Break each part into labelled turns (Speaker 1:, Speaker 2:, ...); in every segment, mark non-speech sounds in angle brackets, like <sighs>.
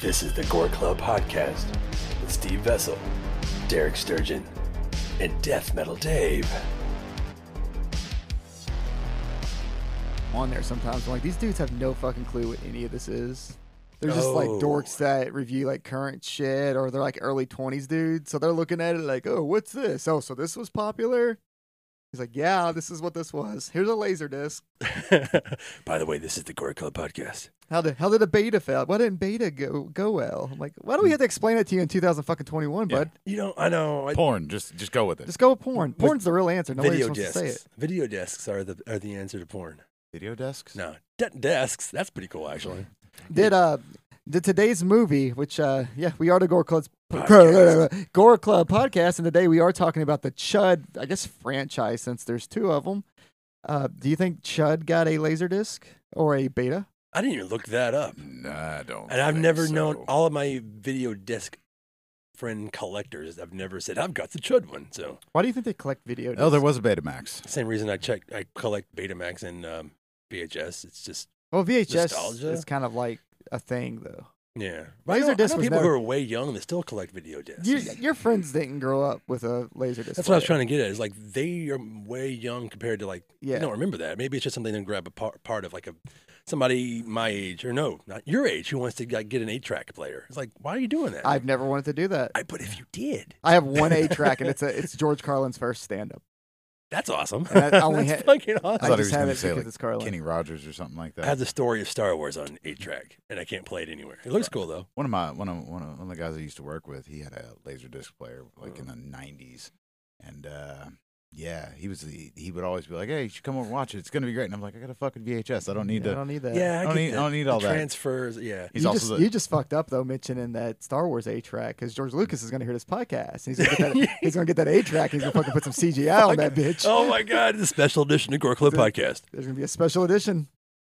Speaker 1: This is the Gore Club Podcast with Steve Vessel, Derek Sturgeon, and Death Metal
Speaker 2: <laughs>
Speaker 1: Dave.
Speaker 2: on there sometimes. I'm like, these dudes have no fucking clue what any of this is. They're just like
Speaker 1: Oh.
Speaker 2: dorks that review like current shit or they're like early 20s dudes. So they're looking at it like, oh, what's this? Oh, so this was popular? He's like, yeah, this is what this was. Here's a laser disc.
Speaker 1: By the way, this is the Gore Club Podcast.
Speaker 2: How did how did a beta fail? Why didn't beta go go well? I'm like,
Speaker 1: Hmm.
Speaker 2: why do we have to explain it to you in 2021,
Speaker 3: Yeah.
Speaker 2: bud?
Speaker 1: You know, I know. I,
Speaker 3: Porn. Just Uh, just go with it.
Speaker 2: Just go with porn. Porn's the real answer. Nobody
Speaker 1: video
Speaker 2: wants to say
Speaker 1: discs.
Speaker 2: it.
Speaker 1: Video discs are the are the answer to porn.
Speaker 3: Video desks.
Speaker 1: No, de- desks. That's pretty cool, actually.
Speaker 2: Did uh did today's movie, which uh yeah, we are the Gore Club's
Speaker 1: Podcast.
Speaker 2: Gore Club podcast, and today we are talking about the Chud, I guess franchise since there's two of them. Uh, do you think Chud got a laser disc or a beta?
Speaker 1: I didn't even look that up,
Speaker 3: Nah, I don't.
Speaker 1: and I've
Speaker 3: think
Speaker 1: never
Speaker 3: so.
Speaker 1: known. All of my video disc friend collectors, I've never said I've got the chud one. So
Speaker 2: Why do you think they collect video? Discs?
Speaker 3: Oh, there was a Betamax.
Speaker 1: same reason I check. I collect Betamax and um, VHS. It's just
Speaker 2: well VHS
Speaker 1: nostalgia?
Speaker 2: is kind of like a thing though.
Speaker 1: yeah. But I know-
Speaker 2: Laserdisc
Speaker 1: I know
Speaker 2: was
Speaker 1: people who
Speaker 2: never-
Speaker 1: are way young that still collect video discs.
Speaker 2: Your, your friends didn't grow up with a laser disc.
Speaker 1: That's what I was trying to get at. Is like they are way young compared to like
Speaker 2: Yeah.
Speaker 1: I don't remember that. Maybe it's just something to grab a part, part of like a somebody my age or no, not your age who wants to like, get an eight track player. It's like why are you doing that?
Speaker 2: I've never wanted to do that.
Speaker 1: I but if you did,
Speaker 2: I have one A track, and it's a it's George Carlin's first stand up.
Speaker 1: that's awesome.
Speaker 2: And I
Speaker 1: <laughs>
Speaker 2: only
Speaker 1: that's
Speaker 2: had-
Speaker 1: fucking
Speaker 3: I
Speaker 1: awesome.
Speaker 3: thought
Speaker 2: I
Speaker 3: he
Speaker 2: just
Speaker 3: was
Speaker 2: have
Speaker 3: gonna
Speaker 2: it
Speaker 3: say,
Speaker 2: because
Speaker 3: like,
Speaker 2: it's Carlin.
Speaker 3: Kenny Rogers or something like
Speaker 1: I
Speaker 3: that.
Speaker 1: have the story of Star Wars on eight track, and I can't play it anywhere. It looks cool though.
Speaker 3: one of my one of one of, one of the guys I used to work with, he had a laser disc player like in the '90s, and uh, yeah, he was the he would always be like, "Hey, you should come over and watch it. It's gonna be great." And I'm like, "I got a fucking VHS. I don't need
Speaker 2: Yeah, I
Speaker 3: to."
Speaker 2: don't need that.
Speaker 1: yeah, I,
Speaker 3: I
Speaker 1: get
Speaker 3: don't need- I
Speaker 1: the-
Speaker 3: don't need
Speaker 1: the
Speaker 3: all that.
Speaker 1: transfers.
Speaker 2: <laughs>
Speaker 1: Yeah,
Speaker 3: He's
Speaker 2: you,
Speaker 3: also
Speaker 2: just,
Speaker 3: the-
Speaker 2: you just fucked up though mentioning that Star Wars A track because George Lucas is gonna hit his podcast. And he's
Speaker 1: <laughs>
Speaker 2: gonna get that. he's gonna get that A track. and He's gonna fucking put some CGI on that bitch.
Speaker 1: oh my god, the special edition of Gore Club podcast.
Speaker 2: There's gonna be a special edition.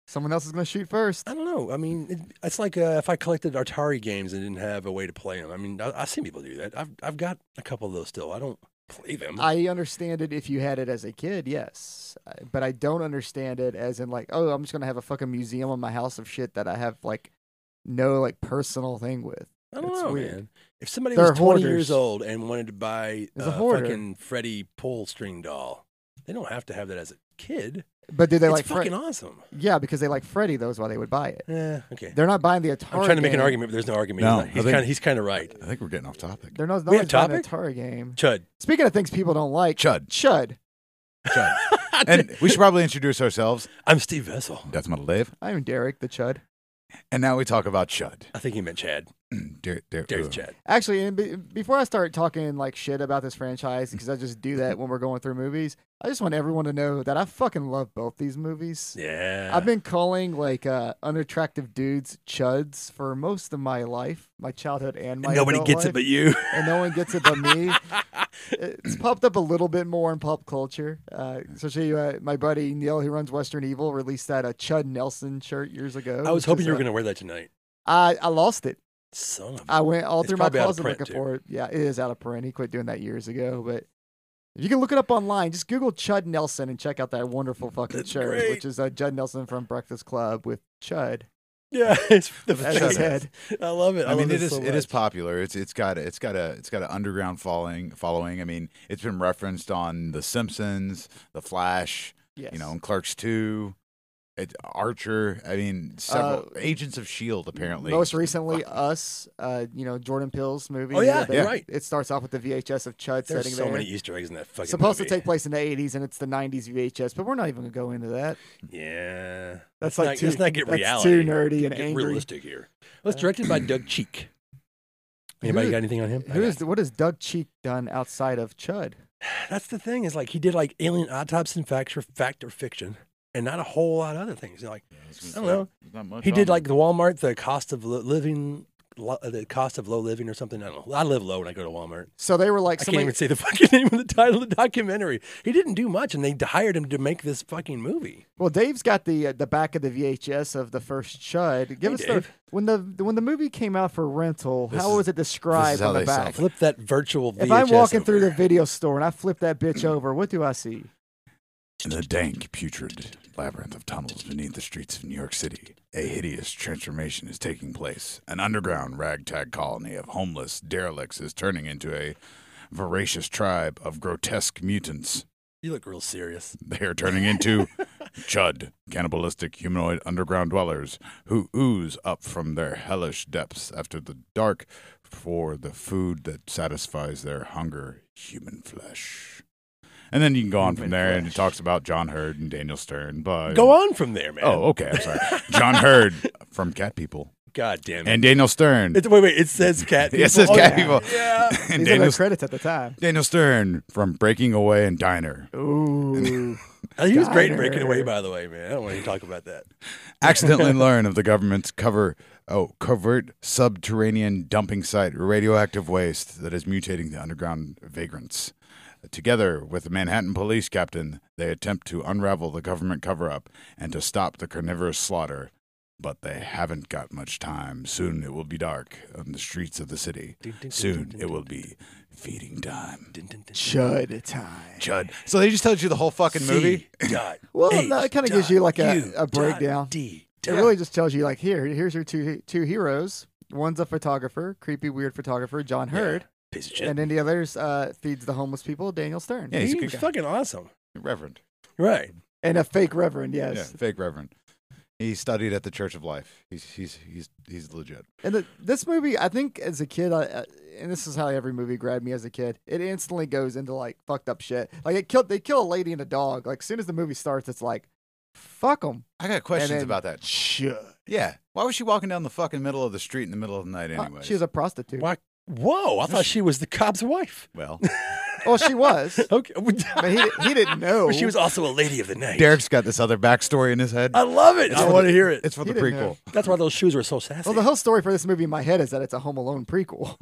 Speaker 2: Someone else is gonna shoot first.
Speaker 1: I don't know. I mean, it, it's like uh, if I collected Atari games and didn't have a way to play them. I mean, I, I've seen people do that. I've I've got a couple of those still. I don't play them.
Speaker 2: I understand it if you had it as a kid, yes, I- but I don't understand it as in like, oh, I'm just gonna have a fucking museum in my house of shit that I have like no like personal thing with.
Speaker 1: I don't
Speaker 2: it's
Speaker 1: know,
Speaker 2: weird.
Speaker 1: man. If somebody
Speaker 2: They're
Speaker 1: was twenty
Speaker 2: hoarders.
Speaker 1: years old and wanted to buy
Speaker 2: Is a
Speaker 1: a
Speaker 2: hoarder.
Speaker 1: fucking Freddy pull string doll, they don't have to have that as a kid.
Speaker 2: But do they
Speaker 1: it's
Speaker 2: like Fre-
Speaker 1: fucking awesome.
Speaker 2: Yeah, because they like Freddy. That was why they would buy it.
Speaker 1: Eh, okay.
Speaker 2: They're not buying the Atari.
Speaker 1: I'm trying to make an
Speaker 2: game.
Speaker 1: argument, but there's no argument.
Speaker 3: No,
Speaker 1: He's not-
Speaker 3: I
Speaker 1: he's
Speaker 3: think-
Speaker 1: kind of he's kind of right.
Speaker 3: I think we're getting off topic.
Speaker 2: They're not.
Speaker 1: We
Speaker 2: not
Speaker 1: have
Speaker 2: buying the
Speaker 1: topic?
Speaker 2: Atari game.
Speaker 1: Chud.
Speaker 2: Speaking of things people don't like,
Speaker 3: Chud.
Speaker 2: Chud. <laughs>
Speaker 3: Chud.
Speaker 1: <laughs>
Speaker 3: and we should probably introduce ourselves.
Speaker 1: I'm Steve Vessel.
Speaker 3: That's Metal Dave,
Speaker 2: I'm Derek the Chud.
Speaker 3: and now we talk about Chud.
Speaker 1: I think he meant Chad.
Speaker 3: Der- der-
Speaker 1: There's
Speaker 3: ooh.
Speaker 1: Chad.
Speaker 2: Actually, and be, before I start talking like shit about this franchise, because I just do that when we're going through movies, I just want everyone to know that I fucking love both these movies.
Speaker 1: Yeah.
Speaker 2: I've been calling like uh, unattractive dudes chuds for most of my life, my childhood and my
Speaker 1: And nobody
Speaker 2: adult
Speaker 1: gets
Speaker 2: life,
Speaker 1: it but you.
Speaker 2: and no one gets it but me. <laughs> It's popped up a little bit more in pop culture, uh, especially uh, my buddy Neil, who runs Western Evil, released that a Chud Nelson shirt years ago.
Speaker 1: I was
Speaker 2: which
Speaker 1: hoping
Speaker 2: is,
Speaker 1: you were
Speaker 2: uh,
Speaker 1: going to wear that tonight.
Speaker 2: I I lost it.
Speaker 1: Son of a
Speaker 2: I went all
Speaker 1: It's
Speaker 2: through my
Speaker 1: probably out of
Speaker 2: closet
Speaker 1: print,
Speaker 2: looking
Speaker 1: too.
Speaker 2: for it. Yeah, it is out of print. He quit doing that years ago. But if you can look it up online, just Google Chud Nelson and check out that wonderful fucking
Speaker 1: That's
Speaker 2: shirt,
Speaker 1: great.
Speaker 2: which is uh, Judd Nelson from Breakfast Club with Chud
Speaker 1: <laughs> Yeah, it's the
Speaker 2: as his
Speaker 3: Chud.
Speaker 2: head.
Speaker 1: I love it. I,
Speaker 3: I mean,
Speaker 1: love
Speaker 3: it is
Speaker 1: so
Speaker 3: it is
Speaker 1: much.
Speaker 3: popular. It's it's got a, it's got a it's got an underground following. Following. I mean, it's been referenced on The Simpsons, The Flash,
Speaker 2: Yes.
Speaker 3: you know, and Clerks Two, it, Archer. I mean, several
Speaker 2: Uh,
Speaker 3: Agents of Shield. E Apparently,
Speaker 2: Most recently, Us, uh, you know, Jordan Peele's movie.
Speaker 1: Oh, yeah,
Speaker 2: they-
Speaker 1: Yeah. right.
Speaker 2: It starts off with the VHS of Chud
Speaker 1: There's
Speaker 2: setting
Speaker 1: so
Speaker 2: there.
Speaker 1: many Easter eggs in that fucking.
Speaker 2: Supposed
Speaker 1: movie.
Speaker 2: to take place in the 80s, and it's the 90s VHS, but we're not even going to go into that.
Speaker 1: Yeah, let's
Speaker 2: That's like
Speaker 1: not,
Speaker 2: too-
Speaker 1: let's not get
Speaker 2: that's
Speaker 1: reality.
Speaker 2: too nerdy and
Speaker 1: get
Speaker 2: angry. Uh,
Speaker 1: realistic here. Let's directed by Doug
Speaker 2: <clears throat>
Speaker 1: Cheek. Anybody
Speaker 2: Who-
Speaker 1: got anything on him? I
Speaker 2: Who
Speaker 1: got-
Speaker 2: is what has Doug Cheek done outside of Chud?
Speaker 1: That's the thing is like he did like Alien Autopsy and Fact or Fact or Fiction, and not a whole lot of other things. Like
Speaker 3: I was gonna
Speaker 1: I don't
Speaker 3: say,
Speaker 1: know.
Speaker 3: there's not much
Speaker 1: he
Speaker 3: on
Speaker 1: did
Speaker 3: there.
Speaker 1: like the Walmart, the Cost of Li- Living lo- the cost of low living or something. I don't know. I live low when I go to Walmart.
Speaker 2: So they were like,
Speaker 1: I can't
Speaker 2: somebody,
Speaker 1: even say the <laughs> fucking name of the title of the documentary. He didn't do much, and they hired him to make this fucking movie.
Speaker 2: well, Dave's got the uh, the back of the VHS of the first Chud. Give
Speaker 1: Hey,
Speaker 2: us the
Speaker 1: Dave.
Speaker 2: when the when the movie came out for rental.
Speaker 3: This
Speaker 2: how
Speaker 3: is-
Speaker 2: was it described
Speaker 3: how
Speaker 2: on the
Speaker 3: they sell
Speaker 2: back?
Speaker 1: Flip that virtual. VHS
Speaker 2: If I'm walking through the
Speaker 1: over.
Speaker 2: video store and I flip that
Speaker 3: Mm-hmm.
Speaker 2: bitch over, what do I see?
Speaker 3: In the dank, putrid labyrinth of tunnels beneath the streets of New York City, a hideous transformation is taking place. An underground ragtag colony of homeless derelicts is turning into a voracious tribe of grotesque mutants.
Speaker 1: you look real serious.
Speaker 3: They are
Speaker 1: <laughs>
Speaker 3: turning into chud, cannibalistic humanoid underground dwellers who ooze up from their hellish depths after the dark for the food that satisfies their hunger, human flesh. And then you can go on from
Speaker 2: Human
Speaker 3: there, and
Speaker 2: flesh.
Speaker 3: it talks about John Hurd and Daniel Stern. But
Speaker 1: Go on from there, man.
Speaker 3: Oh, okay. I'm sorry. John Hurd from Cat People
Speaker 1: god damn it!
Speaker 3: and Daniel Stern.
Speaker 1: It's- wait, wait. It says cat.
Speaker 3: <laughs> It says
Speaker 1: People.
Speaker 3: Cat
Speaker 1: Oh,
Speaker 3: People.
Speaker 1: Yeah.
Speaker 3: <laughs> and
Speaker 2: These are
Speaker 3: Daniel,
Speaker 2: the credits at the time.
Speaker 3: Daniel Stern from Breaking Away and Diner.
Speaker 2: <laughs> Ooh.
Speaker 1: Oh, yeah. He was great in Breaking
Speaker 2: Diner.
Speaker 1: Away, by the way, man. I don't want to talk about that.
Speaker 3: accidentally learn of the government's cover oh covert subterranean dumping site radioactive waste that is mutating the underground vagrants together with the manhattan police captain they attempt to unravel the government cover-up and to stop the carnivorous slaughter but they haven't got much time soon it will be dark on the streets of the city soon it will be feeding time
Speaker 2: Chud time.
Speaker 3: chud so they just told you the whole fucking movie
Speaker 2: <laughs> Well, no, it kind of gives you like a, a breakdown.
Speaker 1: D.
Speaker 2: It really just tells you like here, here's your two two heroes. One's a photographer, creepy weird photographer John Hurd,
Speaker 1: Piece of shit.
Speaker 2: and then the others uh, feeds the homeless people Daniel Stern,
Speaker 3: Yeah. he's a
Speaker 1: he's
Speaker 3: good guy.
Speaker 1: fucking awesome.
Speaker 3: reverend
Speaker 1: Right.
Speaker 2: and a fake reverend, yes.
Speaker 3: Yeah, fake reverend. He studied at the Church of Life. He's he's he's he's legit.
Speaker 2: And the, this movie, I think as a kid, I, I, and this is how every movie grabbed me as a kid, it instantly goes into like fucked up shit. Like it killed, they kill a lady and a dog. Like as soon as the movie starts, it's like, fuck Uh, them.
Speaker 3: I got questions
Speaker 2: then-
Speaker 3: about that.
Speaker 2: Shit.
Speaker 3: Yeah, why was she walking down the fucking middle of the street in the middle of the night anyway?
Speaker 2: Uh, she was a prostitute.
Speaker 1: Why? Whoa! I thought she was the cop's wife.
Speaker 3: well.
Speaker 2: Well, she was,
Speaker 1: Okay. <laughs>
Speaker 2: but he he didn't know.
Speaker 1: But she was also a lady of the night.
Speaker 3: Derek's got this other backstory in his head.
Speaker 1: I love it. I
Speaker 3: for
Speaker 1: want to
Speaker 3: the-
Speaker 1: hear it.
Speaker 3: It's for
Speaker 2: He
Speaker 3: the
Speaker 2: didn't know.
Speaker 3: prequel.
Speaker 1: That's why those shoes were so sassy.
Speaker 2: Well, the whole story for this movie in my head is that it's a Home Alone prequel.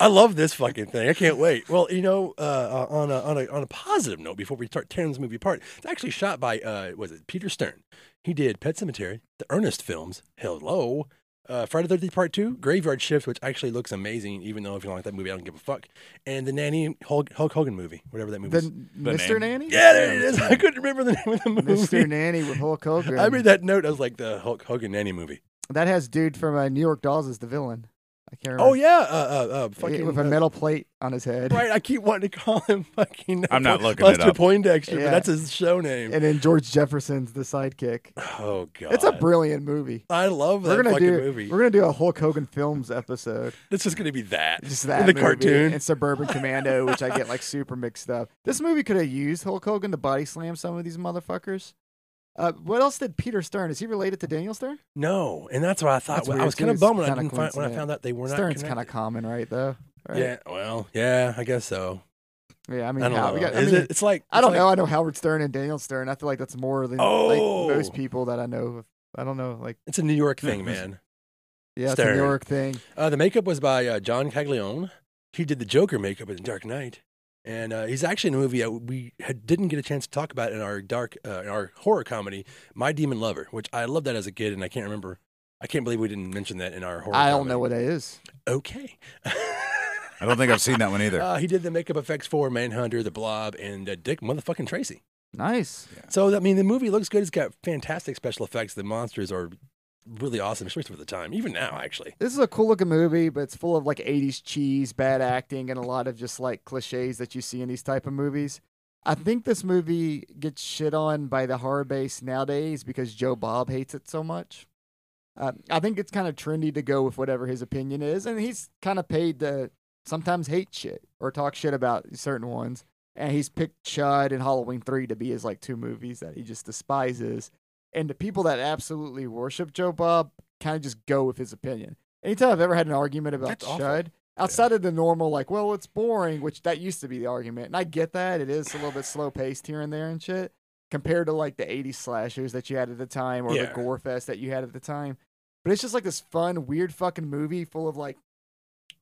Speaker 1: I love this fucking thing. I can't wait. Well, you know, uh, on a on a on a positive note, before we start tearing this movie apart, it's actually shot by uh, was it Peter Stern? He did Pet Cemetery, the Ernest films, Hello, uh, Friday the Thirteenth Part Two, Graveyard Shift, which actually looks amazing, even though if you don't like that movie, I don't give a fuck, and the Nanny Hulk, Hulk Hogan movie, whatever that movie.
Speaker 2: The,
Speaker 1: is.
Speaker 2: Mr.
Speaker 3: name.
Speaker 2: Nanny?
Speaker 1: Yeah, there it is. <laughs> I couldn't remember the name of the movie. <laughs>
Speaker 2: Mr. Nanny with Hulk Hogan.
Speaker 1: I made that note. I was like the Hulk Hogan Nanny movie.
Speaker 2: That has dude from uh, New York Dolls as the villain. I can't remember.
Speaker 1: Oh yeah, uh, uh, uh, fucking
Speaker 2: with a
Speaker 1: uh,
Speaker 2: metal plate on his head.
Speaker 1: Right, I keep wanting to call him fucking.
Speaker 3: I'm not looking it
Speaker 1: Lester
Speaker 3: up.
Speaker 1: Poindexter,
Speaker 2: Yeah.
Speaker 1: but that's his show name.
Speaker 2: And then George Jefferson's the sidekick.
Speaker 1: oh god,
Speaker 2: It's a brilliant movie.
Speaker 1: I love that
Speaker 2: We're gonna
Speaker 1: fucking
Speaker 2: do
Speaker 1: movie.
Speaker 2: we're gonna do a Hulk Hogan films episode.
Speaker 1: This is gonna be that.
Speaker 2: Just that
Speaker 1: the
Speaker 2: movie
Speaker 1: cartoon.
Speaker 2: and Suburban Commando, which I get like super mixed up. This movie could have used Hulk Hogan to body slam some of these motherfuckers. Uh, what else did Peter Stern? Is he related to Daniel Stern?
Speaker 1: No, and that's what I thought.
Speaker 2: That's weird,
Speaker 1: I was
Speaker 2: too.
Speaker 1: kind of
Speaker 2: It's
Speaker 1: bummed when I
Speaker 2: kinda
Speaker 1: didn't find when I
Speaker 2: coincident.
Speaker 1: found out they were not.
Speaker 2: Stern's kind of
Speaker 1: connected.
Speaker 2: common, right? Though. Right?
Speaker 1: Yeah. Well. Yeah. I guess so.
Speaker 2: Yeah. I
Speaker 1: I,
Speaker 2: mean,
Speaker 1: don't
Speaker 2: how-
Speaker 1: know.
Speaker 2: we got- I
Speaker 1: is
Speaker 2: mean,
Speaker 1: it? It's like
Speaker 2: I
Speaker 1: it's
Speaker 2: don't
Speaker 1: like-
Speaker 2: know. I know Howard Stern and Daniel Stern. I feel like that's more than
Speaker 1: Oh.
Speaker 2: like most people that I know. I don't know. Like,
Speaker 1: It's a New York thing,
Speaker 2: Mm-hmm.
Speaker 3: Yeah.
Speaker 1: man.
Speaker 2: yeah, it's a New
Speaker 1: Stern.
Speaker 2: York thing.
Speaker 1: Uh, the makeup was by uh, John Caglione. He did the Joker makeup in Dark Knight, and uh, he's actually in a movie uh, we had, didn't get a chance to talk about in our dark, uh, in our horror comedy, My Demon Lover, which I loved that as a kid, and I can't remember. I can't believe we didn't mention that in our horror.
Speaker 2: I don't know what that is.
Speaker 1: know. Okay. <laughs>
Speaker 3: I don't think I've seen that one either.
Speaker 1: Uh, he did the makeup effects for Manhunter, The Blob, and uh, Dick Motherfucking Tracy.
Speaker 2: Nice.
Speaker 1: So I mean, the movie looks good. It's got fantastic special effects. The monsters are really awesome, especially for the time. Even now, actually.
Speaker 2: This is a cool looking movie, but it's full of like 80s cheese, bad acting, and a lot of just like cliches that you see in these type of movies. I think this movie gets shit on by the horror base nowadays because Joe Bob hates it so much. Uh, I think it's kind of trendy to go with whatever his opinion is, and he's kind of paid to sometimes hate shit or talk shit about certain ones. And he's picked Chud and Halloween 3 to be his like two movies that he just despises. And the people that absolutely worship Joe Bob kind of just go with his opinion. Anytime I've ever had an argument about
Speaker 1: That's awful.
Speaker 2: Chud, outside of the normal, like, well, it's boring, which that used to be the argument. And I get that. It is a
Speaker 1: <sighs>
Speaker 2: little bit slow paced here and there and shit compared to like the 80s slashers that you had at the time or
Speaker 1: Yeah.
Speaker 2: the gore fest that you had at the time. But it's just like this fun, weird fucking movie full of like.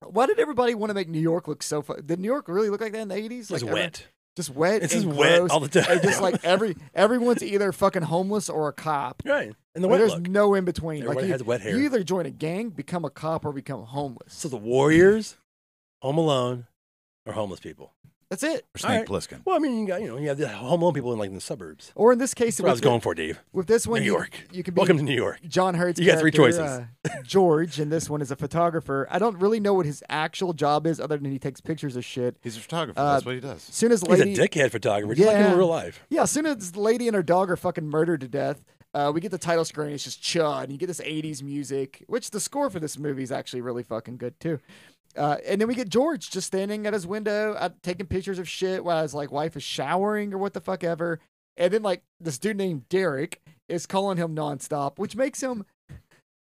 Speaker 2: Why did everybody want to make New York look so? Fu- did New York really look like that in the eighties?
Speaker 1: It's just
Speaker 2: Like every-
Speaker 1: wet.
Speaker 2: just wet.
Speaker 1: It's
Speaker 2: and
Speaker 1: just wet
Speaker 2: gross,
Speaker 1: all the time.
Speaker 2: and just like every everyone's either fucking homeless or a cop.
Speaker 1: right. And the
Speaker 2: Like,
Speaker 1: wet
Speaker 2: there's
Speaker 1: look.
Speaker 2: no in between.
Speaker 1: Everybody
Speaker 2: Like you,
Speaker 1: has wet hair.
Speaker 2: you either join a gang, become a cop, or become homeless.
Speaker 1: So the Warriors, Home Alone, or homeless people.
Speaker 2: That's it.
Speaker 3: Or Snake
Speaker 1: Alright.
Speaker 3: Plissken.
Speaker 1: Well, I mean, you got you know, you have the Home Alone people in like in the suburbs.
Speaker 2: Or in this case,
Speaker 1: That's what I was
Speaker 2: with,
Speaker 1: going for, Dave.
Speaker 2: with this one,
Speaker 1: New
Speaker 2: you-
Speaker 1: York.
Speaker 2: You, can be
Speaker 1: Welcome to New York.
Speaker 2: John Hurt's
Speaker 1: You got three
Speaker 2: character,
Speaker 1: choices.
Speaker 2: uh, George, and this one is a photographer. I don't really know what his actual job is, other than he takes pictures of shit.
Speaker 3: He's a photographer.
Speaker 2: Uh,
Speaker 3: That's what he does.
Speaker 2: Soon as
Speaker 1: He's a
Speaker 2: lady,
Speaker 1: dickhead photographer, just like
Speaker 2: Yeah.
Speaker 1: in real life.
Speaker 2: yeah, as soon as the lady and her dog are fucking murdered to death, uh, we get the title screen. It's just Chud, and you get this '80s music, which the score for this movie is actually really fucking good too. Uh, and then we get George just standing at his window, uh, taking pictures of shit while his like wife is showering or what the fuck ever. And then like this dude named Derek is calling him nonstop, which makes him.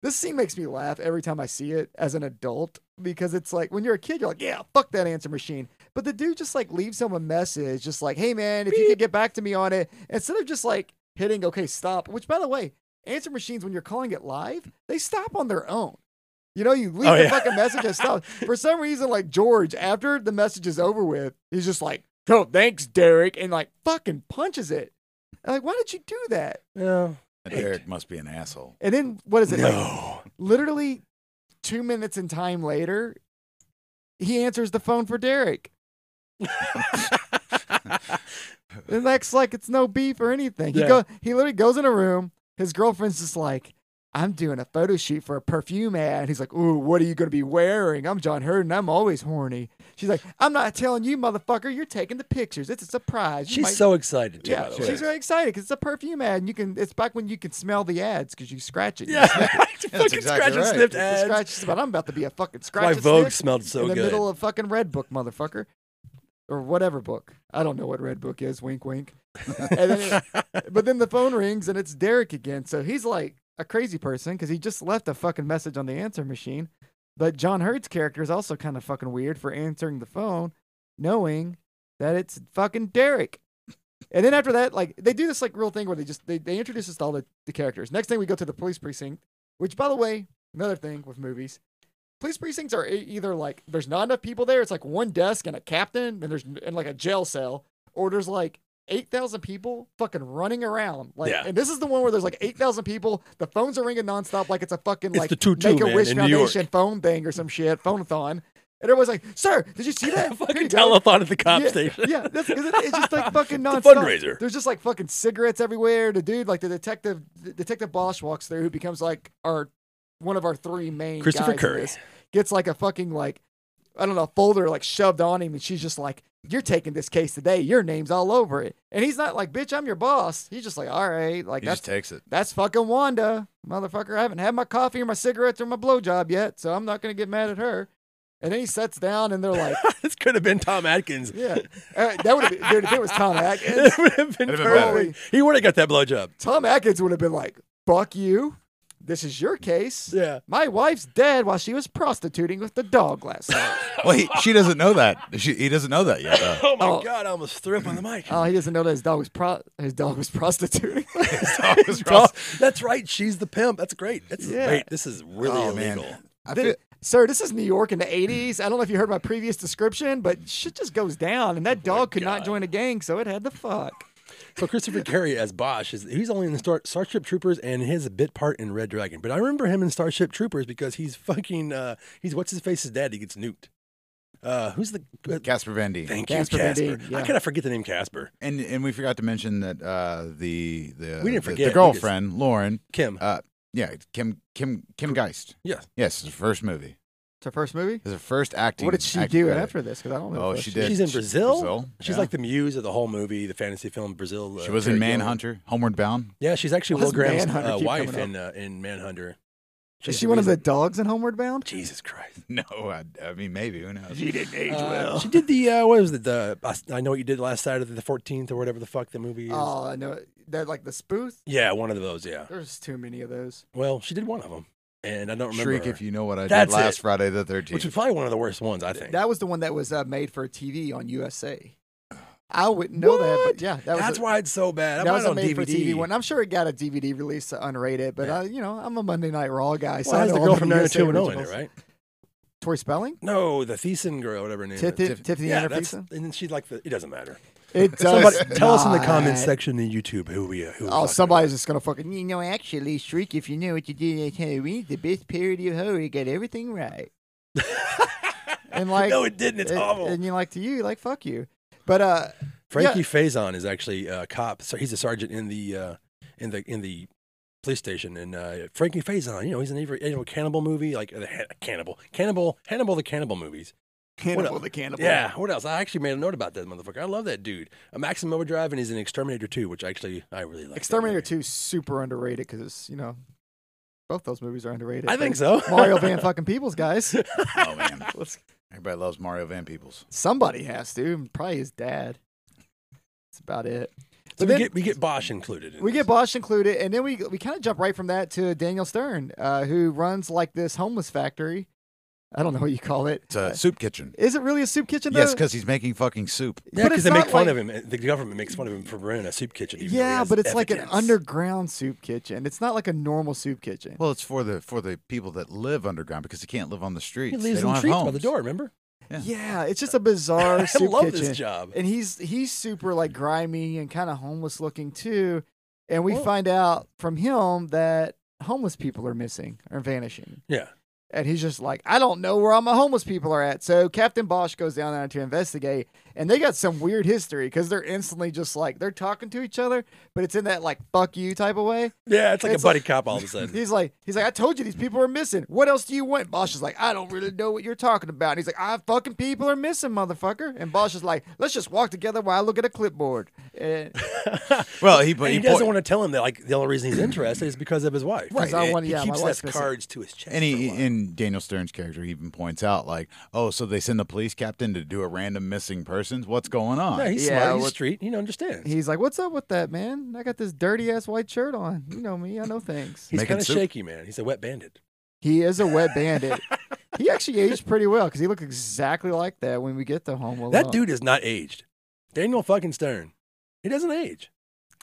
Speaker 2: This scene makes me laugh every time I see it as an adult because it's like when you're a kid, you're like, yeah, fuck that answer machine. But the dude just like leaves him a message, just like, hey man, if you could get back to me on it, instead of just like hitting okay stop. Which by the way, answer machines when you're calling it live, they stop on their own. You know, you leave
Speaker 1: Oh,
Speaker 2: the
Speaker 1: yeah.
Speaker 2: fucking message
Speaker 1: <laughs>
Speaker 2: and stop. For some reason, like George, after the message is over with, he's just like, oh, thanks, Derek, and like fucking punches it. I'm like, why did you do that?
Speaker 1: Yeah.
Speaker 3: And
Speaker 1: hate.
Speaker 3: Derek must be an asshole.
Speaker 2: And then what is it? Like
Speaker 1: No.
Speaker 2: literally two minutes in time later, he answers the phone for Derek. And that's like it's no beef or anything. He
Speaker 1: Yeah.
Speaker 2: go he literally goes in a room, his girlfriend's just like, I'm doing a photo shoot for a perfume ad. He's like, Ooh, what are you gonna be wearing? I'm John Hurd and I'm always horny. She's like, I'm not telling you, motherfucker, you're taking the pictures. It's a surprise. You
Speaker 1: She's
Speaker 2: might-
Speaker 1: so excited. Too,
Speaker 2: yeah,
Speaker 1: by the way.
Speaker 2: she's very excited because it's a perfume ad, and you can. It's back when you can smell the ads because you scratch it.
Speaker 1: <laughs>
Speaker 2: you
Speaker 1: yeah.
Speaker 2: sniff
Speaker 1: <laughs> fucking
Speaker 3: exactly
Speaker 1: scratch and
Speaker 3: right.
Speaker 1: sniffed
Speaker 2: the
Speaker 1: ads.
Speaker 2: scratch, but I'm about to be a fucking scratch.
Speaker 1: Why
Speaker 2: and
Speaker 1: Vogue
Speaker 2: sniff
Speaker 1: smelled so
Speaker 2: in the
Speaker 1: good.
Speaker 2: middle of fucking Red Book, motherfucker, or whatever book. I don't know what Red Book is. Wink,
Speaker 1: <laughs>
Speaker 2: wink. And then it- but then the phone rings and it's Derek again. So he's like a crazy person because he just left a fucking message on the answer machine. But John Hurt's character is also kind of fucking weird for answering the phone, knowing that it's fucking Derek. And then after that, like they do this like real thing where they just they, they introduce us to all the, the characters. Next thing we go to the police precinct, which by the way, another thing with movies. Police precincts are e- either like there's not enough people there, it's like one desk and a captain and there's and like a jail cell, or there's like eight thousand people fucking running around. Like
Speaker 1: Yeah.
Speaker 2: and this is the one where there's like eight thousand people, the phones are ringing nonstop like it's a fucking
Speaker 1: It's
Speaker 2: like
Speaker 1: the tutu,
Speaker 2: make a wish
Speaker 1: man, in New York.
Speaker 2: foundation phone thing or some shit, phone thon. And everyone's like, Sir,
Speaker 1: <laughs>
Speaker 2: did you see that? Here
Speaker 1: fucking
Speaker 2: you go."
Speaker 1: telethon at the cop
Speaker 2: yeah,
Speaker 1: station.
Speaker 2: Yeah, that's, 'cause it- it's just like fucking
Speaker 1: <laughs>
Speaker 2: nonstop.
Speaker 1: It's a fundraiser.
Speaker 2: There's just like fucking cigarettes everywhere. The dude, like the detective, the detective Bosch walks through, who becomes like our one of our three main
Speaker 1: Christopher
Speaker 2: guys in
Speaker 1: Curry.
Speaker 2: this, gets like a fucking like I don't know folder like shoved on him, and she's just like, "You're taking this case today. Your name's all over it." And he's not like, "Bitch, I'm your boss." He's just like, "All right, like
Speaker 3: He
Speaker 2: that's
Speaker 3: just takes it.
Speaker 2: that's fucking Wanda, motherfucker. I haven't had my coffee or my cigarettes or my blowjob yet, so I'm not gonna get mad at her." And then he sets down, and they're like,
Speaker 1: <laughs> this could have been Tom Atkins.
Speaker 2: "Yeah, Uh, that would have been dude. If it was Tom
Speaker 1: <laughs>
Speaker 2: Atkins,
Speaker 1: It would have been
Speaker 3: It'd have been
Speaker 1: perfect. He would have got that blowjob.
Speaker 2: Tom Atkins would have been like, "Fuck you. This is your case.
Speaker 1: Yeah.
Speaker 2: My wife's dead while she was prostituting with the dog last night."
Speaker 3: Wait, she doesn't know that. She, he doesn't know that yet. though.
Speaker 1: <laughs>
Speaker 3: <laughs>
Speaker 1: Oh my
Speaker 2: Oh.
Speaker 1: God! I almost threw up on the mic.
Speaker 2: oh, he doesn't know that his dog was pro- his dog was prostituting.
Speaker 3: Dog was
Speaker 1: Tom- <laughs>
Speaker 3: rough.
Speaker 1: that's right. She's the pimp. That's great. That's
Speaker 2: Yeah.
Speaker 1: wait. This is really
Speaker 3: Oh, man.
Speaker 1: illegal.
Speaker 2: <laughs>
Speaker 3: I
Speaker 2: Did
Speaker 3: feel-
Speaker 2: it- Sir, this is New York in the 80s. I don't know if you heard my previous description, but shit just goes down, and that dog could not
Speaker 1: God.
Speaker 2: join a gang, so it had the fuck.
Speaker 1: So Christopher <laughs> Carey as Bosch is he's only in the Star, Starship Troopers and his bit part in Red Dragon. But I remember him in Starship Troopers because he's fucking uh, he's what's his face's dad. He gets nuked. Uh, who's the uh,
Speaker 3: Casper Van Dien.
Speaker 1: thank
Speaker 2: Casper
Speaker 1: you
Speaker 2: Van
Speaker 1: Casper?
Speaker 2: Dien, yeah.
Speaker 1: How could I forget the name Casper?
Speaker 3: And and we forgot to mention that uh, the the
Speaker 1: We didn't
Speaker 3: the-
Speaker 1: forget.
Speaker 3: the,
Speaker 1: We just-
Speaker 3: girlfriend Lauren.
Speaker 1: Kim.
Speaker 3: Uh, yeah, Kim Kim Kim Geist.
Speaker 1: Yes.
Speaker 3: Yes, it's her first movie.
Speaker 2: It's her first movie?
Speaker 3: It's her first acting.
Speaker 2: What did she
Speaker 3: acting
Speaker 2: do
Speaker 3: credit.
Speaker 2: after this? Because I don't know.
Speaker 3: Oh,
Speaker 2: if
Speaker 3: she
Speaker 2: that's-
Speaker 3: did.
Speaker 1: She's in
Speaker 3: She-
Speaker 1: Brazil. She's
Speaker 3: yeah.
Speaker 1: like the muse of the whole movie, the fantasy film Brazil. uh,
Speaker 3: She was in
Speaker 1: Terry Gilliam.
Speaker 3: Manhunter, Homeward Bound. <laughs>
Speaker 1: Yeah, she's actually
Speaker 2: Why
Speaker 1: Will
Speaker 2: does
Speaker 1: Graham's
Speaker 2: Manhunter
Speaker 1: uh,
Speaker 2: keep
Speaker 1: wife
Speaker 2: coming
Speaker 1: in uh, in Manhunter.
Speaker 2: Is
Speaker 1: She's
Speaker 2: she one of the
Speaker 1: reason-
Speaker 2: dogs in Homeward Bound?
Speaker 1: Jesus Christ.
Speaker 3: No, I, I mean maybe who knows.
Speaker 2: She didn't age
Speaker 1: Uh, She did the uh, what was it? The I- I know what you did last Saturday, the fourteenth, or whatever the fuck the movie is.
Speaker 2: Oh, I know. That like the spoof.
Speaker 1: yeah, one of those. Yeah.
Speaker 2: There's too many of those.
Speaker 1: Well, she did one of them, and I don't remember.
Speaker 3: Shriek
Speaker 1: her,
Speaker 3: if you know what I did
Speaker 1: That's
Speaker 3: last
Speaker 1: it.
Speaker 3: Friday the
Speaker 1: which
Speaker 3: thirteenth.
Speaker 1: was probably one of the worst ones, I think. <sighs>
Speaker 2: That was the one that was uh, made for TV on USA. I wouldn't know that,
Speaker 1: What?
Speaker 2: but yeah, that was
Speaker 1: That's
Speaker 2: a,
Speaker 1: why it's so bad. I
Speaker 2: that
Speaker 1: bought
Speaker 2: was
Speaker 1: it
Speaker 2: a
Speaker 1: on
Speaker 2: made for
Speaker 1: DVD.
Speaker 2: TV one. I'm sure it got a DVD release to unrate it, but
Speaker 1: Yeah.
Speaker 2: I, you know, I'm a Monday Night Raw guy. so
Speaker 1: Well, it
Speaker 2: I
Speaker 1: has
Speaker 2: know
Speaker 1: the
Speaker 2: all
Speaker 1: girl from
Speaker 2: USA
Speaker 1: 90210 in it,
Speaker 2: originals.
Speaker 1: right?
Speaker 2: Tori Spelling,
Speaker 1: No, the Thiessen girl, whatever her name
Speaker 2: Tiff-
Speaker 1: is.
Speaker 3: Tiff-
Speaker 2: Tiffany
Speaker 1: yeah, that's,
Speaker 2: Anderson.
Speaker 1: and then she's like the. It doesn't matter.
Speaker 2: It does.
Speaker 1: <laughs> Somebody, tell us in the
Speaker 2: not.
Speaker 1: comments section in YouTube who we. Uh, who we're
Speaker 2: Oh,
Speaker 1: talking
Speaker 2: somebody's
Speaker 1: about.
Speaker 2: just gonna fucking you know. Actually, Shriek, if you know what you did on Halloween, the best parody of horror, you got everything right. <laughs> and like,
Speaker 1: no, it didn't. It's
Speaker 2: and-
Speaker 1: awful.
Speaker 2: And you like to you like fuck you, but uh,
Speaker 1: Frankie Faison is actually a cop, so he's a sergeant in the uh, in the in the police station. And uh, Frankie Faison, you know, he's in every you know, cannibal movie, like the Han- cannibal, cannibal, Hannibal the cannibal movies.
Speaker 2: Cannibal the Cannibal.
Speaker 1: Yeah, what else? I actually made a note about that motherfucker. I love that dude. A Maximum Overdrive, and he's in Exterminator 2, which actually I really like. that
Speaker 2: Exterminator
Speaker 1: movie.
Speaker 2: Two is super underrated because it's you know, both those movies are underrated.
Speaker 1: I think
Speaker 2: but
Speaker 1: so. <laughs>
Speaker 2: Mario Van fucking Peoples, guys.
Speaker 3: Oh man,
Speaker 2: Let's-
Speaker 3: everybody loves Mario Van Peebles.
Speaker 2: Somebody has to. and Probably his dad. That's about it.
Speaker 1: So
Speaker 2: But
Speaker 1: we
Speaker 2: then-
Speaker 1: get we get Bosch included. In
Speaker 2: We
Speaker 1: this.
Speaker 2: get Bosch included, and then we we kind of jump right from that to Daniel Stern, uh, who runs like this homeless factory. I don't know what you call it.
Speaker 3: It's a
Speaker 2: Uh,
Speaker 3: soup kitchen.
Speaker 2: is it really a soup kitchen? Though?
Speaker 3: Yes, because he's making fucking soup.
Speaker 1: Yeah,
Speaker 2: but
Speaker 1: because
Speaker 2: it's
Speaker 1: they make
Speaker 2: not
Speaker 1: fun
Speaker 2: like-
Speaker 1: of him. The government makes fun of him for running a soup kitchen. even though he
Speaker 2: yeah,
Speaker 1: has
Speaker 2: but it's like an
Speaker 1: evidence.
Speaker 2: underground soup kitchen. It's not like a normal soup kitchen.
Speaker 3: Well, it's for the for the people that live underground because they can't live on the
Speaker 1: He
Speaker 3: streets. they
Speaker 1: leaves
Speaker 3: don't
Speaker 1: them
Speaker 3: have
Speaker 1: treats by
Speaker 3: homes.
Speaker 1: the door. Remember?
Speaker 3: yeah.
Speaker 2: yeah, it's just a
Speaker 1: <laughs>
Speaker 2: bizarre
Speaker 1: I
Speaker 2: soup
Speaker 1: love
Speaker 2: kitchen.
Speaker 1: this job.
Speaker 2: and he's he's super like grimy and kind of homeless looking too. And we
Speaker 1: Well-
Speaker 2: find out from him that homeless people are missing or vanishing.
Speaker 1: Yeah.
Speaker 2: And he's just like, I don't know where all my homeless people are at. So Captain Bosch goes down there to investigate, and they got some weird history because they're instantly just like they're talking to each other, but it's in that like fuck you type of way.
Speaker 1: Yeah, it's like
Speaker 2: It's
Speaker 1: a buddy cop <laughs> all of a sudden.
Speaker 2: He's like, he's like, I told you these people are missing. What else do you want? Bosch is like, I don't really know what you're talking about. And he's like, I fucking people are missing, motherfucker. And Bosch is like, let's just walk together while I look at a clipboard. And,
Speaker 3: Well, he
Speaker 1: But
Speaker 3: but
Speaker 1: he,
Speaker 3: he,
Speaker 1: doesn't
Speaker 3: point-
Speaker 1: want to tell him that like the only reason he's interested is because of his wife.
Speaker 2: 'Cause I
Speaker 1: He-
Speaker 2: wanna-
Speaker 1: he
Speaker 2: yeah, my
Speaker 1: keeps
Speaker 2: wife's
Speaker 1: his
Speaker 2: missing.
Speaker 1: cards to his chest.
Speaker 3: And he,
Speaker 1: for a while.
Speaker 3: in Daniel Stern's character, he even points out, like, oh, so they send the police captain to do a random missing persons? What's going on?
Speaker 1: yeah, he's
Speaker 2: Yeah,
Speaker 1: smart. He's
Speaker 2: what-
Speaker 1: street. He understands.
Speaker 2: he's like, what's up with that, man? I got this dirty ass white shirt on. You know me, I know things.
Speaker 1: he's
Speaker 3: Making
Speaker 1: kind of
Speaker 3: soup.
Speaker 1: shaky, man. He's a wet bandit.
Speaker 2: He is a wet bandit. he actually aged pretty well because he looked exactly like that when we get to Home Alone.
Speaker 1: That dude is not aged. Daniel fucking Stern. He doesn't age.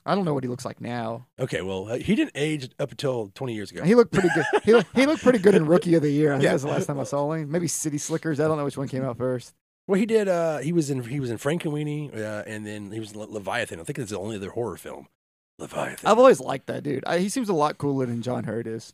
Speaker 2: I don't know what he looks like now.
Speaker 1: Okay, well, uh, he didn't age up until 20 years ago.
Speaker 2: He looked pretty good. He, look, he looked pretty good in Rookie of the Year. I think
Speaker 3: Yeah.
Speaker 2: that's the last time I saw him. Maybe City Slickers. I don't know which one came out first.
Speaker 1: Well, he did. Uh, he was in he was in Frankenweenie, uh, and then he was in Le- Leviathan. I think it's the only other horror film. Leviathan.
Speaker 2: I've always liked that dude. I, he seems a lot cooler than John Hurt is.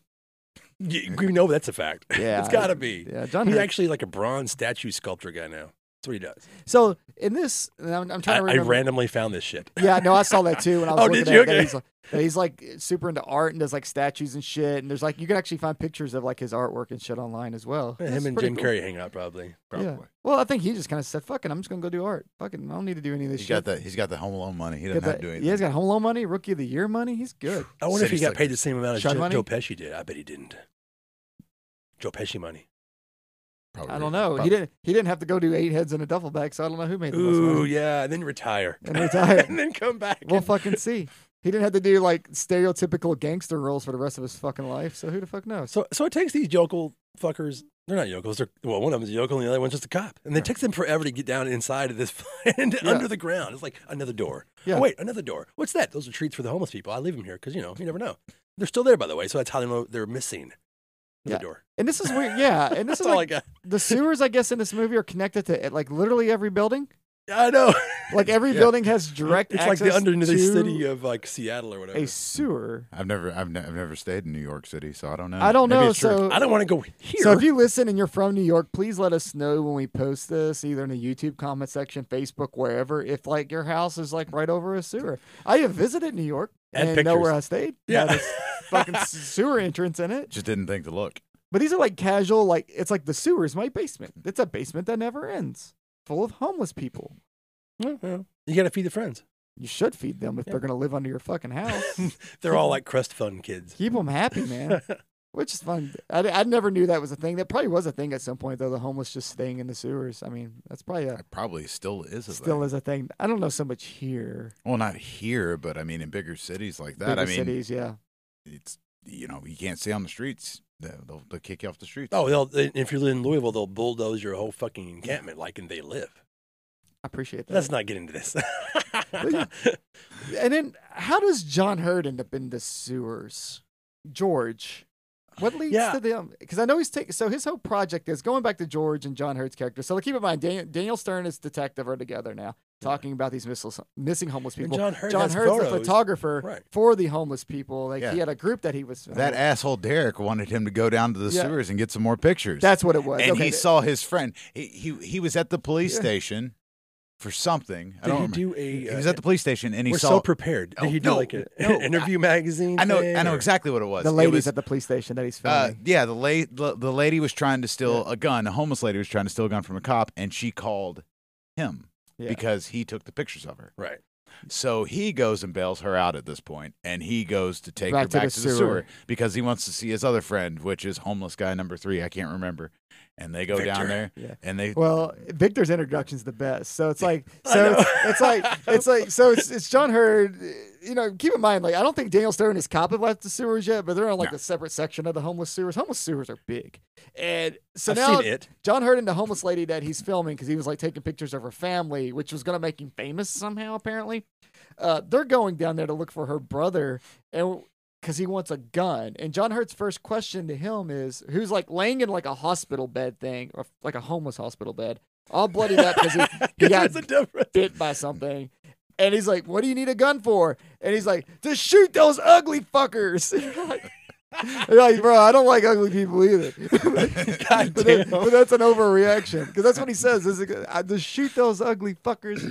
Speaker 1: You, you know that's a fact. <laughs>
Speaker 2: Yeah,
Speaker 1: it's got to be.
Speaker 2: Yeah, John
Speaker 1: He's
Speaker 2: Hurt.
Speaker 1: actually like a bronze statue sculptor guy now. That's what he does.
Speaker 2: so in this, and I'm, I'm
Speaker 1: I,
Speaker 2: trying to
Speaker 1: I
Speaker 2: remember.
Speaker 1: randomly found this shit.
Speaker 2: Yeah, no, I saw that too when I
Speaker 1: <laughs>
Speaker 2: was
Speaker 1: Oh,
Speaker 2: looking
Speaker 1: did
Speaker 2: at
Speaker 1: you?
Speaker 2: it, that
Speaker 1: Okay.
Speaker 2: he's like, that he's like super into art and does like statues and shit. And there's like you can actually find pictures of like his artwork and shit online as well.
Speaker 1: Him
Speaker 2: <laughs> That's
Speaker 1: and
Speaker 2: pretty
Speaker 1: Jim
Speaker 2: cool.
Speaker 1: Carrey hang out probably.
Speaker 3: Probably.
Speaker 2: Yeah. Well, I think he just kind of said, "Fucking, I'm just gonna go do art. Fucking, I don't need to do any of this
Speaker 3: He's got
Speaker 2: shit."
Speaker 3: the he's got the home alone money. He
Speaker 2: Got
Speaker 3: doesn't have
Speaker 2: that-
Speaker 3: to do anything.
Speaker 2: yeah, he's got home loan money, rookie of the year money. He's good.
Speaker 1: I wonder if he
Speaker 3: City
Speaker 1: got paid the same amount as
Speaker 2: Shug
Speaker 1: Joe,
Speaker 2: money?
Speaker 1: Joe Pesci did. I bet he didn't. Joe Pesci money.
Speaker 3: Probably.
Speaker 2: I don't know. He
Speaker 3: Probably.
Speaker 2: didn't. He didn't have to go do eight heads in a duffel bag, so I don't know who made the most
Speaker 1: Ooh,
Speaker 2: money.
Speaker 1: yeah, and then
Speaker 2: <laughs>
Speaker 1: retire.
Speaker 2: And retire.
Speaker 1: <laughs> and then come back.
Speaker 2: We'll
Speaker 1: and-
Speaker 2: fucking see. He didn't have to do like stereotypical gangster roles for the rest of his fucking life. So who the fuck knows?
Speaker 1: so, so it takes these yokel fuckers. They're not yokels. They're, well, one of them's a yokel and the other one's just a cop. And it takes them forever to get down inside of this <laughs> and
Speaker 2: Yeah.
Speaker 1: under the ground. It's like another door.
Speaker 2: Yeah.
Speaker 1: Oh, wait, another door. What's that? Those are treats for the homeless people. I leave them here because, you know, you never know. They're still there, by the way. So that's how they know they're missing. Another
Speaker 2: Yeah.
Speaker 1: door.
Speaker 2: And this is
Speaker 1: <laughs>
Speaker 2: weird. Yeah. And this
Speaker 1: That's
Speaker 2: is
Speaker 1: all
Speaker 2: like
Speaker 1: I got.
Speaker 2: the sewers. I guess in this movie are connected to like literally every building.
Speaker 1: I know.
Speaker 2: Like every
Speaker 3: Yeah.
Speaker 2: building has direct.
Speaker 1: <laughs> It's like
Speaker 2: access
Speaker 1: the underneath
Speaker 2: to
Speaker 1: city uh, of like Seattle or whatever.
Speaker 2: a sewer.
Speaker 3: I've never I've, ne- I've never stayed in New York City, so I don't know.
Speaker 2: I don't
Speaker 3: Uh, Maybe
Speaker 2: know.
Speaker 3: it's true.
Speaker 2: So
Speaker 1: I don't want to go here.
Speaker 2: So if you listen and you're from New York, please let us know when we post this, either in the YouTube comment section, Facebook, wherever. If like your house is like right over a sewer, I have visited New York
Speaker 1: And
Speaker 2: and, know
Speaker 1: pictures.
Speaker 2: where I stayed.
Speaker 1: <laughs> yeah.
Speaker 2: Had this fucking s- sewer entrance in it.
Speaker 3: just didn't think to look.
Speaker 2: But these are like casual, like it's like the sewer is my basement. It's a basement that never ends, full of homeless people.
Speaker 1: <laughs> Well, well, you got to feed the friends.
Speaker 2: You should feed them if
Speaker 1: Yeah.
Speaker 2: they're gonna live under your fucking house.
Speaker 3: <laughs>
Speaker 1: They're all like crust fund kids.
Speaker 2: Keep them
Speaker 1: <laughs>
Speaker 2: happy, man. Which is fun. I, I never knew that was a thing. That probably was a thing at some point, though. The homeless just staying in the sewers. I mean, that's probably a
Speaker 3: It probably still is a
Speaker 2: still
Speaker 3: thing.
Speaker 2: is a thing. I don't know so much here.
Speaker 3: Well, not here, but I mean in bigger cities like that.
Speaker 2: Bigger
Speaker 3: I mean,
Speaker 2: cities, yeah.
Speaker 3: it's you know you can't stay on the streets. They'll, they'll, they'll kick you off the streets.
Speaker 1: oh, they'll, if you live in Louisville, they'll bulldoze your whole fucking encampment like and they live.
Speaker 2: I appreciate that.
Speaker 1: Let's not get into this. <laughs>
Speaker 2: and then, how does John Hurt end up in the sewers? George, what leads
Speaker 1: Yeah.
Speaker 2: to them? Because I know he's taking. So his whole project is going back to George and John Hurt's character. So keep in mind, Daniel, Daniel Stern is detective are together now, talking about these miss- missing homeless
Speaker 1: And
Speaker 2: people.
Speaker 1: John Hurt has
Speaker 2: Hurt's a
Speaker 1: photos.
Speaker 2: photographer
Speaker 1: Right.
Speaker 2: for the homeless people. Like
Speaker 3: Yeah.
Speaker 2: he had a group that he was.
Speaker 3: That asshole Derek wanted him to go down to the
Speaker 2: Yeah.
Speaker 3: sewers and get some more pictures.
Speaker 2: that's what it was.
Speaker 3: and
Speaker 2: okay,
Speaker 3: he
Speaker 2: th-
Speaker 3: saw his friend. He he, he was at the police
Speaker 2: Yeah.
Speaker 3: station for something. I
Speaker 1: Did
Speaker 3: don't
Speaker 1: he do
Speaker 3: remember.
Speaker 1: a?
Speaker 3: he
Speaker 1: uh,
Speaker 3: was at the police station and he
Speaker 1: we're
Speaker 3: saw.
Speaker 1: so prepared. Did
Speaker 3: Oh,
Speaker 1: he do
Speaker 3: no,
Speaker 1: like a,
Speaker 3: no,
Speaker 1: <laughs> interview magazine?
Speaker 3: I know
Speaker 1: thing,
Speaker 3: I know
Speaker 1: or-
Speaker 3: exactly what it was.
Speaker 2: the
Speaker 3: It
Speaker 2: ladies
Speaker 3: was-
Speaker 2: at the police station that he's
Speaker 3: Uh,
Speaker 2: filming.
Speaker 3: yeah, the, la- the the lady was trying to steal a gun. A homeless lady was trying to steal a gun from a cop, and she called him
Speaker 2: Yeah.
Speaker 3: because he took the pictures of her.
Speaker 1: Right.
Speaker 3: So he goes and bails her out at this point, and he goes to take
Speaker 2: Back
Speaker 3: her
Speaker 2: to
Speaker 3: back
Speaker 2: the
Speaker 3: to the sewer.
Speaker 2: sewer.
Speaker 3: because he wants to see his other friend, which is homeless guy number three. I can't remember. And they go down
Speaker 1: Victor.
Speaker 3: there,
Speaker 2: Yeah.
Speaker 3: and they
Speaker 2: Well, Victor's introduction's the best. So it's like,
Speaker 1: <laughs> I
Speaker 2: so
Speaker 1: know.
Speaker 2: it's, it's like, it's like, so it's, it's John Hurd. You know, keep in mind, like, I don't think Daniel Stern is cop have left the sewers yet, but they're on like
Speaker 3: No.
Speaker 2: a separate section of the homeless sewers. Homeless sewers are big, and so
Speaker 1: I've
Speaker 2: now
Speaker 1: seen it.
Speaker 2: John Hurd and the homeless lady that he's filming because he was like taking pictures of her family, which was gonna make him famous somehow. Apparently, uh, they're going down there to look for her brother, and because he wants a gun. And John Hurt's first question to him is, who's like laying in like a hospital bed thing, or like a homeless hospital bed, all bloodied up because he, he got
Speaker 1: There's a difference.
Speaker 2: bit by something. And he's like, "What do you need a gun for?" And he's like, "To shoot those ugly fuckers." <laughs> You're like, you're like, bro, I don't like ugly people either. <laughs>
Speaker 1: God
Speaker 2: but, that-
Speaker 1: damn.
Speaker 2: but that's an overreaction because that's what he says. Is like, I just shoot those ugly fuckers.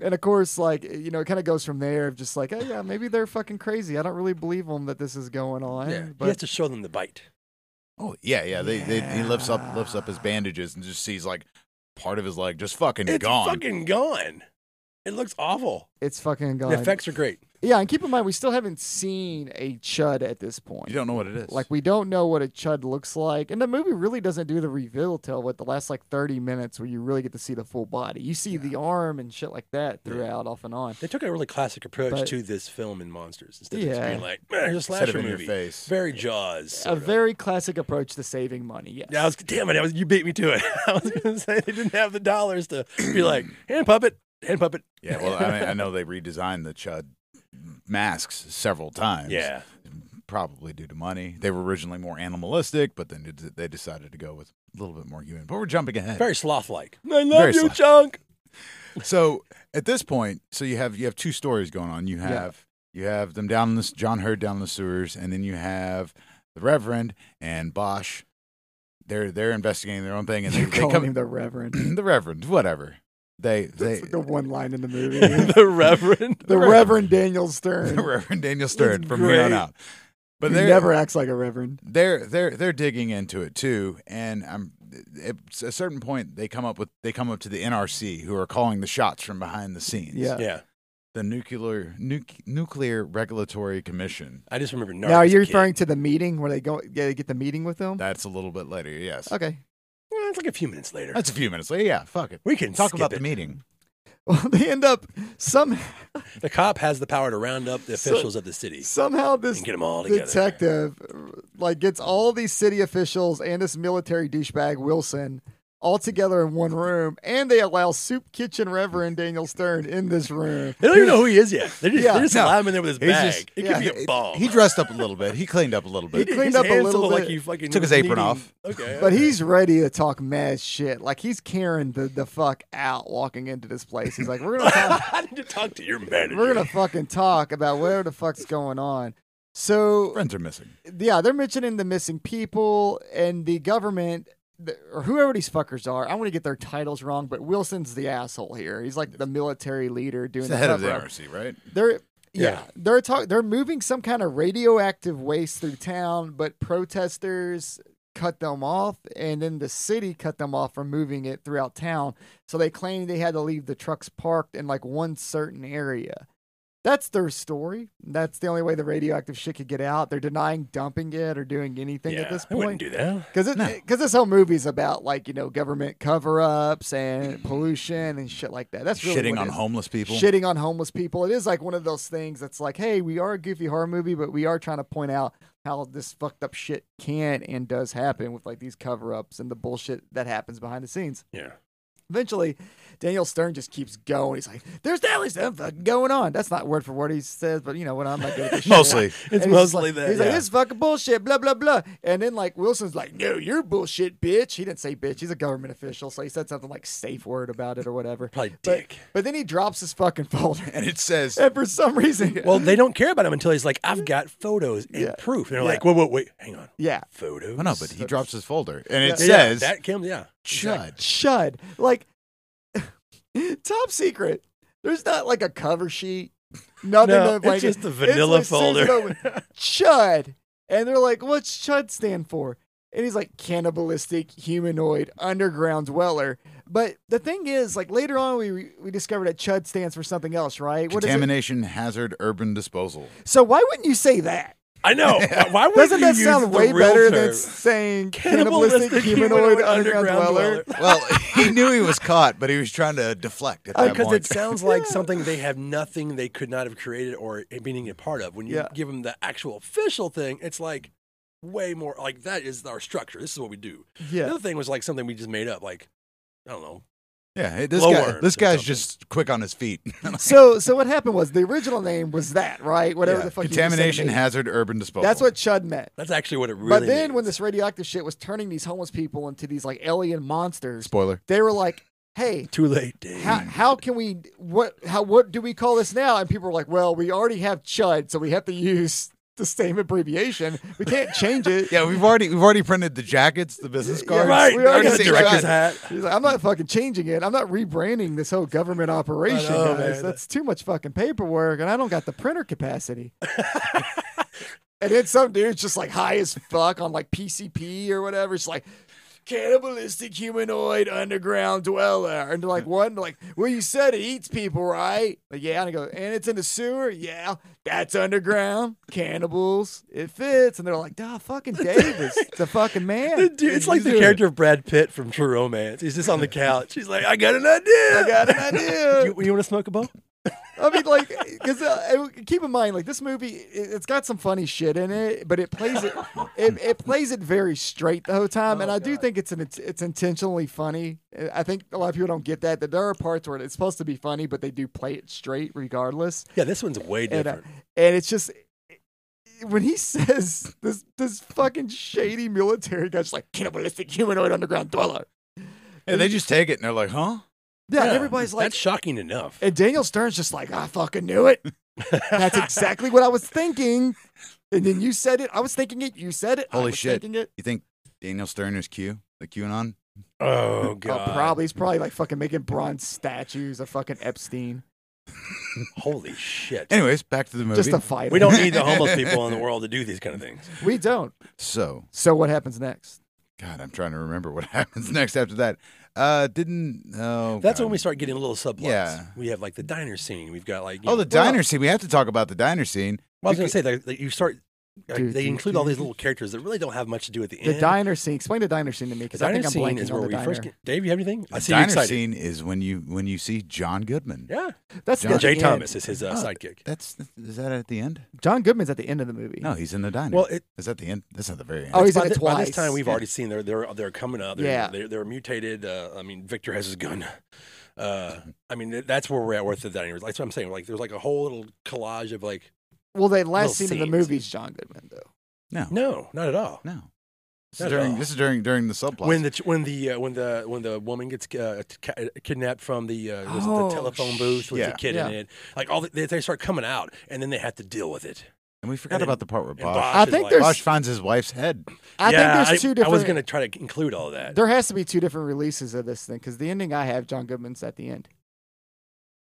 Speaker 2: And of course, like you know, it kind of goes from there of just like, oh yeah, maybe they're fucking crazy. I don't really believe them that this is going on.
Speaker 1: Yeah.
Speaker 2: But
Speaker 1: he has to show them the bite.
Speaker 3: Oh yeah, yeah. They, they he lifts up lifts up his bandages and just sees like part of his leg just fucking
Speaker 1: It's
Speaker 3: gone.
Speaker 1: fucking gone. It looks awful.
Speaker 2: it's fucking gone.
Speaker 1: The effects are great.
Speaker 2: yeah, and keep in mind, we still haven't seen a chud at this point.
Speaker 3: You don't know what it is.
Speaker 2: Like we don't know what a chud looks like, and the movie really doesn't do the reveal till what the last like thirty minutes where you really get to see the full body. You see the arm and shit like that
Speaker 1: Yeah.
Speaker 2: throughout, off and on.
Speaker 1: They took a really classic approach
Speaker 2: But-
Speaker 1: to this film in Monsters instead of just
Speaker 2: Yeah.
Speaker 1: being like, "Eh, here's a
Speaker 3: instead of
Speaker 1: slasher
Speaker 3: in your
Speaker 1: movie.
Speaker 3: face.
Speaker 1: Very Jaws.
Speaker 2: A
Speaker 1: sort of.
Speaker 2: very classic approach to saving money. Yes. <laughs>
Speaker 1: Yeah, I was damn it. I was, you beat me to it. <laughs> I was going to say they didn't have the dollars to be like hand puppet, hand puppet.
Speaker 3: Yeah. Well, I, mean, I know they redesigned the Chud masks several times.
Speaker 1: Yeah,
Speaker 3: Probably due to money. They were originally more animalistic, but then it- they decided to go with a little bit more human. But we're jumping ahead.
Speaker 1: very sloth like. I love
Speaker 3: Very
Speaker 1: you,
Speaker 3: sloth.
Speaker 1: Chunk.
Speaker 3: so at this point, so you have you have two stories going on. You
Speaker 2: Yeah.
Speaker 3: have you have them down in this John Hurd down in the sewers, and then you have the Reverend and Bosch. They're they're investigating their own
Speaker 2: <laughs>
Speaker 3: thing, and they,
Speaker 2: You're
Speaker 3: they
Speaker 2: calling
Speaker 3: come
Speaker 2: him
Speaker 1: <clears throat>
Speaker 2: the Reverend.
Speaker 3: <clears throat> the Reverend, whatever.
Speaker 2: <laughs>
Speaker 3: They they
Speaker 2: That's
Speaker 3: <laughs>
Speaker 2: the one
Speaker 1: <laughs>
Speaker 2: line in the movie. the
Speaker 1: the Reverend.
Speaker 2: Reverend Daniel
Speaker 1: <laughs>
Speaker 2: Stern.
Speaker 3: the Reverend Daniel Stern from here on
Speaker 1: great.
Speaker 3: out. But
Speaker 2: who
Speaker 3: they're
Speaker 2: never acts like a reverend.
Speaker 3: they're they're they're digging into it too, and I'm at a certain point they come up with they come up to the NRC who are calling the shots from behind the scenes.
Speaker 2: Yeah.
Speaker 1: Yeah,
Speaker 3: the nuclear nuc- nuclear regulatory commission.
Speaker 1: I just remember. Narc
Speaker 2: now, are
Speaker 1: as a
Speaker 2: you
Speaker 1: kid.
Speaker 2: referring to the meeting where they go yeah, they get the meeting with them?
Speaker 3: That's a little bit later. Yes,
Speaker 2: okay. <laughs>
Speaker 1: Well, Eh, it's like a few minutes later.
Speaker 3: that's a few minutes later. Yeah, fuck it.
Speaker 1: we can
Speaker 3: Talk
Speaker 1: skip
Speaker 3: about
Speaker 1: it.
Speaker 3: the meeting.
Speaker 2: Well, they end up some
Speaker 1: The cop has the power to round up the
Speaker 2: So-
Speaker 1: officials of the city
Speaker 2: somehow this
Speaker 1: and get them all together.
Speaker 2: detective like gets all these city officials and this military douchebag Wilson all together in one room, and they allow soup kitchen Reverend Daniel Stern in this room.
Speaker 1: They don't even know who he is yet. They just,
Speaker 2: Yeah.
Speaker 1: they just
Speaker 3: No.
Speaker 1: allow him in there with his
Speaker 3: He's
Speaker 1: bag.
Speaker 3: just-
Speaker 1: it
Speaker 2: yeah.
Speaker 1: could be a bomb.
Speaker 3: He dressed up a little bit. He cleaned up a little
Speaker 2: He
Speaker 3: bit.
Speaker 2: cleaned
Speaker 1: His
Speaker 2: up a
Speaker 1: hands
Speaker 2: little
Speaker 1: look
Speaker 2: bit.
Speaker 1: Like he fucking
Speaker 3: Took his
Speaker 1: was
Speaker 3: apron
Speaker 1: kneading-
Speaker 3: off.
Speaker 1: Okay, <laughs>
Speaker 2: But
Speaker 1: okay.
Speaker 2: he's ready to talk mad shit. Like he's carrying the, the fuck out walking into this place. He's like, we're gonna talk,
Speaker 1: I need to talk to your manager.
Speaker 2: we're gonna fucking talk about whatever the fuck's going on. So
Speaker 3: Friends are missing.
Speaker 2: yeah, they're mentioning the missing people and the government the, or whoever these fuckers are. I want to get their titles wrong, but Wilson's the asshole here. He's like the military leader doing
Speaker 3: He's the head of the
Speaker 2: cover-up.
Speaker 3: NRC, right?
Speaker 2: They're yeah,
Speaker 1: Yeah.
Speaker 2: they're talk, they're moving some kind of radioactive waste through town, but protesters cut them off and then the city cut them off from moving it throughout town. So they claim they had to leave the trucks parked in like one certain area. That's their story. That's the only way the radioactive shit could get out. They're denying dumping it or doing anything
Speaker 1: yeah,
Speaker 2: at this
Speaker 1: I wouldn't
Speaker 2: point.
Speaker 1: do that.
Speaker 2: Because it,
Speaker 3: No.
Speaker 2: cause this whole movie's about like you know government cover-ups and pollution and shit like that. That's really
Speaker 3: Shitting
Speaker 2: what it
Speaker 3: on
Speaker 2: is
Speaker 3: homeless people.
Speaker 2: shitting on homeless people. It is like one of those things that's like, hey, we are a goofy horror movie, but we are trying to point out how this fucked up shit can and does happen with like these cover ups and the bullshit that happens behind the scenes.
Speaker 1: Yeah.
Speaker 2: Eventually, Daniel Stern just keeps going. He's like, "There's definitely something going on." That's not word for word he says, but you know what? I'm not good at this shit. <laughs>
Speaker 3: Mostly.
Speaker 1: It's
Speaker 2: And he's just
Speaker 1: mostly
Speaker 2: like,
Speaker 1: that,
Speaker 2: He's like,
Speaker 1: yeah.
Speaker 2: "This is fucking bullshit." Blah blah blah. And then like Wilson's like, "No, you're bullshit, bitch." He didn't say bitch. He's a government official, so he said something like safe word about it or whatever.
Speaker 1: Probably
Speaker 2: But-
Speaker 1: dick.
Speaker 2: But, then he drops his fucking folder, <laughs>
Speaker 3: And it says,
Speaker 2: and for some reason,
Speaker 1: Well, they don't care about him until he's like, I've got photos and
Speaker 2: Yeah.
Speaker 1: proof. And they're
Speaker 2: Yeah.
Speaker 1: like, whoa, whoa, wait, hang on.
Speaker 2: <laughs> yeah,
Speaker 1: Photos?
Speaker 3: oh no, but he drops his folder. And it
Speaker 1: Yeah,
Speaker 3: says,
Speaker 1: that comes, yeah.
Speaker 3: Judge.
Speaker 2: Chud. Like <laughs> top secret. There's not like a cover sheet. Nothing.
Speaker 1: No,
Speaker 2: to, like,
Speaker 1: it's just a vanilla
Speaker 2: as soon as
Speaker 1: folder.
Speaker 2: it
Speaker 1: <laughs>
Speaker 2: opens, Chud. And they're like, what's Chud stand for? And he's like, cannibalistic humanoid underground dweller. But the thing is, like later on, we we discovered that Chud stands for something else, right? What is it?
Speaker 3: Contamination Hazard Urban Disposal.
Speaker 2: So why wouldn't you say that?
Speaker 1: I
Speaker 2: <laughs>
Speaker 1: know. Why- Why would
Speaker 2: Doesn't
Speaker 1: you
Speaker 2: that
Speaker 1: use
Speaker 2: sound
Speaker 1: the
Speaker 2: way
Speaker 1: real
Speaker 2: better
Speaker 1: term?
Speaker 2: than saying cannibalistic, humanoid, underground, dweller?
Speaker 3: Well, he knew he was caught, but he was trying to deflect at <laughs> that
Speaker 1: Because
Speaker 3: point.
Speaker 1: it sounds
Speaker 2: <laughs>
Speaker 1: like something they have nothing they could not have created or being a part of. When you
Speaker 2: Yeah.
Speaker 1: give them the actual official thing, it's like way more like that is our structure. This is what we do. The
Speaker 2: Yeah.
Speaker 1: other thing was like something we just made up, like I don't know.
Speaker 3: yeah, hey, this
Speaker 1: Glow
Speaker 3: guy,
Speaker 1: worms
Speaker 3: this
Speaker 1: or
Speaker 3: guy's
Speaker 1: something.
Speaker 3: just quick on his feet. <laughs>
Speaker 2: so so what happened was the original name was that, right? Whatever
Speaker 3: Yeah.
Speaker 2: the fuck you just said to
Speaker 3: Contamination
Speaker 2: me.
Speaker 3: Hazard Urban Disposal.
Speaker 2: That's what Chud meant.
Speaker 1: That's actually what it really.
Speaker 2: but then
Speaker 1: means.
Speaker 2: when this radioactive shit was turning these homeless people into these like alien monsters,
Speaker 3: Spoiler.
Speaker 2: they were like, "Hey,
Speaker 1: too late, Dave.
Speaker 2: how, how can we what how what do we call this now?" And people were like, "Well, we already have Chud, so we have to use the same abbreviation. We can't change it."
Speaker 3: Yeah, we've already we've already printed the jackets, the business
Speaker 2: Yeah,
Speaker 3: cards.
Speaker 1: right,
Speaker 2: we
Speaker 1: we
Speaker 2: already
Speaker 1: already got
Speaker 2: got the
Speaker 1: a
Speaker 3: seen
Speaker 1: director's
Speaker 3: Chud.
Speaker 1: hat.
Speaker 2: He's like, I'm not fucking changing it. I'm not rebranding this whole government operation,
Speaker 1: I know,
Speaker 2: guys.
Speaker 1: man.
Speaker 2: That's too much fucking paperwork, and I don't got the printer
Speaker 1: <laughs>
Speaker 2: capacity. and then some dude's just like high as fuck on like PCP or whatever. It's like cannibalistic humanoid underground dweller, and they're like, what? And they're like, well, you said it eats people, right? Like, yeah. And I go, and it's in the sewer. Yeah, that's underground cannibals. It fits. And they're like, duh, fucking Davis, the fucking
Speaker 1: <laughs>
Speaker 2: man.
Speaker 1: The dude- it's like the
Speaker 2: Dude.
Speaker 1: character of Brad Pitt from True Romance. He's just on the couch. He's like, I got an idea.
Speaker 2: I got an
Speaker 1: <laughs>
Speaker 2: idea.
Speaker 1: you, want to smoke a bowl?
Speaker 2: I mean, like, because uh, I- keep in mind, like, this movie, it, it's got some funny shit in it, but it plays it, it, it plays it very straight the whole time, and I do think it's an it's, it's intentionally funny. Uh, I think a lot of people don't get that that there are parts where it's supposed to be funny, but they do play it straight regardless,
Speaker 1: Yeah, this one's way
Speaker 2: and uh,
Speaker 1: different.
Speaker 2: and it's just. When he <laughs> says this, this fucking shady military guy's like cannibalistic humanoid underground dweller.
Speaker 3: And they just take it and they're like, huh?
Speaker 2: Yeah,
Speaker 1: Yeah,
Speaker 2: everybody's like,
Speaker 1: that's shocking enough.
Speaker 2: And Daniel Stern's just like, I fucking knew it. That's exactly what I was thinking. And then you said it. I was thinking it. You said it. I
Speaker 3: Holy
Speaker 2: was
Speaker 3: shit.
Speaker 2: Thinking it.
Speaker 3: You think Daniel Stern is Q, the QAnon?
Speaker 1: oh
Speaker 2: Oh,
Speaker 1: god,
Speaker 2: probably he's probably like fucking making bronze statues of fucking Epstein.
Speaker 1: Holy shit.
Speaker 3: Anyways, back to the movie.
Speaker 2: Just a fighter.
Speaker 1: We don't need
Speaker 2: <laughs>
Speaker 1: the homeless people in the world to do these kind of things.
Speaker 2: We don't.
Speaker 3: so,
Speaker 2: So what happens next?
Speaker 3: God, I'm trying to remember what <laughs> happens next after that. Uh, didn't oh,
Speaker 1: That's
Speaker 3: God.
Speaker 1: when we start getting little subplots.
Speaker 3: Yeah.
Speaker 1: We have like the diner scene. We've got like you
Speaker 3: Oh,
Speaker 1: know-
Speaker 3: the diner scene. We have to talk about the diner scene.
Speaker 1: Well, I was gonna say that, that you start. like,
Speaker 2: Dude,
Speaker 1: they
Speaker 2: dude,
Speaker 1: include all these
Speaker 2: dude.
Speaker 1: little characters that really don't have much to do at the,
Speaker 2: The
Speaker 1: end.
Speaker 2: diner scene. Explain the diner scene to me
Speaker 1: The
Speaker 2: because I
Speaker 1: diner
Speaker 2: think I'm
Speaker 1: scene
Speaker 2: blanking
Speaker 1: is
Speaker 2: on
Speaker 1: where
Speaker 2: the
Speaker 1: we
Speaker 2: diner.
Speaker 1: first. Get, Dave, you have anything? I
Speaker 3: The
Speaker 1: see you
Speaker 3: diner
Speaker 1: excited.
Speaker 3: scene is when you when you see John Goodman.
Speaker 1: Yeah,
Speaker 2: That's
Speaker 3: John-
Speaker 2: at
Speaker 1: Jay
Speaker 2: the
Speaker 1: Thomas
Speaker 2: end.
Speaker 1: is his uh,
Speaker 3: Oh,
Speaker 1: sidekick.
Speaker 3: That's is that at the end?
Speaker 2: John Goodman's at the end of the movie.
Speaker 3: No, he's in the diner.
Speaker 1: Well, it,
Speaker 3: is that the end? That's not the very end.
Speaker 2: Oh, he's in
Speaker 1: by,
Speaker 2: it
Speaker 1: thi- by
Speaker 2: twice.
Speaker 1: this time we've already seen they're they're they're coming up. They're,
Speaker 2: Yeah.
Speaker 1: they're, they're mutated. Uh, I mean, Victor has his gun. <laughs> Uh, I mean, th- that's where we're at with the diner. That's what I'm saying. Like, there's like a whole little collage of like,
Speaker 2: Well, the
Speaker 1: Little
Speaker 2: last scene in the
Speaker 1: scenes.
Speaker 2: movie is John Goodman though.
Speaker 3: no,
Speaker 1: no, not at all.
Speaker 3: no.
Speaker 1: Not
Speaker 3: This is
Speaker 1: at
Speaker 3: during
Speaker 1: all.
Speaker 3: this is during during the subplot.
Speaker 1: When the ch- when the uh, when the when the woman gets uh, t- ca- kidnapped from the uh, was it
Speaker 2: Oh,
Speaker 1: the telephone booth with
Speaker 3: yeah.
Speaker 1: the kid in
Speaker 2: Yeah.
Speaker 1: it, like all the, they, they start coming out, and then they have to deal with it.
Speaker 3: and we forgot
Speaker 1: and then-
Speaker 3: about the part where
Speaker 1: And
Speaker 3: Bosch,
Speaker 2: I
Speaker 1: is
Speaker 2: think
Speaker 1: like-
Speaker 2: there's-
Speaker 3: Bosch finds his wife's head.
Speaker 2: I
Speaker 1: Yeah,
Speaker 2: think there's two
Speaker 1: I-
Speaker 2: different.
Speaker 1: I was gonna try to include all that.
Speaker 2: There has to be two different releases of this thing because the ending I have John Goodman's at the end.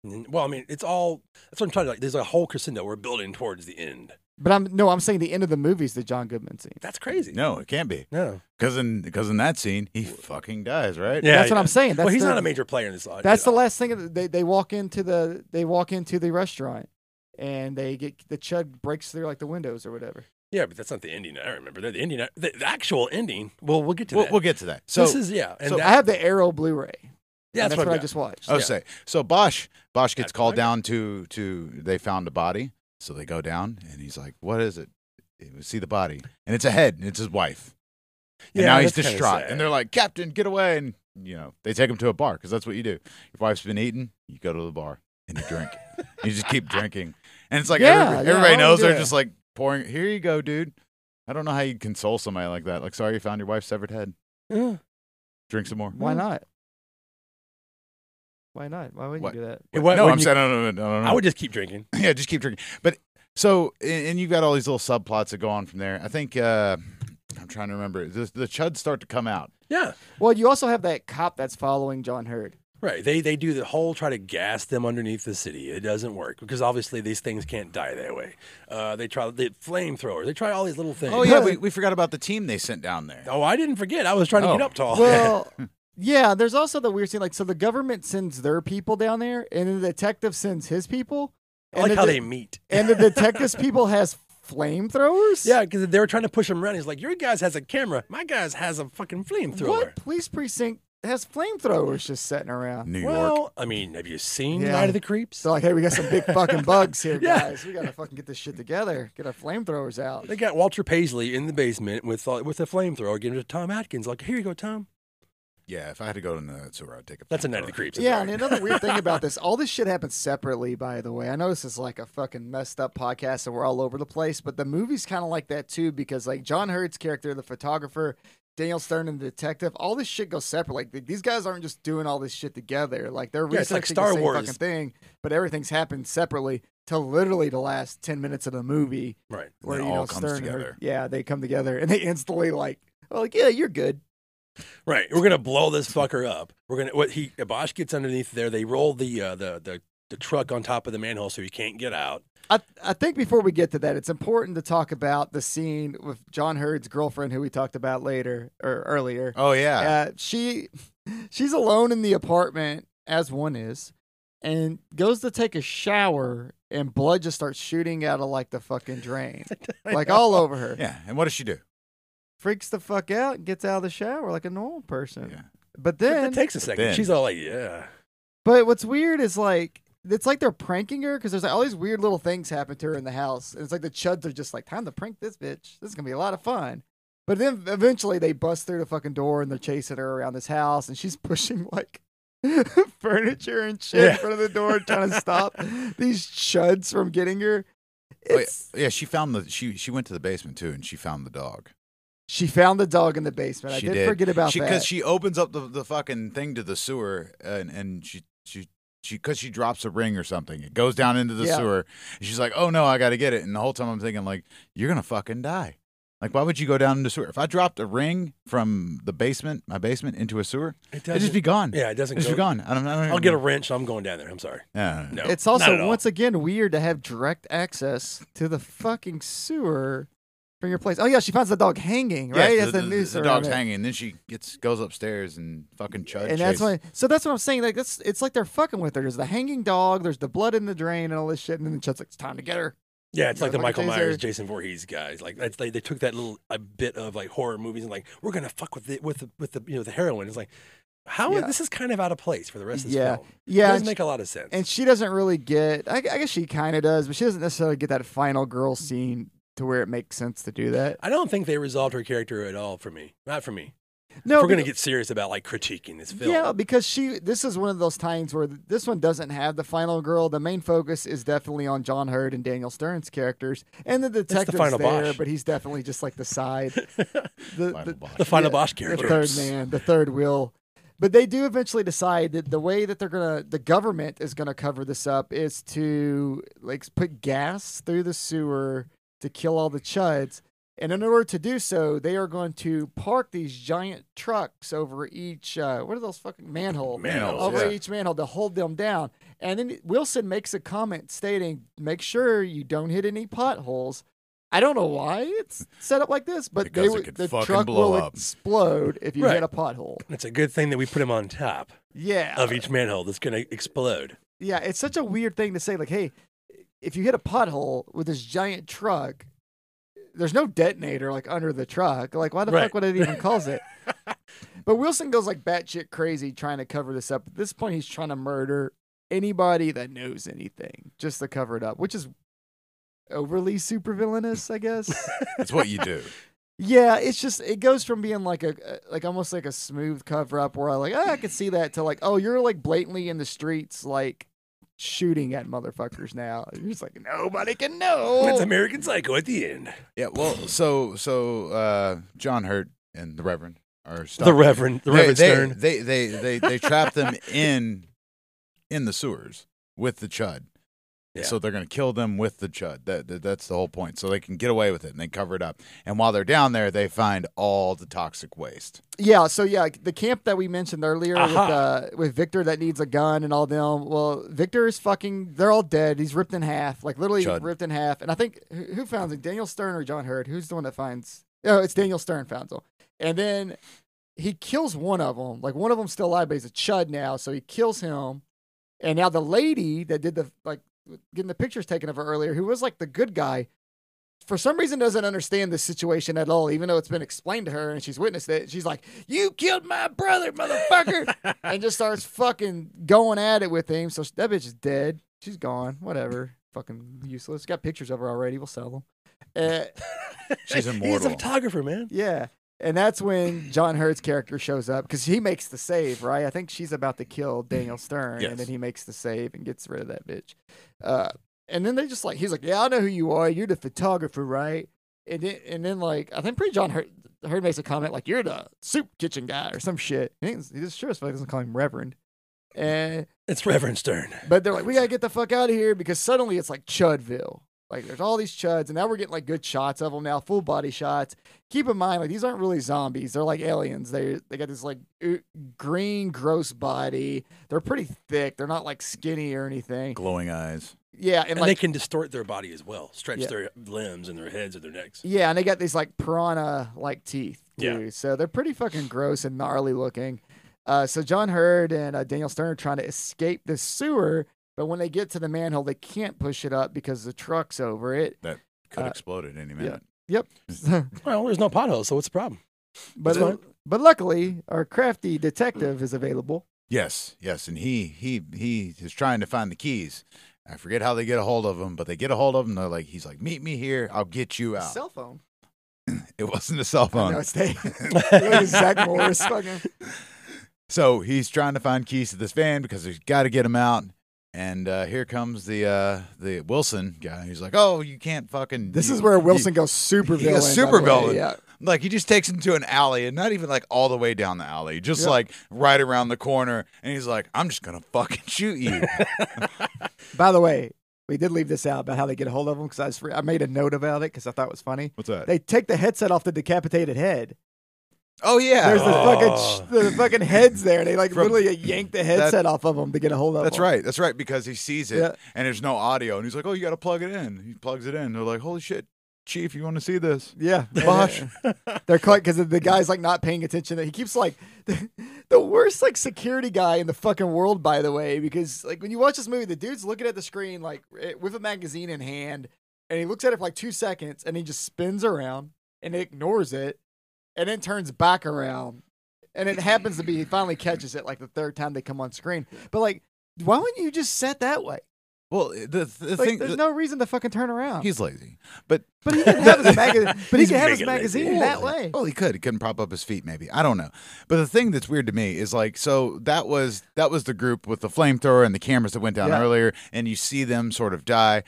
Speaker 1: Mm, Well, I mean, it's all that's what I'm trying to like. There's a whole crescendo we're building towards the end.
Speaker 2: But I'm no, I'm saying the end of the movie is the John Goodman scene.
Speaker 1: That's crazy.
Speaker 3: No, it can't be
Speaker 1: no.
Speaker 3: because in because in that scene he fucking dies, right?
Speaker 1: Yeah,
Speaker 2: that's what
Speaker 1: yeah.
Speaker 2: I'm saying. That's
Speaker 1: well, he's
Speaker 2: the,
Speaker 1: not a major player in this. at
Speaker 2: That's the
Speaker 1: all.
Speaker 2: last thing. of the- They they walk into the they walk into the restaurant and they get the chug breaks through like the windows or whatever.
Speaker 1: Yeah, but that's not the ending. I remember that the ending. uh, The, the actual ending. Well, we'll get to
Speaker 3: We'll,
Speaker 1: that.
Speaker 3: we'll get to that. So
Speaker 1: this is yeah. And
Speaker 3: so
Speaker 1: that-
Speaker 2: I have the Arrow Blu-ray.
Speaker 1: yeah,
Speaker 2: and
Speaker 1: that's,
Speaker 2: that's what I just watched.
Speaker 3: I was
Speaker 1: Yeah.
Speaker 3: say so Bosch Bosch gets
Speaker 1: That's
Speaker 3: called
Speaker 1: right.
Speaker 3: down to to they found a body, so they go down and he's like, "What is it?" They see the body, and it's a head, and it's his wife. And now he's distraught, and they're like, "Captain, get away!" And you know, they take them to a bar because that's what you do. Your wife's been eating, you go to the bar and you drink. you just keep drinking, and <laughs> it's like
Speaker 2: Yeah,
Speaker 3: everybody,
Speaker 2: yeah,
Speaker 3: everybody
Speaker 2: I would
Speaker 3: knows
Speaker 2: do
Speaker 3: they're
Speaker 2: that.
Speaker 3: just like pouring. Here you go, dude. I don't know how you'd console somebody like that. Like, sorry you found your wife's severed head.
Speaker 1: Yeah.
Speaker 3: Drink some more.
Speaker 2: Why not?
Speaker 4: Why not? Why wouldn't
Speaker 3: What?
Speaker 4: you do that?
Speaker 1: Why-
Speaker 3: no,
Speaker 1: wouldn't
Speaker 3: I'm
Speaker 1: you-
Speaker 3: saying I don't know. I don't know.
Speaker 1: I would just keep drinking.
Speaker 3: <laughs> yeah, just keep drinking. But so, and, and you've got all these little subplots that go on from there. I think uh, I'm trying to remember. The, the chuds start to come out.
Speaker 1: Yeah.
Speaker 2: Well, you also have that cop that's following John Hurd.
Speaker 1: Right. They they do the whole try to gas them underneath the city. It doesn't work because obviously these things can't die that way. Uh, they try the flamethrower. They try all these little things.
Speaker 3: Oh yeah, we, we forgot about the team they sent down there.
Speaker 1: <laughs> Oh, I didn't forget. I was trying to
Speaker 3: Oh.
Speaker 1: get up to all that.
Speaker 2: Well, yeah, there's also the weird scene. Like, so the government sends their people down there, and the detective sends his people.
Speaker 1: <laughs> I
Speaker 2: And
Speaker 1: like
Speaker 2: the
Speaker 1: how
Speaker 2: de-
Speaker 1: they meet.
Speaker 2: and the detective's people has flamethrowers.
Speaker 1: <laughs> Yeah, because they were trying to push him around. He's like, "Your guys has a camera. My guys has a fucking flamethrower."
Speaker 2: What police precinct has flamethrowers just sitting around?
Speaker 3: New
Speaker 1: well,
Speaker 3: York.
Speaker 1: I mean, have you seen
Speaker 2: Yeah.
Speaker 1: Night of the Creeps?
Speaker 2: So like, hey, we got some big fucking bugs here,
Speaker 1: <laughs> Yeah.
Speaker 2: guys. We gotta fucking get this shit together. Get our flamethrowers out.
Speaker 1: They got Walter Paisley in the basement with uh, with a flamethrower, giving it to Tom Atkins. Like, here you go, Tom.
Speaker 3: Yeah, if I had to go to that sewer, I'd take a.
Speaker 1: That's a Night of the
Speaker 3: flamethrower.
Speaker 1: Creeps. that's
Speaker 2: Yeah,
Speaker 1: right.
Speaker 2: and another weird thing about this, all this shit happens separately, by the way. I know this is like a fucking messed up podcast and we're all over the place, but the movie's kind of like that too, because like John Hurt's character, the photographer, Daniel Stern and the detective, all this shit goes separate. Like th- these guys aren't just doing all this shit together. Like they're
Speaker 1: Yeah,
Speaker 2: researching
Speaker 1: it's like
Speaker 2: the
Speaker 1: Star
Speaker 2: same
Speaker 1: Wars.
Speaker 2: fucking thing, but everything's happened separately till literally the last ten minutes of the movie
Speaker 1: right.
Speaker 3: And it
Speaker 2: you
Speaker 3: all comes
Speaker 2: and Hurt-
Speaker 3: together.
Speaker 2: yeah, they come together and they instantly like, oh, like, yeah, you're good.
Speaker 1: Right. We're gonna blow this fucker up. We're gonna what he Bosch gets underneath there. They roll the uh, the the the truck on top of the manhole so he can't get out.
Speaker 2: I, I think before we get to that, it's important to talk about the scene with John Hurd's girlfriend, who we talked about later or earlier.
Speaker 3: Oh yeah.
Speaker 2: Uh, she she's alone in the apartment as one is, and goes to take a shower, and blood just starts shooting out of like the fucking
Speaker 3: <laughs>
Speaker 2: drain, like oh, all over her.
Speaker 3: yeah. And what does she do?
Speaker 2: Freaks the fuck out, and gets out of the shower like a normal person.
Speaker 3: Yeah.
Speaker 1: But
Speaker 2: But then
Speaker 1: that takes a second.
Speaker 3: then-
Speaker 1: She's all like, yeah.
Speaker 2: But what's weird is like it's like they're pranking her because there's like, all these weird little things happen to her in the house, and it's like the chuds are just like time to prank this bitch. This is gonna be a lot of fun. But then eventually they bust through the fucking door and they're chasing her around this house, and she's <laughs> pushing like furniture and shit
Speaker 1: Yeah.
Speaker 2: in front of the door trying to
Speaker 3: <laughs>
Speaker 2: stop these chuds from getting her.
Speaker 3: Oh, yeah.
Speaker 2: It's
Speaker 3: yeah. She found the. She she went to the basement too, and she found the dog.
Speaker 2: she found the dog in the basement. I
Speaker 3: she
Speaker 2: did, forget about
Speaker 3: she,
Speaker 2: that.
Speaker 3: Because she opens up the, the fucking thing to the sewer, and and she she. She, because she drops a ring or something, it goes down into the
Speaker 2: Yeah.
Speaker 3: sewer. And she's like, "Oh no, I got to get it!" And the whole time I'm thinking, like, "You're gonna fucking die! Like, why would you go down into the sewer? If I dropped a ring from the basement, my basement, into a sewer,
Speaker 1: It
Speaker 3: it'd just be gone.
Speaker 1: Yeah, it doesn't
Speaker 3: it'd
Speaker 1: go.
Speaker 3: just be gone. I don't, I don't
Speaker 1: I'll get a
Speaker 3: even-
Speaker 1: wrench. I'm going down there. I'm sorry.
Speaker 3: Yeah.
Speaker 1: No.
Speaker 2: it's
Speaker 1: Oh, not at
Speaker 2: also
Speaker 1: all.
Speaker 2: once again weird to have direct access to the fucking sewer from your place. Oh yeah, she finds the dog hanging, right?
Speaker 3: Yes,
Speaker 2: Has
Speaker 3: the, the-
Speaker 2: noose
Speaker 3: the
Speaker 2: around
Speaker 3: dog's
Speaker 2: it.
Speaker 3: hanging. Then she gets goes upstairs and fucking chuds.
Speaker 2: And that's why. So that's what I'm saying. Like that's it's like they're fucking with her. There's the hanging dog. There's the blood in the drain and all this shit. And then the Chet's like, it's time to get her.
Speaker 1: Yeah, it's like the
Speaker 2: Motherfucking
Speaker 1: Michael
Speaker 2: taser.
Speaker 1: Myers, Jason Voorhees guys. Like that's they, they took that little a bit of like horror movies and like we're gonna fuck with the with the with the you know the heroin. It's like how
Speaker 2: Yeah.
Speaker 1: this is kind of out of place for the rest of this
Speaker 2: Yeah.
Speaker 1: film. it
Speaker 2: Yeah,
Speaker 1: doesn't
Speaker 2: and,
Speaker 1: make a lot of sense.
Speaker 2: and she doesn't really get. I, I guess she kind of does, but she doesn't necessarily get that final girl scene to where it makes sense to do that.
Speaker 1: I don't think they resolved her character at all for me. Not for me.
Speaker 2: No,
Speaker 1: if we're
Speaker 2: because-
Speaker 1: gonna get serious about like critiquing this film.
Speaker 2: Yeah, because she. This is one of those times where th- this one doesn't have the final girl. The main focus is definitely on John Hurd and Daniel Stern's characters, and the detective's
Speaker 1: final
Speaker 2: there,
Speaker 1: Bosch.
Speaker 2: but he's definitely just like the side, the,
Speaker 3: Final
Speaker 2: the-
Speaker 3: boss.
Speaker 1: the final
Speaker 2: Yeah,
Speaker 1: boss
Speaker 2: the
Speaker 1: character.
Speaker 2: third man, the third wheel. But they do eventually decide that the way that they're gonna, the government is gonna cover this up is to like put gas through the sewer to kill all the chuds. And in order to do so, they are going to park these giant trucks over each. Uh, what are those fucking manhole?
Speaker 1: Manholes,
Speaker 2: over
Speaker 3: Oh, yeah.
Speaker 2: each manhole to hold them down. And then Wilson makes a comment stating, "Make sure you don't hit any potholes." I don't know why it's set up like this, but
Speaker 3: Because
Speaker 2: they
Speaker 3: it
Speaker 2: would
Speaker 3: could
Speaker 2: the
Speaker 3: fucking
Speaker 2: truck
Speaker 3: blow
Speaker 2: will
Speaker 3: up.
Speaker 2: explode if you
Speaker 1: Right.
Speaker 2: hit a pothole.
Speaker 1: It's a good thing that we put him on top
Speaker 2: Yeah,
Speaker 1: of each manhole that's gonna explode.
Speaker 2: yeah. It's such a weird thing to say. Like, hey, if you hit a pothole with this giant truck, there's no detonator like under the truck. Like, why the
Speaker 1: Right.
Speaker 2: fuck would it even cause it? But Wilson goes like batshit crazy trying to cover this up. At this point, he's trying to murder anybody that knows anything just to cover it up, which is overly supervillainous, I guess. <laughs>
Speaker 3: That's what you do.
Speaker 2: Yeah, it's just it goes from being like a a- like almost like a smooth cover up where I like oh, I could see that to like oh you're like blatantly in the streets like shooting at motherfuckers now. You're just like nobody can
Speaker 1: It's
Speaker 2: know.
Speaker 1: American Psycho at the end.
Speaker 3: Yeah, well, so so uh, John Hurt and the Reverend are
Speaker 1: The
Speaker 3: stopped.
Speaker 1: Reverend, the
Speaker 3: They-
Speaker 1: Reverend
Speaker 3: they,
Speaker 1: Stern.
Speaker 3: They they they they trap
Speaker 2: <laughs>
Speaker 3: them in in the sewers with the chud.
Speaker 1: Yeah.
Speaker 3: So they're going to kill them with the chud. That, that that's the whole point. So they can get away with it and they cover it up. And while they're down there, they find all the toxic waste.
Speaker 2: Yeah, so yeah, like, the camp that we mentioned earlier with
Speaker 1: Aha.
Speaker 2: uh with Victor that needs a gun and all them. Well, Victor is fucking they're all dead. He's ripped in half, like literally
Speaker 3: Chud.
Speaker 2: ripped in half. And I think who, who found it? Daniel Stern or John Hurd? Who's the one that finds? Oh, it's Daniel Stern found them. And then he kills one of them. Like one of them's still alive, but he's a chud now, so he kills him. And now the lady that did the like getting the pictures taken of her earlier, who was like the good guy, for some reason doesn't understand this situation at all, even though it's been explained to her and she's witnessed it. She's like, "You killed my brother,
Speaker 1: <laughs>
Speaker 2: motherfucker!" <laughs> and just starts fucking going at it with him. So that bitch is dead. She's gone. Whatever. Fucking useless. Got pictures of her already. We'll sell them. Uh,
Speaker 3: She's
Speaker 1: He's a
Speaker 3: immortal.
Speaker 1: photographer, man.
Speaker 2: yeah. And that's when John Hurt's character shows up because he makes the save, right? I think she's about to kill Daniel Stern,
Speaker 3: Yes.
Speaker 2: and then he makes the save and gets rid of that bitch. Uh, and then they just like he's like, "Yeah, I know who you are. You're the photographer, right?" And then and then like I think pretty John Hurt, Hurt makes a comment like, "You're the soup kitchen guy" or some shit. He, didn't- he just sure as fuck doesn't call him Reverend. And
Speaker 1: It's Reverend Stern.
Speaker 2: but they're like, we gotta get the fuck out of here because suddenly it's like Chudville. Like there's all these chuds, and now we're getting like good shots of them now, full body shots. Keep in mind, like these aren't really zombies; they're like aliens. They they got this like oo- green, gross body. They're pretty thick. They're not like skinny or anything.
Speaker 3: Glowing eyes.
Speaker 2: Yeah, and,
Speaker 1: And
Speaker 2: like
Speaker 1: they can distort their body as well, stretch
Speaker 2: Yeah.
Speaker 1: their limbs and their heads and their necks.
Speaker 2: Yeah, and they got these like piranha like teeth
Speaker 1: Yeah.
Speaker 2: too. So they're pretty fucking gross and gnarly looking. Uh, so John Hurd and uh, Daniel Stern are trying to escape the sewer, but when they get to the manhole, they can't push it up because the truck's over it.
Speaker 3: Could
Speaker 2: Uh,
Speaker 3: explode at any
Speaker 2: yeah.
Speaker 3: minute.
Speaker 1: Well, there's no potholes, so what's the problem?
Speaker 2: but
Speaker 1: That's fine.
Speaker 2: but luckily, our crafty detective is available.
Speaker 3: Yes, yes, and he he he is trying to find the keys. I forget how they get a hold of him, but they get a hold of him. They're like, he's like, meet me here. I'll get you out.
Speaker 2: Cell phone.
Speaker 3: it wasn't a
Speaker 2: <laughs>
Speaker 3: cell phone.
Speaker 2: No, it's they. Look
Speaker 1: <laughs>
Speaker 2: at Zach Morris. Fucking.
Speaker 3: So he's trying to find keys to this van because he's got to get him out. And uh, here comes the uh, the Wilson guy. He's like, "Oh, you can't fucking."
Speaker 2: This
Speaker 3: you-
Speaker 2: is where
Speaker 3: you-"
Speaker 2: Wilson goes super
Speaker 3: he goes
Speaker 2: villain. by the
Speaker 3: super
Speaker 2: way.
Speaker 3: villain.
Speaker 2: Yeah.
Speaker 3: like he just takes him to an alley, and not even like all the way down the alley, just
Speaker 2: Yeah.
Speaker 3: like right around the corner. And he's like, "I'm just gonna fucking
Speaker 2: <laughs>
Speaker 3: shoot you."
Speaker 2: By the way, we did leave this out about how they get a hold of him because I was, I made a note about it because I thought it was funny.
Speaker 3: What's that?
Speaker 2: They take the headset off the decapitated head.
Speaker 3: oh yeah,
Speaker 2: There's the
Speaker 1: Oh.
Speaker 2: fucking the fucking heads there. They like
Speaker 3: From-
Speaker 2: literally yank the headset off of them to get a hold of.
Speaker 3: That's
Speaker 2: 'em.
Speaker 3: right. That's right. Because he sees it
Speaker 2: Yeah.
Speaker 3: and there's no audio. And he's like, oh, you got to plug it in. He plugs it in. They're like, holy shit, Chief, you want to see this?
Speaker 2: Yeah,
Speaker 3: Bosh.
Speaker 2: They're caught because the guy's like not paying attention. That he keeps like <laughs> the, the worst like security guy in the fucking world, by the way. Because like when you watch this movie, the dude's looking at the screen like eh, with a magazine in hand, and he looks at it for like two seconds, and he just spins around and ignores it, and then turns back around, and it happens to be he finally catches it like the third time they come on screen. But like, why wouldn't you just set that way?
Speaker 3: Well, eh, the, the
Speaker 2: Like,
Speaker 3: thing,
Speaker 2: there's
Speaker 3: the-
Speaker 2: no reason to fucking turn around.
Speaker 3: <laughs> he's lazy. But,
Speaker 2: but he can have his
Speaker 3: <laughs>
Speaker 2: magazine. But he
Speaker 1: He's
Speaker 2: can have his
Speaker 1: mega
Speaker 2: magazine
Speaker 1: lazy.
Speaker 2: that way.
Speaker 3: well, he could. He couldn't prop up his feet, maybe. I don't know. But the thing that's weird to me is like, so that was that was the group with the flamethrower and the cameras that went down
Speaker 2: Yeah.
Speaker 3: earlier, and you see them sort of die.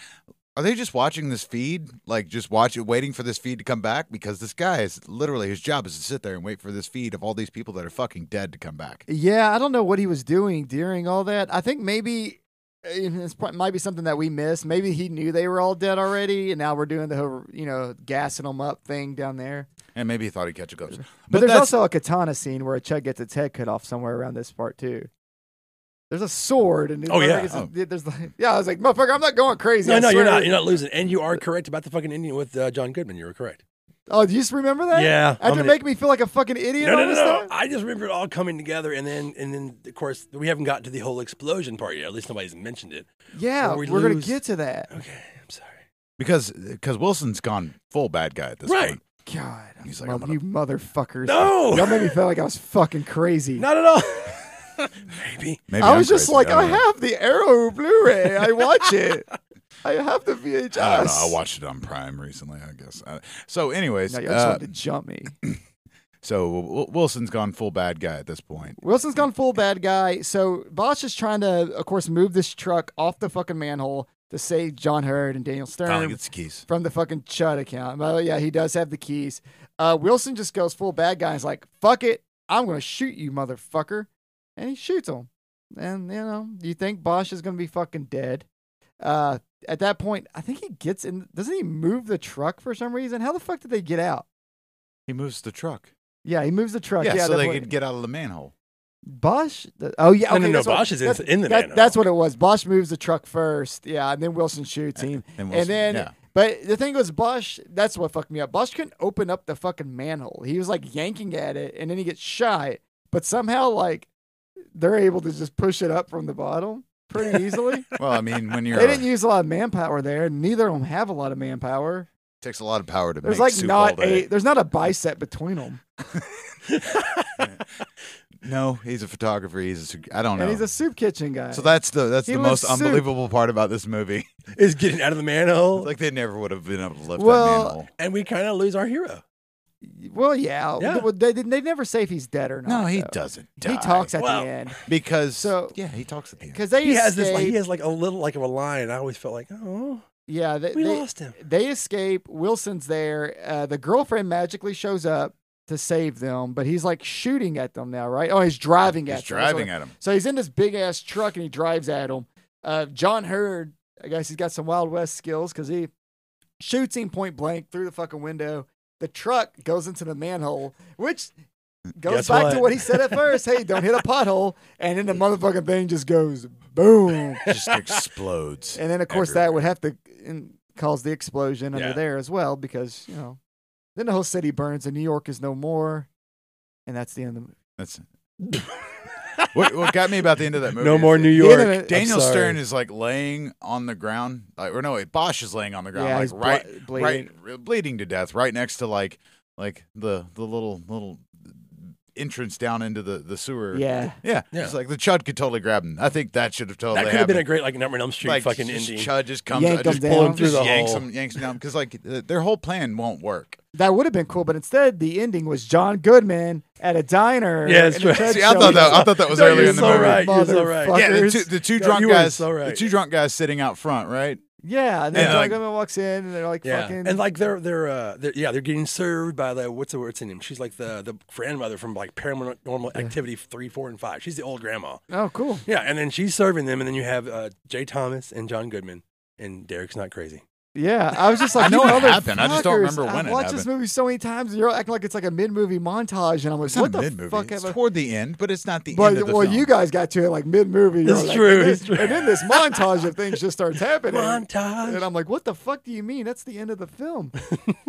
Speaker 3: Are they just watching this feed? Like, just watch it, waiting for this feed to come back? Because this guy is literally his job is to sit there and wait for this feed of all these people that are fucking dead to come back.
Speaker 2: Yeah, I don't know what he was doing during all that. I think maybe uh, it might be something that we missed. Maybe he knew they were all dead already, and now we're doing the whole, you know, gassing them up thing down there.
Speaker 3: And maybe he thought he'd catch a ghost. But,
Speaker 2: But, there's
Speaker 3: that's-
Speaker 2: also a katana scene where a Chud gets its head cut off somewhere around this part too. There's a sword, and
Speaker 1: Oh, yeah.
Speaker 2: motherfucker gets- there's like, yeah. I was like, motherfucker, I'm not going crazy.
Speaker 1: No,
Speaker 2: I
Speaker 1: no, you're
Speaker 2: swear.
Speaker 1: not. You're not losing. And you are correct about the fucking Indian with uh, John Goodman. You were correct.
Speaker 2: Oh, do you just remember that?
Speaker 1: Yeah, I'm
Speaker 2: After
Speaker 1: an-
Speaker 2: making me feel like a fucking idiot
Speaker 1: No,
Speaker 2: all
Speaker 1: no, no,
Speaker 2: this
Speaker 1: no.
Speaker 2: time.
Speaker 1: I just remember it all coming together, and then, and then, of course, we haven't gotten to the whole explosion part yet. At least nobody's mentioned it.
Speaker 2: Yeah,
Speaker 1: Or we
Speaker 2: we're gonna
Speaker 1: lose-
Speaker 2: get to that.
Speaker 1: Okay, I'm sorry.
Speaker 3: because because Wilson's gone full bad guy at this
Speaker 1: Right.
Speaker 3: point.
Speaker 2: God,
Speaker 3: He's like,
Speaker 2: mo-
Speaker 3: I'm gonna-
Speaker 2: you motherfuckers.
Speaker 1: No!
Speaker 2: <laughs> y'all made me feel like I was fucking crazy.
Speaker 1: Not at all. <laughs> Maybe.
Speaker 3: Maybe
Speaker 2: I
Speaker 3: I'm
Speaker 2: was just
Speaker 3: crazy.
Speaker 2: like,
Speaker 3: don't
Speaker 2: I
Speaker 3: know.
Speaker 2: <laughs> have the Arrow Blu-ray. I watch it. I have the VHS.
Speaker 3: I don't know. I watched it on Prime recently, I guess. Uh, so, anyways,
Speaker 2: Now you just
Speaker 3: uh,
Speaker 2: wanted to jump me.
Speaker 3: so W- Wilson's gone full bad guy at this point.
Speaker 2: Wilson's gone full bad guy. So Bosch is trying to, of course, move this truck off the fucking manhole to save John Hurd and Daniel
Speaker 3: Finally
Speaker 2: Stern
Speaker 3: gets the keys.
Speaker 2: from the fucking Chud account. But oh, yeah, he does have the keys. Uh, Wilson just goes full bad guy. He's like, fuck it. I'm going to shoot you, motherfucker. And he shoots him. And, you know, you think Bosch is going to be fucking dead. Uh, at that point, I think he gets in. Doesn't he move the truck for some reason? How the fuck did they get out?
Speaker 3: He moves the truck.
Speaker 2: Yeah, he moves the truck.
Speaker 3: yeah, so
Speaker 2: that
Speaker 3: they
Speaker 2: boy-
Speaker 3: could get out of the manhole.
Speaker 2: Bosch? The- Oh yeah,
Speaker 1: No,
Speaker 2: okay,
Speaker 1: no, no,
Speaker 2: that's what-
Speaker 1: Bosch is in-
Speaker 2: that's-
Speaker 1: in the
Speaker 2: that-
Speaker 1: manhole.
Speaker 2: That's what it was. Bosch moves the truck first, yeah, and then Wilson shoots him,
Speaker 3: And
Speaker 2: and
Speaker 3: Wilson-
Speaker 2: then.
Speaker 3: yeah.
Speaker 2: But the thing was, Bosch. That's what fucked me up. Bosch couldn't open up the fucking manhole. He was like yanking at it, and then he gets shot. But somehow, like, they're able to just push it up from the bottom
Speaker 3: <laughs>
Speaker 2: pretty easily.
Speaker 3: Well, I
Speaker 2: <laughs>
Speaker 3: mean, when you're
Speaker 2: they
Speaker 3: a-
Speaker 2: didn't use a lot of manpower there. and Neither of them have a lot of manpower.
Speaker 3: takes a lot of power to
Speaker 2: There's
Speaker 3: make
Speaker 2: like
Speaker 3: soup all
Speaker 2: not
Speaker 3: day.
Speaker 2: a. There's not a bicep between them,
Speaker 3: No, he's a photographer. He's a, sug- I don't know.
Speaker 2: and he's a soup kitchen guy.
Speaker 3: so that's the that's
Speaker 2: He
Speaker 3: the
Speaker 2: lives
Speaker 3: most
Speaker 2: soup.
Speaker 3: unbelievable part about this movie. <laughs>
Speaker 1: is getting out of the manhole,
Speaker 3: It's like they never would have been able to lift
Speaker 2: Well,
Speaker 3: that manhole.
Speaker 1: and we kind of lose our hero.
Speaker 2: Well, yeah.
Speaker 1: Yeah.
Speaker 2: Well, They, they, they never say if he's dead or not.
Speaker 3: No, he
Speaker 2: though.
Speaker 3: doesn't. Die
Speaker 2: He talks at
Speaker 1: Well-
Speaker 2: the end
Speaker 3: because
Speaker 2: So-
Speaker 3: yeah, he talks at the end.
Speaker 2: because they
Speaker 1: He has this, like,
Speaker 2: escape-
Speaker 1: he has like a little, like a line. I always felt like, oh,
Speaker 2: yeah, they,
Speaker 1: we
Speaker 2: they,
Speaker 1: lost him.
Speaker 2: they escape. Wilson's there. Uh, the girlfriend magically shows up to save them, but he's like shooting at them now, right? Oh, he's driving at
Speaker 3: He's
Speaker 2: them. That's what-
Speaker 3: driving at him.
Speaker 2: So he's in this big ass truck and he drives at him. Uh, John Hurd, I guess he's got some Wild West skills because he shoots him point blank through the fucking window. The truck goes into the manhole, which goes
Speaker 1: Guess
Speaker 2: back to
Speaker 1: what?
Speaker 2: what he said at first. hey, don't hit a pothole. And then the motherfucking thing just goes boom. <laughs>
Speaker 3: Just explodes.
Speaker 2: And then, of course,
Speaker 3: Everywhere.
Speaker 2: that would have to in, cause the explosion under
Speaker 1: Yeah.
Speaker 2: there as well because, you know, then the whole city burns and New York is no more. And that's the end of the movie.
Speaker 3: That's what, what got me about the end of that movie.
Speaker 1: no
Speaker 2: <laughs>
Speaker 3: is
Speaker 1: more
Speaker 3: that
Speaker 1: New
Speaker 2: Yeah,
Speaker 1: York.
Speaker 2: no, no,
Speaker 1: I'm
Speaker 3: Daniel
Speaker 1: sorry.
Speaker 3: Stern is like laying on the ground, like, or no, wait, Bosch is laying on the ground,
Speaker 2: yeah,
Speaker 3: like
Speaker 2: he's blo-
Speaker 3: right,
Speaker 2: bleeding.
Speaker 3: right, bleeding to death, right next to like, like the the little little entrance down into the the sewer.
Speaker 2: Yeah.
Speaker 3: yeah.
Speaker 1: Yeah.
Speaker 3: It's like the Chud could totally grab him. I think that should have totally
Speaker 1: that could have
Speaker 3: happened.
Speaker 1: been a great like Nightmare on Elm Street
Speaker 3: like
Speaker 1: fucking
Speaker 3: just
Speaker 1: ending.
Speaker 3: Chud just comes,
Speaker 2: Yank
Speaker 3: uh,
Speaker 2: him
Speaker 3: just
Speaker 2: down.
Speaker 3: pull him through
Speaker 1: Just
Speaker 3: the
Speaker 1: yanks
Speaker 3: yanks
Speaker 1: him-
Speaker 3: him, yanks him down because like th- their whole plan won't work.
Speaker 2: That would have been cool, but instead the ending was John Goodman at a diner.
Speaker 1: Yeah, that's
Speaker 2: in a
Speaker 1: right.
Speaker 2: truck
Speaker 3: See, I
Speaker 2: show.
Speaker 3: thought that I thought that was
Speaker 1: No,
Speaker 3: earlier
Speaker 1: you're
Speaker 3: in the
Speaker 1: so
Speaker 3: movie.
Speaker 1: right. You're so right.
Speaker 2: Motherfuckers.
Speaker 3: Yeah, the two, the two
Speaker 1: No,
Speaker 3: drunk
Speaker 1: you were
Speaker 3: guys,
Speaker 1: so right.
Speaker 3: the two drunk guys sitting out front, right?
Speaker 2: Yeah, and then
Speaker 3: Yeah,
Speaker 2: John
Speaker 3: like-
Speaker 2: Goodman walks in and they're like
Speaker 1: Yeah,
Speaker 2: fucking.
Speaker 1: and like they're they're uh they're, yeah they're getting served by the what's the what's her name? She's like the the grandmother from like Paranormal Activity three, four, and five. She's the old grandma.
Speaker 2: oh, cool.
Speaker 1: Yeah, and then she's serving them, and then you have uh, Jay Thomas and John Goodman, and Derek's not crazy.
Speaker 2: Yeah, I was just like,
Speaker 3: I know
Speaker 2: you
Speaker 3: it happened. I just don't
Speaker 2: motherfuckers,
Speaker 3: remember when
Speaker 2: I've
Speaker 3: it
Speaker 2: watched this movie so many times, and you're acting like it's like a mid-movie montage, and I'm like,
Speaker 3: It's
Speaker 2: what
Speaker 3: not
Speaker 2: the
Speaker 3: a mid movie.
Speaker 2: fuck?
Speaker 3: It's
Speaker 2: have I-
Speaker 3: toward the end, but it's not the
Speaker 2: But
Speaker 3: end of the
Speaker 2: well,
Speaker 3: film.
Speaker 2: you guys got to it like mid-movie. you're
Speaker 1: It's
Speaker 2: like,
Speaker 1: true,
Speaker 2: And,
Speaker 1: it's
Speaker 2: then-
Speaker 1: true.
Speaker 2: and then
Speaker 1: <laughs>
Speaker 2: this montage of things just starts happening. And
Speaker 1: Montage.
Speaker 2: I'm like, what the fuck do you mean? That's the end of the film. <laughs>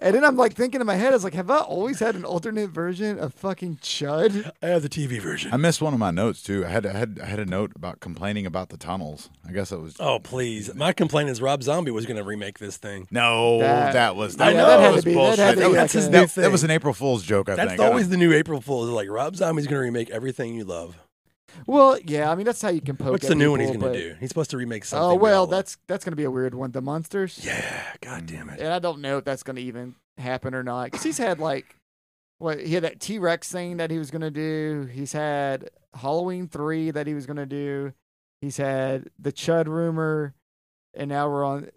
Speaker 2: and then I'm like thinking in my head, I was like, have I always had an alternate version of fucking Chud?
Speaker 1: I have the TV version.
Speaker 3: I missed one of my notes too. I had I had I had a note about complaining about the tunnels. I guess that was
Speaker 1: oh please! My complaint is Rob Zombie was going to remake this thing.
Speaker 3: no,
Speaker 2: That-
Speaker 3: that, was
Speaker 1: I
Speaker 3: that,
Speaker 1: know. That had to
Speaker 3: was
Speaker 2: be- that
Speaker 3: bullshit.
Speaker 2: had to be
Speaker 3: was-
Speaker 2: like
Speaker 1: a-
Speaker 3: that-
Speaker 1: New thing.
Speaker 3: that was an April Fool's joke.
Speaker 2: Oh,
Speaker 3: I
Speaker 1: That's
Speaker 3: think I
Speaker 1: always
Speaker 3: don't-
Speaker 1: the new April Fool's. Like Rob Zombie's going to remake everything you love.
Speaker 2: Well, yeah, I mean that's how you can poke.
Speaker 1: What's
Speaker 2: at
Speaker 1: the new one he's
Speaker 2: people,
Speaker 1: going
Speaker 2: but-
Speaker 1: to do? He's supposed to remake something.
Speaker 2: Oh
Speaker 1: we all
Speaker 2: well,
Speaker 1: love.
Speaker 2: that's that's gonna be a weird one. The monsters,
Speaker 1: yeah. God damn it.
Speaker 2: and I don't know if that's gonna even happen or not. Because he's had like, what he had that T Rex thing that he was gonna do. He's had Halloween three that he was gonna do. He's had the Chud rumor, and now we're on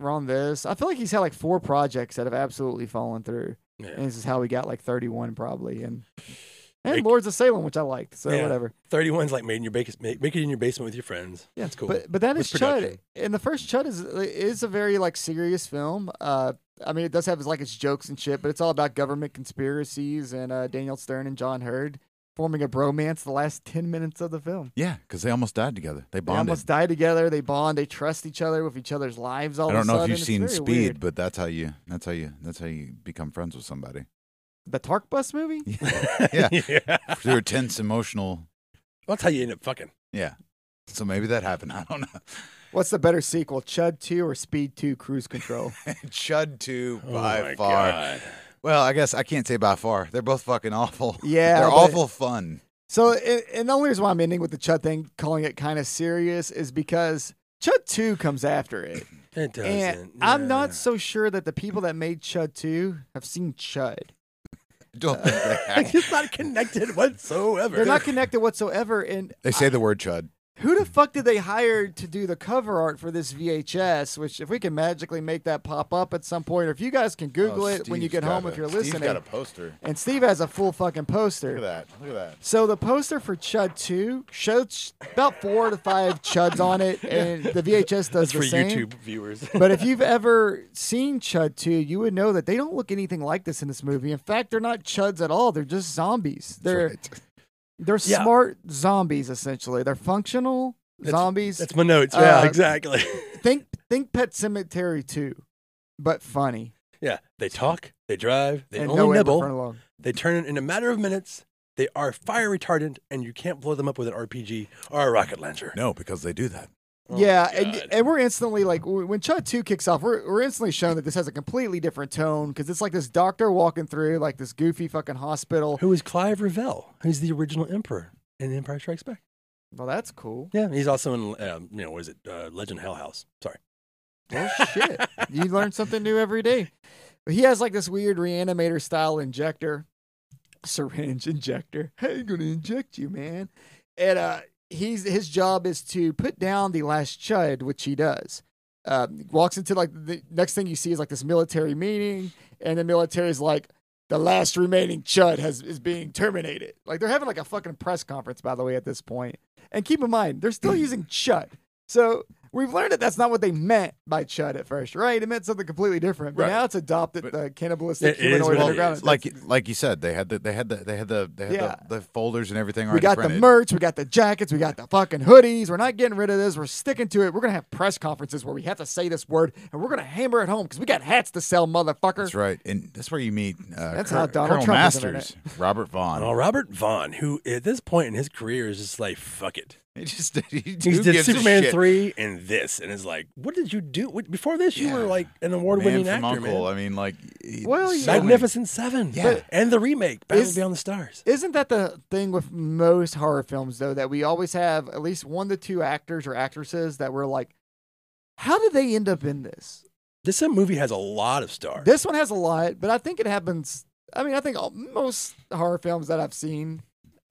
Speaker 2: we're on this. I feel like he's had like four projects that have absolutely fallen through, and
Speaker 1: Yeah.
Speaker 2: this is how we got like thirty one probably, and and
Speaker 1: Make-
Speaker 2: Lords of Salem, which I liked. So
Speaker 1: Yeah.
Speaker 2: whatever.
Speaker 1: 31's like made in your bake, make, make it in your basement with your friends.
Speaker 2: Yeah,
Speaker 1: That's cool.
Speaker 2: But but that
Speaker 1: With
Speaker 2: is Chud,
Speaker 1: production.
Speaker 2: and the first Chud is is a very like serious film. Uh, I mean, it does have like its jokes and shit, but it's all about government conspiracies and uh, Daniel Stern and John Hurd forming a bromance the last ten minutes of the film.
Speaker 3: yeah, because they almost died together. They
Speaker 2: They
Speaker 3: bonded.
Speaker 2: almost die together. They bond. They trust each other with each other's lives. All
Speaker 3: I
Speaker 2: of
Speaker 3: don't
Speaker 2: a
Speaker 3: know
Speaker 2: sudden.
Speaker 3: if you've
Speaker 2: It's
Speaker 3: seen
Speaker 2: very
Speaker 3: Speed,
Speaker 2: weird.
Speaker 3: but that's how you that's how you that's how you become friends with somebody
Speaker 2: the Tark Bus movie.
Speaker 3: Yeah.
Speaker 1: <laughs> yeah.
Speaker 3: through a tense emotional.
Speaker 1: That's how you end up fucking.
Speaker 3: Yeah, so maybe that happened. <laughs> I don't know.
Speaker 2: What's the better sequel, Chud Two or Speed Two: Cruise
Speaker 3: <laughs>
Speaker 2: Control?
Speaker 3: Chud two
Speaker 1: Oh
Speaker 3: by
Speaker 1: my
Speaker 3: far.
Speaker 1: God.
Speaker 3: Well, I guess I can't say by far. They're both fucking awful. <laughs>
Speaker 2: Yeah,
Speaker 3: they're
Speaker 2: but-
Speaker 3: awful fun. <laughs>
Speaker 2: So, a- and the only reason why I'm ending with the Chud thing, calling it kind of serious, is because Chud 2 comes after it.
Speaker 1: It doesn't.
Speaker 2: And I'm
Speaker 1: yeah.
Speaker 2: not <laughs> so sure that the people that made Chud 2 have seen Chud.
Speaker 3: Don't think
Speaker 2: <laughs>
Speaker 3: they have.
Speaker 1: it's not connected <laughs> whatsoever.
Speaker 2: They're
Speaker 3: <laughs>
Speaker 2: not connected whatsoever. And
Speaker 3: They say the word chud.
Speaker 2: who the fuck did they hire to do the cover art for this VHS? Which, if we can magically make that pop up at some point, or if you guys can Google
Speaker 3: Oh,
Speaker 2: it when you
Speaker 3: Steve's
Speaker 2: get
Speaker 3: got
Speaker 2: home,
Speaker 3: a-
Speaker 2: if you're
Speaker 3: Steve's
Speaker 2: listening.
Speaker 3: got a poster.
Speaker 2: and Steve has a full fucking poster.
Speaker 3: Look at that. Look at that.
Speaker 2: So the poster for Chud 2 shows about four to five Chuds on
Speaker 3: <laughs>
Speaker 2: it, and the VHS does
Speaker 1: That's
Speaker 2: the
Speaker 1: for
Speaker 2: same.
Speaker 1: YouTube
Speaker 2: <laughs>
Speaker 1: viewers.
Speaker 2: But if you've ever seen Chud 2, you would know that they don't look anything like this in this movie. In fact, they're not Chuds at all. They're just zombies. They're
Speaker 3: That's
Speaker 2: they're
Speaker 1: Yeah.
Speaker 2: smart zombies essentially. They're functional zombies.
Speaker 1: That's my notes. Yeah,
Speaker 2: Uh,
Speaker 1: exactly. <laughs>
Speaker 2: think think Pet Cemetery 2, but funny.
Speaker 1: Yeah, they talk, they drive, they
Speaker 2: and
Speaker 1: only
Speaker 2: no
Speaker 1: nibble,
Speaker 2: Along.
Speaker 1: they turn in a matter of minutes. They are fire retardant, and you can't blow them up with an RPG or a rocket launcher.
Speaker 3: No, because they do that.
Speaker 1: Oh,
Speaker 2: yeah,
Speaker 1: God.
Speaker 2: and, and we're instantly like w- when Chud 2 kicks off, we're, we're instantly shown that this has a completely different tone because it's like this doctor walking through like this goofy fucking hospital.
Speaker 1: Who is Clive Revel? Who's the original Emperor in Empire Strikes Back?
Speaker 2: Well, that's cool.
Speaker 1: Yeah, he's also in, um, you know, what is it? Uh, Legend Hell House. Sorry.
Speaker 2: Well, shit. You learn something new every day. But he has like this weird reanimator style injector, syringe injector. <laughs> How you gonna inject you, man? And uh, he's his job is to put down the last chud, which he does. Uh, walks into like the next thing you see is like this military meeting, and the military is like, the last remaining chud has is being terminated. Like they're having like a fucking press conference, by the way, at this point. And keep in mind,
Speaker 1: <laughs>
Speaker 2: they're still using chud. So we've learned that that's not what they meant by chud at first, right? It meant something completely different. But
Speaker 3: Right.
Speaker 2: now it's adopted
Speaker 3: But-
Speaker 2: the cannibalistic
Speaker 1: It is
Speaker 2: humanoid
Speaker 1: what it
Speaker 2: underground.
Speaker 1: is.
Speaker 3: Like like you said, they had the they had the they had the they had the, the folders and everything already
Speaker 2: we got the
Speaker 3: printed.
Speaker 2: merch, we got the jackets, we got the fucking hoodies. We're not getting rid of this. We're sticking to it. We're gonna have press conferences where we have to say this word, and we're gonna hammer it home because we got hats to sell, motherfucker.
Speaker 3: That's right, and that's where you meet. Uh,
Speaker 2: That's
Speaker 3: Col-
Speaker 2: how Donald
Speaker 3: Colonel
Speaker 2: Trump is in
Speaker 3: Masters, Robert Vaughn.
Speaker 1: Well, Uh, Robert Vaughn, who at this point in his career is just like, fuck it.
Speaker 3: <laughs> He just he,
Speaker 1: He
Speaker 3: who
Speaker 1: did
Speaker 3: gives a
Speaker 1: Superman
Speaker 3: shit?
Speaker 1: 3 and this, and is like, what did you do? What, before this, you were
Speaker 3: Yeah.
Speaker 1: like an award
Speaker 3: Man
Speaker 1: winning
Speaker 3: from
Speaker 1: actor.
Speaker 3: Uncle.
Speaker 1: man.
Speaker 3: I mean, like he-
Speaker 2: Well, yeah.
Speaker 3: many-
Speaker 1: Magnificent Seven.
Speaker 3: Yeah. But-
Speaker 1: And the remake, Battle
Speaker 2: Is-
Speaker 1: Beyond the Stars.
Speaker 2: Isn't that the thing with most horror films though that we always have at least one to two actors or actresses that were like, how did they end up in this?
Speaker 1: This uh, movie has a lot of stars.
Speaker 2: This one has a lot, but I think it happens. I mean, I think all, most horror films that I've seen,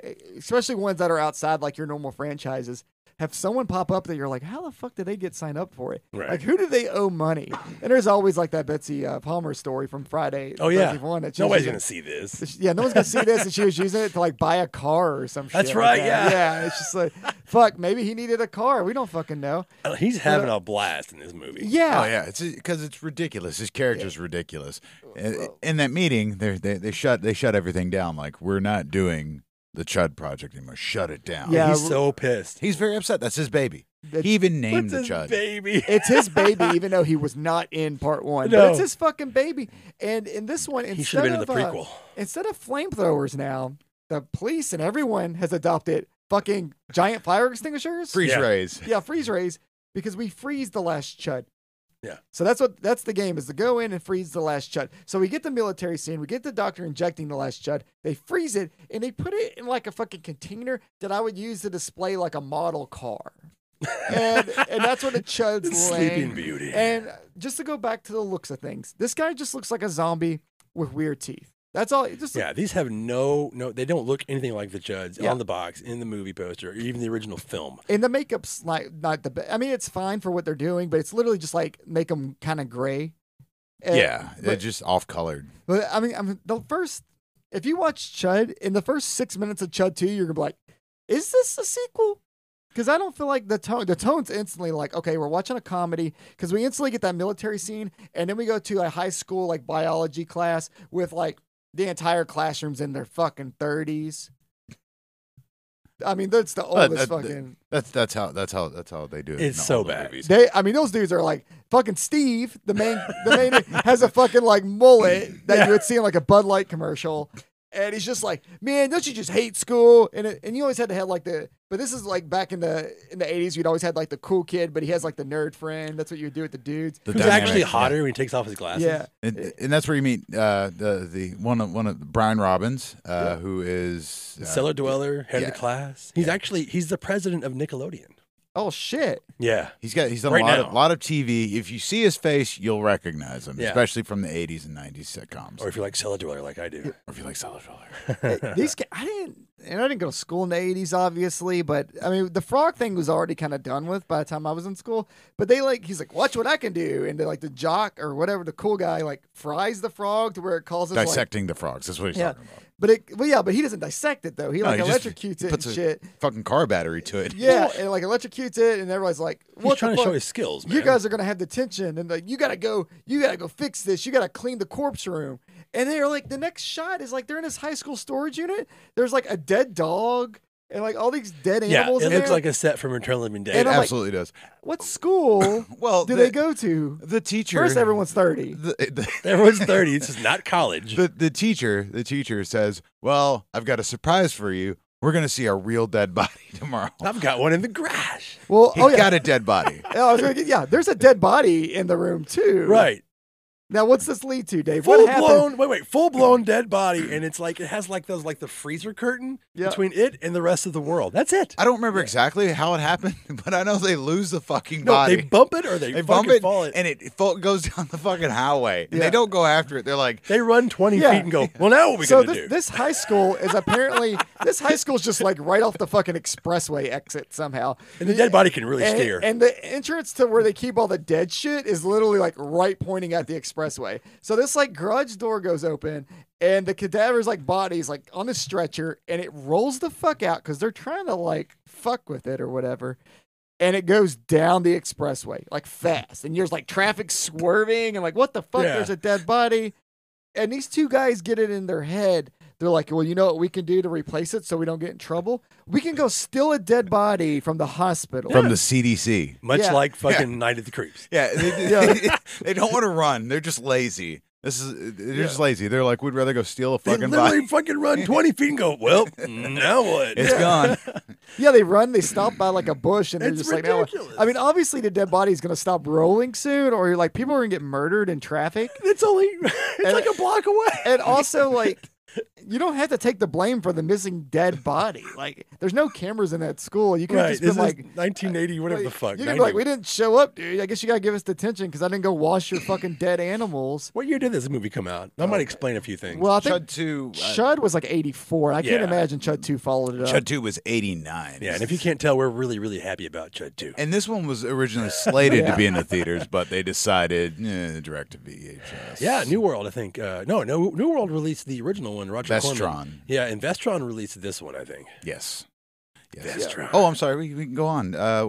Speaker 2: e- especially ones that are outside like your normal franchises, have someone pop up that you're like, how the fuck did they get signed up for it?
Speaker 1: Right.
Speaker 2: Like, who do they owe money? And there's always like that Betsy uh, Palmer story from Friday.
Speaker 1: Oh, yeah.
Speaker 2: 31 that she was
Speaker 1: Nobody's
Speaker 2: using-
Speaker 1: going to see this.
Speaker 2: yeah, no one's gonna see this, and she was using it to like buy a car or some shit.
Speaker 1: That's
Speaker 2: like
Speaker 1: right, yeah.
Speaker 2: that. yeah. It's just like, fuck, maybe he needed a car. We don't fucking know.
Speaker 1: Uh, He's having a blast in this movie.
Speaker 2: Yeah,
Speaker 3: Oh yeah, it's because it's ridiculous. His character's ridiculous.
Speaker 2: Oh,
Speaker 3: In, in that meeting, they they they shut they shut everything down. Like we're not doing the Chud project anymore. Shut it down.
Speaker 2: Yeah,
Speaker 1: He's
Speaker 2: r-
Speaker 1: so pissed.
Speaker 3: he's very upset. That's his baby.
Speaker 2: That's-
Speaker 3: he even
Speaker 1: What's
Speaker 3: named the
Speaker 1: his
Speaker 3: Chud.
Speaker 1: baby?
Speaker 2: it's his baby, even though he was not in part one.
Speaker 1: No.
Speaker 2: But it's his fucking baby. And in this one,
Speaker 1: He should have
Speaker 2: instead
Speaker 1: been in
Speaker 2: of
Speaker 1: the
Speaker 2: uh,
Speaker 1: prequel.
Speaker 2: instead of flamethrowers, now the police and everyone has adopted fucking giant fire extinguishers.
Speaker 3: Freeze
Speaker 1: Yeah.
Speaker 3: rays.
Speaker 2: <laughs> yeah, freeze rays because we freeze the last chud.
Speaker 1: Yeah.
Speaker 2: So that's what that's the game is to go in and freeze the last chud. So we get the military scene, we get the doctor injecting the last chud. They freeze it and they put it in like a fucking container that I would use to display like a
Speaker 1: <laughs>
Speaker 2: model car. and and that's where the chuds
Speaker 1: It's
Speaker 2: laying.
Speaker 1: Sleeping Beauty.
Speaker 2: And just to go back to the looks of things, this guy just looks like a zombie with weird teeth. That's all. it Just
Speaker 1: yeah, these have no, no, they don't look anything like the Judds
Speaker 2: Yeah.
Speaker 1: on the box, in the movie poster, or even the original film.
Speaker 2: And the makeup's like not the best. I mean, it's fine for what they're doing, but it's literally just like make them kind of gray. And-
Speaker 3: yeah, they're
Speaker 2: but-
Speaker 3: just off colored.
Speaker 2: But I mean, I mean, the first if you watch Chud in the first six minutes of Chud two, you're gonna be like, "Is this a sequel?" Because I don't feel like the tone. The tone's instantly like, "Okay, we're watching a comedy." Because we instantly get that military scene, and then we go to a high school like biology class with like the entire classrooms in their fucking thirties. I mean, that's the
Speaker 3: Uh,
Speaker 2: oldest
Speaker 3: uh, th-
Speaker 2: fucking.
Speaker 3: That's that's how that's how that's how they do it.
Speaker 1: It's
Speaker 3: in
Speaker 1: so
Speaker 3: all the
Speaker 1: bad.
Speaker 3: movies.
Speaker 2: They, I mean, those dudes are like fucking Steve, the main, the main has a fucking like mullet that you would see in like a Bud Light commercial, and he's just like, man, don't you just hate school? And it, and you always had to have like the, but this is like back in the in the eighties, you'd always had like the cool kid, but he has like the nerd friend. That's what you would do with the dudes.
Speaker 3: The
Speaker 1: Who's
Speaker 3: dynamic,
Speaker 1: actually
Speaker 3: yeah.
Speaker 1: hotter when he takes off his glasses?
Speaker 2: Yeah,
Speaker 1: Eh.
Speaker 3: And, and that's where you meet uh, the the one of one of Brian Robbins, uh, who is uh,
Speaker 1: Cellar dweller, head of
Speaker 3: Yeah.
Speaker 1: the class. He's actually he's the president of Nickelodeon.
Speaker 2: Oh shit!
Speaker 1: Yeah.
Speaker 3: He's got he's done
Speaker 1: Right
Speaker 3: a lot
Speaker 1: now.
Speaker 3: of, lot of TV. If you see his face, you'll recognize him,
Speaker 1: Yeah.
Speaker 3: especially from the 80s and 90s sitcoms.
Speaker 1: Or
Speaker 3: Or,
Speaker 1: if you like cellar dweller like I do.
Speaker 3: if you like Solid
Speaker 1: <laughs>
Speaker 3: Roller.
Speaker 2: These ca- I didn't, and I didn't go to school in the eighties, obviously. But I mean, the frog thing was already kind of done with by the time I was in school. But they like, he's like, watch what I can do, and they, like the jock or whatever, the cool guy, like fries the frog to where it causes like
Speaker 3: Dissecting the frogs. That's what he's
Speaker 2: Yeah.
Speaker 3: talking about.
Speaker 2: But it, well, yeah, but he doesn't dissect it though. He
Speaker 3: No,
Speaker 2: like
Speaker 3: he just-
Speaker 2: electrocutes
Speaker 3: he
Speaker 2: it and
Speaker 3: puts a-
Speaker 2: shit.
Speaker 3: Fucking car battery to it.
Speaker 2: Yeah, and like electrocutes it, and everybody's like,
Speaker 1: He's
Speaker 2: "What
Speaker 1: trying
Speaker 2: the
Speaker 1: to
Speaker 2: fuck?
Speaker 1: show his skills, man.
Speaker 2: you guys are gonna have the tension, and like you gotta go, you gotta go fix this. You gotta clean the corpse room." And they're like, the next shot is like they're in this high school storage unit. There's like a dead dog and like all these dead
Speaker 1: yeah,
Speaker 2: animals.
Speaker 1: it
Speaker 2: in
Speaker 1: looks
Speaker 2: there.
Speaker 1: like a set from Return of the Living Dead.
Speaker 3: It
Speaker 2: And I'm like-
Speaker 3: absolutely does.
Speaker 2: what
Speaker 1: <laughs>
Speaker 2: school
Speaker 3: Well,
Speaker 2: do
Speaker 3: the,
Speaker 2: they go to?
Speaker 3: The teacher.
Speaker 2: First, everyone's thirty.
Speaker 3: The, eh, the,
Speaker 1: Everyone's 30. It's just not college.
Speaker 3: <laughs> the, the teacher the teacher says, "Well, I've got a surprise for you. We're gonna see a real dead body <laughs> tomorrow."
Speaker 1: I've got one in the garage.
Speaker 2: Well,
Speaker 3: He
Speaker 2: oh yeah,
Speaker 3: got a dead body.
Speaker 2: <laughs> Yeah, I was gonna get- yeah. There's a dead body in the room too.
Speaker 1: Right.
Speaker 2: now, what's this lead to, Dave?
Speaker 1: Full
Speaker 2: what happened?
Speaker 1: blown, wait, wait, full blown dead body. And it's like, it has like those, like the freezer curtain
Speaker 2: Yeah.
Speaker 1: between it and the rest of the world. That's it.
Speaker 3: I don't remember exactly how it happened, <laughs> but I know they lose the fucking
Speaker 1: No,
Speaker 3: body.
Speaker 1: they bump it or they,
Speaker 3: They
Speaker 1: fucking
Speaker 3: bump it,
Speaker 1: fall it.
Speaker 3: and it, it fo- goes <laughs> down the fucking highway. And
Speaker 2: Yeah.
Speaker 3: They don't go after it. They're like,
Speaker 1: They run 20
Speaker 2: Yeah.
Speaker 1: feet and go, well, now what we
Speaker 2: so
Speaker 1: going
Speaker 2: this,
Speaker 1: to do?
Speaker 2: this high school is apparently this high school is just like right off the fucking expressway exit somehow.
Speaker 1: and the dead body can really
Speaker 2: And,
Speaker 1: steer.
Speaker 2: and the entrance to where they keep all the dead shit is literally like right pointing at the expressway. So this like garage door goes open and the cadaver's like body's like on a stretcher and it rolls the fuck out because they're trying to like fuck with it or whatever. And it goes down the expressway like fast. And there's like traffic swerving and like, what the fuck?
Speaker 1: Yeah.
Speaker 2: There's a dead body. And these two guys get it in their head. They're like, well, you know what we can do to replace it so we don't get in trouble? We can go steal a dead body from the hospital.
Speaker 3: from the CDC.
Speaker 1: Much
Speaker 2: yeah.
Speaker 1: like fucking Night of the Creeps.
Speaker 3: Yeah,
Speaker 1: <laughs>
Speaker 3: they, <laughs> they, they don't want to run. They're just lazy. This is they're just lazy. They're like, we'd rather go steal a
Speaker 1: They
Speaker 3: fucking
Speaker 1: literally <laughs>
Speaker 3: body.
Speaker 1: fucking
Speaker 2: <laughs>
Speaker 1: run 20 feet and go, well, now what? <laughs>
Speaker 3: It's gone.
Speaker 2: Yeah, they run, they stop by like a bush, and they're
Speaker 1: It's
Speaker 2: just like, "Man,
Speaker 1: ridiculous.
Speaker 2: I mean, obviously the dead body is going to stop rolling soon, or you're like, people are going to get murdered in traffic.
Speaker 1: It's only, <laughs> it's
Speaker 2: And-
Speaker 1: like a block away.
Speaker 2: And also, like, you don't have to take the blame for the missing dead body. Like, there's no cameras in that school. You could have
Speaker 1: Right.
Speaker 2: just
Speaker 1: This
Speaker 2: been
Speaker 1: is
Speaker 2: like,
Speaker 1: 1980, whatever the fuck.
Speaker 2: You could be like,
Speaker 1: 90.
Speaker 2: we didn't show up, dude. I guess you got to give us detention because I didn't go wash your fucking dead animals.
Speaker 1: What year did this movie come out? I might explain a few things.
Speaker 2: Oh. Well, I
Speaker 3: Chud
Speaker 2: think
Speaker 3: two. Uh,
Speaker 2: Chud was like 84. I can't
Speaker 1: Yeah.
Speaker 2: imagine Chud 2 followed it up.
Speaker 3: Chud two was eighty nine.
Speaker 1: yeah, and if you can't tell, we're really, really happy about Chud 2.
Speaker 3: And this one was originally slated
Speaker 2: Yeah.
Speaker 3: to be in the theaters, but they decided eh, direct to VHS.
Speaker 1: Yeah, New World, I think. Uh, no, no, New World released the original one, Roger Corman.
Speaker 3: Vestron.
Speaker 1: Yeah, and Vestron released this one, I think.
Speaker 3: Yes. Yes.
Speaker 1: Vestron.
Speaker 3: Oh, I'm sorry. We, we can go on. Uh,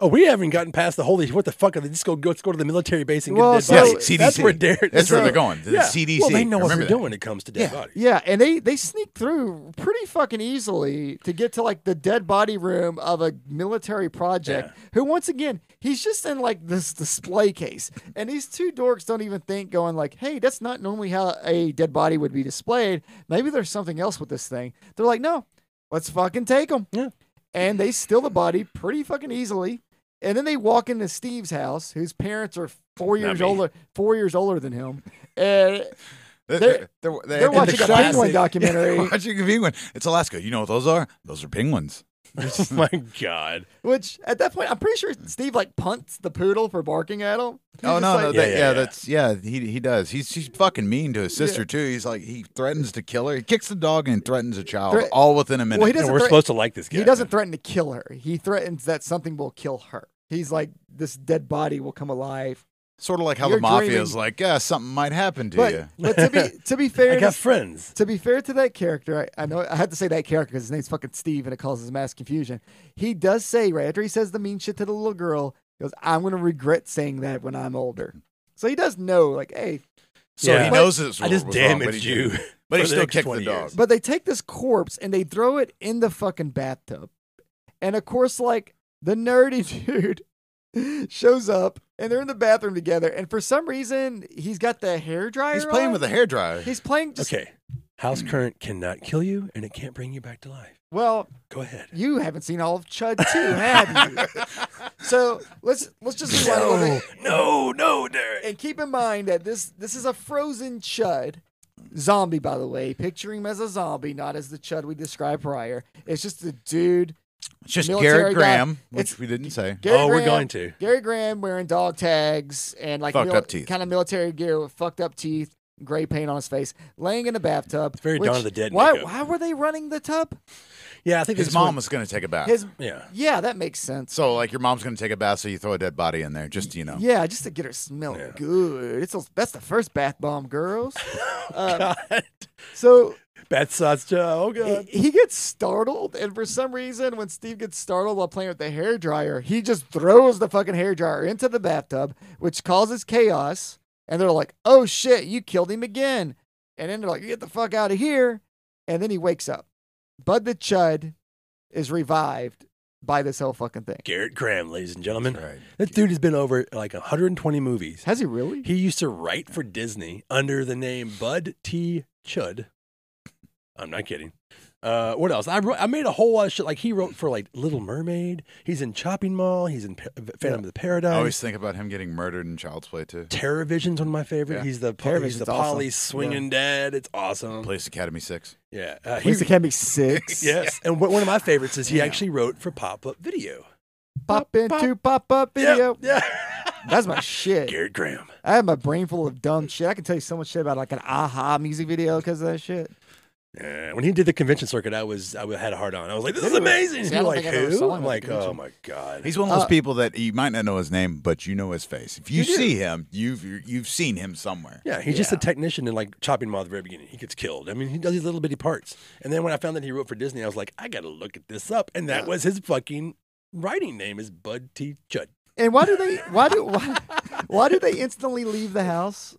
Speaker 1: Oh, we haven't gotten past the holy. What the fuck? Are they just go, go let's go to the military base and
Speaker 2: Well,
Speaker 1: get
Speaker 2: so-
Speaker 1: dead bodies.
Speaker 3: Yeah,
Speaker 1: That's
Speaker 3: CDC.
Speaker 1: where Darren.
Speaker 3: that's where
Speaker 1: so-
Speaker 3: they're going. To The
Speaker 1: yeah.
Speaker 3: CDC.
Speaker 1: Well, they know what
Speaker 3: Remember
Speaker 1: they're
Speaker 3: that.
Speaker 1: doing when it comes to dead
Speaker 2: <laughs>
Speaker 3: Yeah.
Speaker 1: bodies.
Speaker 2: Yeah, and they they sneak through pretty fucking easily to get to like the dead body room of a military project. Who once again, he's just in like this display case, and these two dorks don't even think going like, "Hey, that's not normally how a dead body would be displayed. Maybe there's something else with this thing." They're like, "No, let's fucking take them."
Speaker 1: Yeah.
Speaker 2: and they steal the body pretty fucking easily. And then they walk into Steve's house, whose parents are four years
Speaker 1: me.
Speaker 2: older, four years older than him, and
Speaker 1: <laughs>
Speaker 2: They're-
Speaker 3: They're, they're- they-
Speaker 2: they're
Speaker 3: and the
Speaker 2: watching a
Speaker 3: shots-
Speaker 2: penguin
Speaker 1: <laughs>
Speaker 2: documentary.
Speaker 3: They're <laughs> watching a penguin. It's Alaska. You know what those are? Those are penguins.
Speaker 1: oh my god.
Speaker 2: Which at that point, I'm pretty sure Steve like punts the poodle for barking at him. He's
Speaker 3: oh
Speaker 2: just
Speaker 3: no,
Speaker 2: like,
Speaker 1: Yeah,
Speaker 3: no, that,
Speaker 1: yeah,
Speaker 3: yeah,
Speaker 1: yeah.
Speaker 3: that's yeah. He he does. He's he's fucking mean to his sister too. He's like he threatens to kill her. He kicks the dog and threatens a child
Speaker 2: Thre-
Speaker 3: all within a minute.
Speaker 2: Well, he
Speaker 1: And
Speaker 2: doesn't.
Speaker 1: we're
Speaker 2: threat-
Speaker 1: supposed to like this guy.
Speaker 2: he doesn't threaten to kill her. He threatens that something will kill her. He's like, this dead body will come alive.
Speaker 3: sort of like how
Speaker 2: You're
Speaker 3: the mafia
Speaker 2: dreaming.
Speaker 3: is like, yeah, something might happen to you.
Speaker 2: But, but to be
Speaker 3: <laughs>
Speaker 2: to be fair,
Speaker 1: I
Speaker 2: to,
Speaker 1: got friends.
Speaker 2: to be fair to that character, I, I know I had to say that character because his name's fucking Steve, and it causes mass confusion. He does say right after he says the mean shit to the little girl, he goes, "I'm gonna regret saying that when I'm older." So he does know, like, hey,
Speaker 3: So
Speaker 1: Yeah.
Speaker 3: he knows it's
Speaker 1: I just
Speaker 3: was wrong, but
Speaker 1: damaged
Speaker 3: he
Speaker 1: you.
Speaker 3: didn't. But
Speaker 1: for
Speaker 3: he
Speaker 1: the
Speaker 3: still
Speaker 1: next
Speaker 3: kicked the
Speaker 1: 20
Speaker 3: dog.
Speaker 1: years.
Speaker 2: But they take this corpse and they throw it in the fucking bathtub. And of course, like the nerdy <laughs> dude shows up and they're in the bathroom together. And for some reason, he's got the hair dryer.
Speaker 3: He's playing
Speaker 2: on.
Speaker 3: with a hairdryer.
Speaker 2: He's playing just
Speaker 1: Okay. House
Speaker 3: Hmm.
Speaker 1: current cannot kill you, and it can't bring you back to life.
Speaker 2: well.
Speaker 1: Go ahead.
Speaker 2: You haven't seen all of Chud too, have you? so let's let's just rewind a little bit.
Speaker 1: No, no, Derek.
Speaker 2: and keep in mind that this this is a frozen chud zombie by the way picturing him as a zombie not as the chud we described prior it's just a dude
Speaker 3: It's just
Speaker 2: military
Speaker 3: Garrett
Speaker 2: guy.
Speaker 3: Graham, which
Speaker 2: It's-
Speaker 3: we didn't say.
Speaker 2: Gary
Speaker 1: oh, we're
Speaker 2: Graham-
Speaker 1: going to.
Speaker 2: Gary Graham wearing dog tags and like
Speaker 3: Fucked up teeth.
Speaker 2: kind of military gear with fucked up teeth, gray paint on his face, laying in a bathtub.
Speaker 1: It's very
Speaker 2: which-
Speaker 1: Dawn of the Dead
Speaker 2: Why?
Speaker 1: makeup.
Speaker 2: Why were they running the tub?
Speaker 1: Yeah, I think
Speaker 3: His
Speaker 1: it's one-
Speaker 3: mom was going to take a bath.
Speaker 2: His
Speaker 1: Yeah.
Speaker 2: yeah, that makes sense.
Speaker 3: so, like, your mom's going to take a bath, so you throw a dead body in there, just, you know.
Speaker 2: Yeah, just to get her smelling
Speaker 1: Yeah.
Speaker 2: good. It's a, that's the first bath
Speaker 1: <laughs>
Speaker 2: bomb, girls. Uh,
Speaker 1: God.
Speaker 2: so
Speaker 1: Bad sauce Joe. Oh
Speaker 2: he,
Speaker 1: god.
Speaker 2: he gets startled, and for some reason, when Steve gets startled while playing with the hair dryer, he just throws the fucking hair dryer into the bathtub, which causes chaos. And they're like, "Oh shit, you killed him again!" And then they're like, "Get the fuck out of here!" And then he wakes up. Bud the Chud is revived by this whole fucking thing.
Speaker 1: Garrett Graham, ladies and gentlemen.
Speaker 3: Right.
Speaker 1: That dude has been over like 120 movies.
Speaker 2: Has he really?
Speaker 1: He used to write for Disney under the name Bud T. Chud. I'm not kidding. Uh, what else? I wrote, I made a whole lot of shit. Like he wrote for like Little Mermaid. He's in Chopping Mall. He's in pa- Phantom of the
Speaker 3: I
Speaker 1: Paradise.
Speaker 3: always think about him getting murdered in Child's Play, too.
Speaker 1: Terrorvision's one of my favorite.
Speaker 3: Yeah.
Speaker 1: He's the po- he's the
Speaker 2: Terrorvision's awesome.
Speaker 1: poly swinging dad. It's awesome.
Speaker 3: Police Academy 6.
Speaker 1: Yeah, uh, he,
Speaker 2: Police
Speaker 1: <laughs>
Speaker 2: Academy Six.
Speaker 1: yes. And one one of my favorites is he actually wrote for Pop Up Video.
Speaker 2: Pop into pop up
Speaker 1: Yep,
Speaker 2: video.
Speaker 1: Yeah.
Speaker 2: That's my shit.
Speaker 1: Garrett Graham.
Speaker 2: I have my brain full of dumb shit. I can tell you so much shit about like an aha music video because of that shit.
Speaker 1: Yeah, when he did the convention circuit, I was I had a hard on. I was like, "This is
Speaker 2: Really?
Speaker 1: amazing."
Speaker 2: See,
Speaker 1: You're
Speaker 2: I don't
Speaker 1: like,
Speaker 2: think I've ever saw
Speaker 1: "Who?"
Speaker 2: him at
Speaker 1: I'm
Speaker 2: the
Speaker 1: like, "Oh
Speaker 2: convention.
Speaker 1: my god."
Speaker 3: He's one of those
Speaker 2: Uh,
Speaker 3: people that you might not know his name, but you know his face. If you
Speaker 1: You do.
Speaker 3: see him, you've you've seen him somewhere.
Speaker 1: Yeah, he's just a
Speaker 2: Yeah.
Speaker 1: technician and like chopping him off at the very beginning. He gets killed. I mean, he does these little bitty parts. And then when I found that he wrote for Disney, I was like, I gotta look at this up. And that was his fucking writing name is Bud T. Chud.
Speaker 2: And why do they? Why do? Why, why do they instantly leave the house?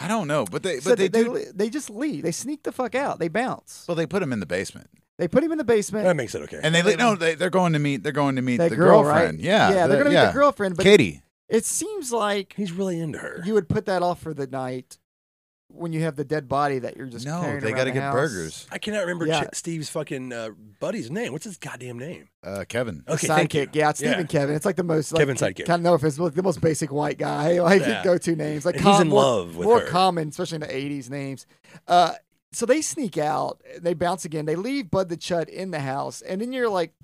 Speaker 3: I don't know, but they
Speaker 2: So
Speaker 3: but they,
Speaker 2: they
Speaker 3: do.
Speaker 2: li- they just leave. They sneak the fuck out. They bounce.
Speaker 3: Well, they put him in the basement,
Speaker 2: They put him in the basement.
Speaker 1: That makes it okay.
Speaker 3: and they li- no, they they're going to meet they're going to meet
Speaker 2: that
Speaker 3: the
Speaker 2: girl,
Speaker 3: girlfriend.
Speaker 2: right?
Speaker 3: Yeah,
Speaker 2: yeah.
Speaker 3: the-
Speaker 2: They're gonna
Speaker 3: yeah.
Speaker 2: meet the girlfriend, but
Speaker 3: Katie.
Speaker 2: it seems like
Speaker 1: he's really into her.
Speaker 2: you would put that off for the night when you have the dead body that you're just
Speaker 3: no,
Speaker 2: carrying
Speaker 3: they
Speaker 2: around
Speaker 3: gotta
Speaker 2: the
Speaker 3: get
Speaker 2: house.
Speaker 3: burgers.
Speaker 1: I cannot remember
Speaker 2: Yeah.
Speaker 1: Ch- Steve's fucking uh, buddy's name. What's his goddamn name?
Speaker 3: Uh, Kevin.
Speaker 2: The
Speaker 1: Okay, thank you.
Speaker 2: sidekick. Yeah, it's Steve and Kevin. It's like the most like,
Speaker 1: Kevin sidekick.
Speaker 2: Kind of know if it's like the most basic white guy like
Speaker 1: Yeah.
Speaker 2: go-to names. Like
Speaker 1: And he's
Speaker 2: com-
Speaker 1: in
Speaker 2: more-
Speaker 1: love with
Speaker 2: more
Speaker 1: her.
Speaker 2: common, especially in the '80s names. Uh, so they sneak out, they bounce again, they leave Bud the Chud in the house, and then you're like,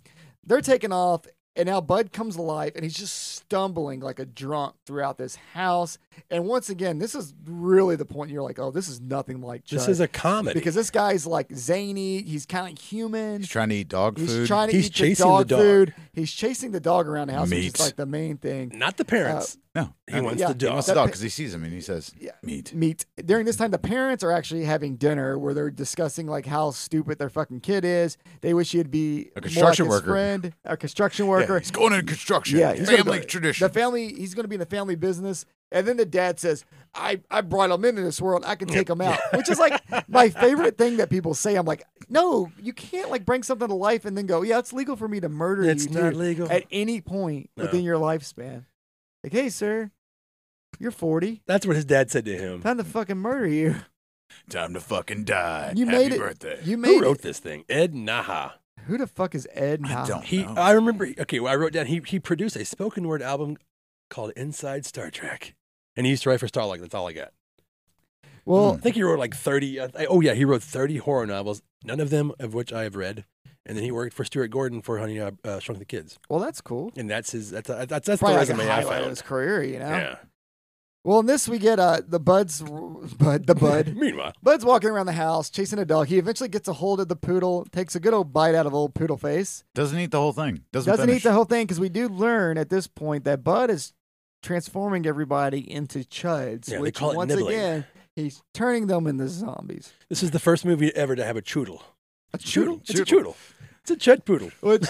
Speaker 2: they're taking off, and now Bud comes alive, and he's just stumbling like a drunk throughout this house. And once again, this is really the point you're like, oh, this is nothing like Chud.
Speaker 1: This is a comedy.
Speaker 2: because this guy's like zany, he's kind of human.
Speaker 3: He's trying to eat dog
Speaker 2: He's
Speaker 3: food.
Speaker 2: trying to
Speaker 1: He's
Speaker 2: eat
Speaker 1: chasing
Speaker 2: the,
Speaker 1: the
Speaker 2: dog
Speaker 1: dog.
Speaker 2: food. He's chasing the dog around the house, which
Speaker 3: Meat.
Speaker 2: is like the main thing.
Speaker 1: not the parents.
Speaker 3: no,
Speaker 1: he wants
Speaker 2: uh, yeah,
Speaker 1: the
Speaker 2: he
Speaker 1: dog.
Speaker 3: wants
Speaker 2: that
Speaker 3: the dog
Speaker 2: pa-
Speaker 3: because he sees him and he says,
Speaker 2: Yeah.
Speaker 3: "Meat."
Speaker 2: Meet during this time, the parents are actually having dinner where they're discussing like how stupid their fucking kid is. They wish he'd be
Speaker 3: A
Speaker 2: more
Speaker 3: construction
Speaker 2: like his
Speaker 3: worker.
Speaker 2: friend, a construction
Speaker 3: Yeah,
Speaker 2: worker.
Speaker 3: he's going into construction.
Speaker 2: Yeah, he's gonna
Speaker 3: family
Speaker 2: be-
Speaker 3: tradition.
Speaker 2: The family, he's going to be in the family business. And then the dad says, I, I brought him into this world. I can take him out, which is
Speaker 3: <laughs>
Speaker 2: like my favorite thing that people say. I'm like, no, you can't like bring something to life and then go, yeah, it's legal for me to murder
Speaker 1: It's
Speaker 2: you.
Speaker 1: not
Speaker 2: dude,
Speaker 1: legal.
Speaker 2: At any point
Speaker 1: No.
Speaker 2: within your lifespan. Like, hey, sir, you're 40.
Speaker 1: That's what his dad said to him.
Speaker 2: Time to fucking murder
Speaker 1: <laughs>
Speaker 2: you.
Speaker 3: Time to fucking die.
Speaker 2: You
Speaker 3: Happy
Speaker 2: made it.
Speaker 3: birthday.
Speaker 2: You made
Speaker 1: Who
Speaker 2: it.
Speaker 1: wrote this thing? Ed Naha.
Speaker 2: Who the fuck is Ed?
Speaker 3: I
Speaker 2: Nah.
Speaker 3: don't-
Speaker 1: He,
Speaker 3: No.
Speaker 1: I remember. Okay, well, I wrote down. He he produced a spoken word album called Inside Star Trek, and he used to write for Starlight. That's all I got.
Speaker 2: Well,
Speaker 1: I think he wrote like thirty. Uh, oh yeah, he wrote thirty horror novels, none of them of which I have read. And then he worked for Stuart Gordon for Honey I uh, Shrunk the Kids,
Speaker 2: well, that's cool.
Speaker 1: and that's his. That's uh, that's, that's the
Speaker 2: Probably like a
Speaker 1: resume I
Speaker 2: highlight of his
Speaker 1: found.
Speaker 2: career, you know.
Speaker 1: Yeah.
Speaker 2: Well, in this we get uh the buds, bud, the bud.
Speaker 1: <laughs> Meanwhile,
Speaker 2: Bud's walking around the house chasing a dog. He eventually gets a hold of the poodle, takes a good old bite out of old poodle face.
Speaker 3: Doesn't eat the whole thing. Doesn't,
Speaker 2: Doesn't
Speaker 3: finish.
Speaker 2: eat the whole thing because we do learn at this point that Bud is transforming everybody into chuds,
Speaker 1: Yeah, they
Speaker 2: which
Speaker 1: call it
Speaker 2: once
Speaker 1: nibbling.
Speaker 2: again he's turning them into zombies.
Speaker 1: this is the first movie ever to have a choodle.
Speaker 2: A
Speaker 1: It's a choodle. It's a chud poodle.
Speaker 2: Which,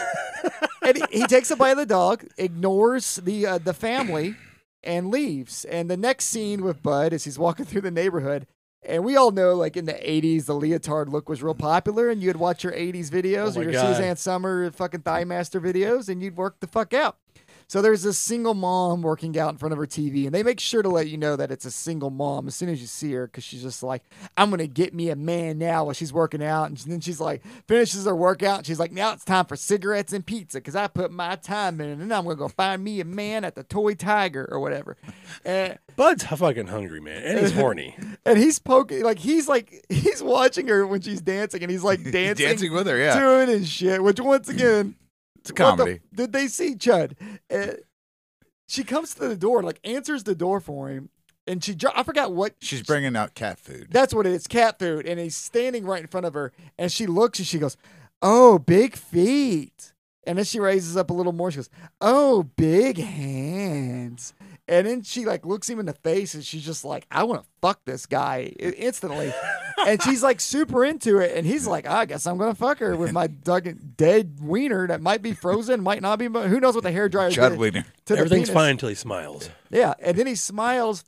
Speaker 2: and he, he takes a bite of the dog, ignores the uh, the family, and leaves. And the next scene with Bud is he's walking through the neighborhood. And we all know, like in the '80s, the leotard look was real popular, and you'd watch your '80s videos
Speaker 1: Oh
Speaker 2: or
Speaker 1: my
Speaker 2: your
Speaker 1: God.
Speaker 2: Suzanne Summer fucking Thigh Master videos, and you'd work the fuck out. So there's this single mom working out in front of her TV, and they make sure to let you know that it's a single mom as soon as you see her, because she's just like, "I'm gonna get me a man now." While she's working out, and then she's like, finishes her workout, and she's like, "Now it's time for cigarettes and pizza, because I put my time in, and then I'm gonna go find me a man at the Toy Tiger or whatever." <laughs> And,
Speaker 1: Bud's fucking hungry, man, and he's horny.
Speaker 2: and he's poking, like he's like he's watching her when she's dancing, and he's like
Speaker 3: He's
Speaker 2: dancing,
Speaker 3: dancing with her. Yeah.
Speaker 2: to it and shit. Which once again,
Speaker 3: It's a
Speaker 2: What the
Speaker 3: comedy.
Speaker 2: f- did they see Chud? Uh, she comes to the door, like answers the door for him, and she dro- I forgot what
Speaker 3: She's bringing out cat food.
Speaker 2: that's what it is, cat food, and he's standing right in front of her, and she looks and she goes, "Oh, big feet." And then she raises up a little more. She goes, "Oh, big hands." And then she like looks him in the face, and she's just like, "I want to fuck this guy i- instantly." and she's like super into it, and he's like, "I guess I'm gonna fuck her with my dug- dead wiener that might be frozen, might not be, but who knows what the hair dryer
Speaker 3: Chud Wiener.
Speaker 2: to the
Speaker 1: Everything's
Speaker 2: penis.
Speaker 1: fine until he smiles.
Speaker 2: Yeah, and then he smiles,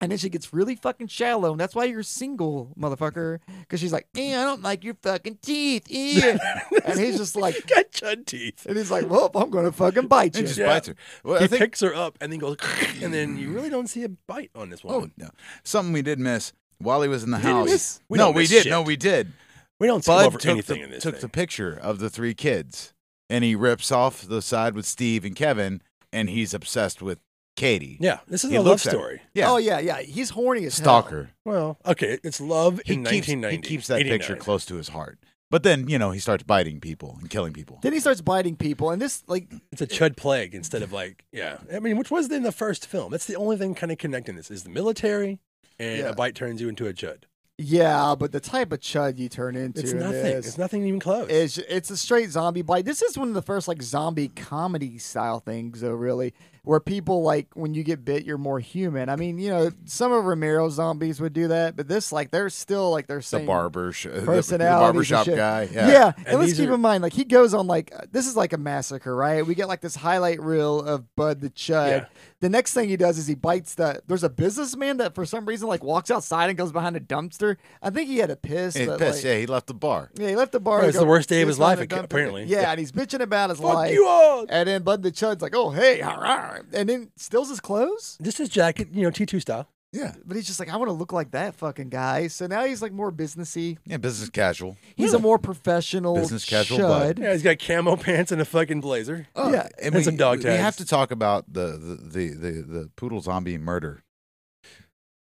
Speaker 2: and then she gets really fucking shallow, and that's why you're single, motherfucker. Because she's like, eh, I don't like your fucking teeth, eh. and he's just
Speaker 1: <laughs>
Speaker 2: like,
Speaker 1: Got chud teeth.
Speaker 2: and he's like, well, I'm gonna fucking bite
Speaker 3: He
Speaker 2: you.
Speaker 3: just
Speaker 1: Yeah.
Speaker 3: bites her. Well,
Speaker 1: He
Speaker 3: I think
Speaker 1: picks her up and then goes, and then you really don't see a bite on this one.
Speaker 3: oh, no. something we did miss while he was in the
Speaker 1: we
Speaker 3: house.
Speaker 1: miss- we
Speaker 3: no,
Speaker 1: don't
Speaker 3: we
Speaker 1: miss
Speaker 3: did.
Speaker 1: shit.
Speaker 3: No, we did.
Speaker 1: we don't skim
Speaker 3: Bud
Speaker 1: over
Speaker 3: took,
Speaker 1: anything in
Speaker 3: the,
Speaker 1: this.
Speaker 3: took the
Speaker 1: thing.
Speaker 3: picture of the three kids, and he rips off the side with Steve and Kevin, and he's obsessed with Katie.
Speaker 1: yeah, this is
Speaker 3: He
Speaker 1: a love
Speaker 3: looks at her.
Speaker 1: story.
Speaker 3: Yeah,
Speaker 2: Oh yeah, yeah. He's horny as hell.
Speaker 3: stalker.
Speaker 1: Well, okay, it's love
Speaker 3: He
Speaker 1: in
Speaker 3: keeps, he
Speaker 1: 1990.
Speaker 3: keeps that picture
Speaker 1: 89.
Speaker 3: close to his heart. But then, you know, he starts biting people and killing people.
Speaker 2: Then he starts biting people, and this like
Speaker 1: It's a chud plague instead of like, yeah. I mean, which was in the first film. That's the only thing kind of connecting this is the military, and
Speaker 2: Yeah.
Speaker 1: a bite turns you into a chud.
Speaker 2: yeah, but the type of chud you turn into
Speaker 1: It's
Speaker 2: in
Speaker 1: nothing.
Speaker 2: this
Speaker 1: It's nothing even close.
Speaker 2: It's it's a straight zombie bite. This is one of the first like zombie comedy style things, though, really, where people like when you get bit, you're more human. I mean, you know, some of Romero's zombies would do that, but this like they're still like they're
Speaker 3: the
Speaker 2: same
Speaker 3: barber, sh- the, the
Speaker 2: personalities and
Speaker 3: barbershop
Speaker 2: shit.
Speaker 3: guy.
Speaker 2: Yeah,
Speaker 3: Yeah.
Speaker 2: and,
Speaker 1: And
Speaker 2: let's
Speaker 1: these
Speaker 2: keep
Speaker 1: are-
Speaker 2: in mind, like he goes on like uh, this is like a massacre, right? We get like this highlight reel of Bud the Chud.
Speaker 1: Yeah.
Speaker 2: The next thing he does is he bites the. There's a businessman that for some reason like walks outside and goes behind a dumpster. I think he had a piss.
Speaker 3: He
Speaker 2: but, like-
Speaker 3: pissed. yeah, he left the bar.
Speaker 2: yeah, he left the bar.
Speaker 1: Well,
Speaker 2: to
Speaker 1: it's
Speaker 2: go
Speaker 1: the worst day of
Speaker 2: piss
Speaker 1: his life,
Speaker 2: on the
Speaker 1: ac-
Speaker 2: dumpster.
Speaker 1: apparently.
Speaker 2: Yeah, and he's bitching about his
Speaker 1: Fuck
Speaker 2: life.
Speaker 1: you all.
Speaker 2: And then Bud the Chud's like, "Oh, hey, all right," and then steals his clothes.
Speaker 1: This is jacket, you know, T2 style.
Speaker 3: Yeah.
Speaker 2: But he's just like, "I want to look like that fucking guy." So now he's like more businessy.
Speaker 3: Yeah, business casual.
Speaker 2: He's a more professional
Speaker 3: Business casual
Speaker 2: Chud.
Speaker 3: Bud.
Speaker 1: Yeah, he's got camo <laughs> pants and a fucking blazer.
Speaker 3: Oh,
Speaker 2: Yeah,
Speaker 1: and some dog
Speaker 3: We have
Speaker 1: tags.
Speaker 3: to talk about the the the the, the poodle zombie murder.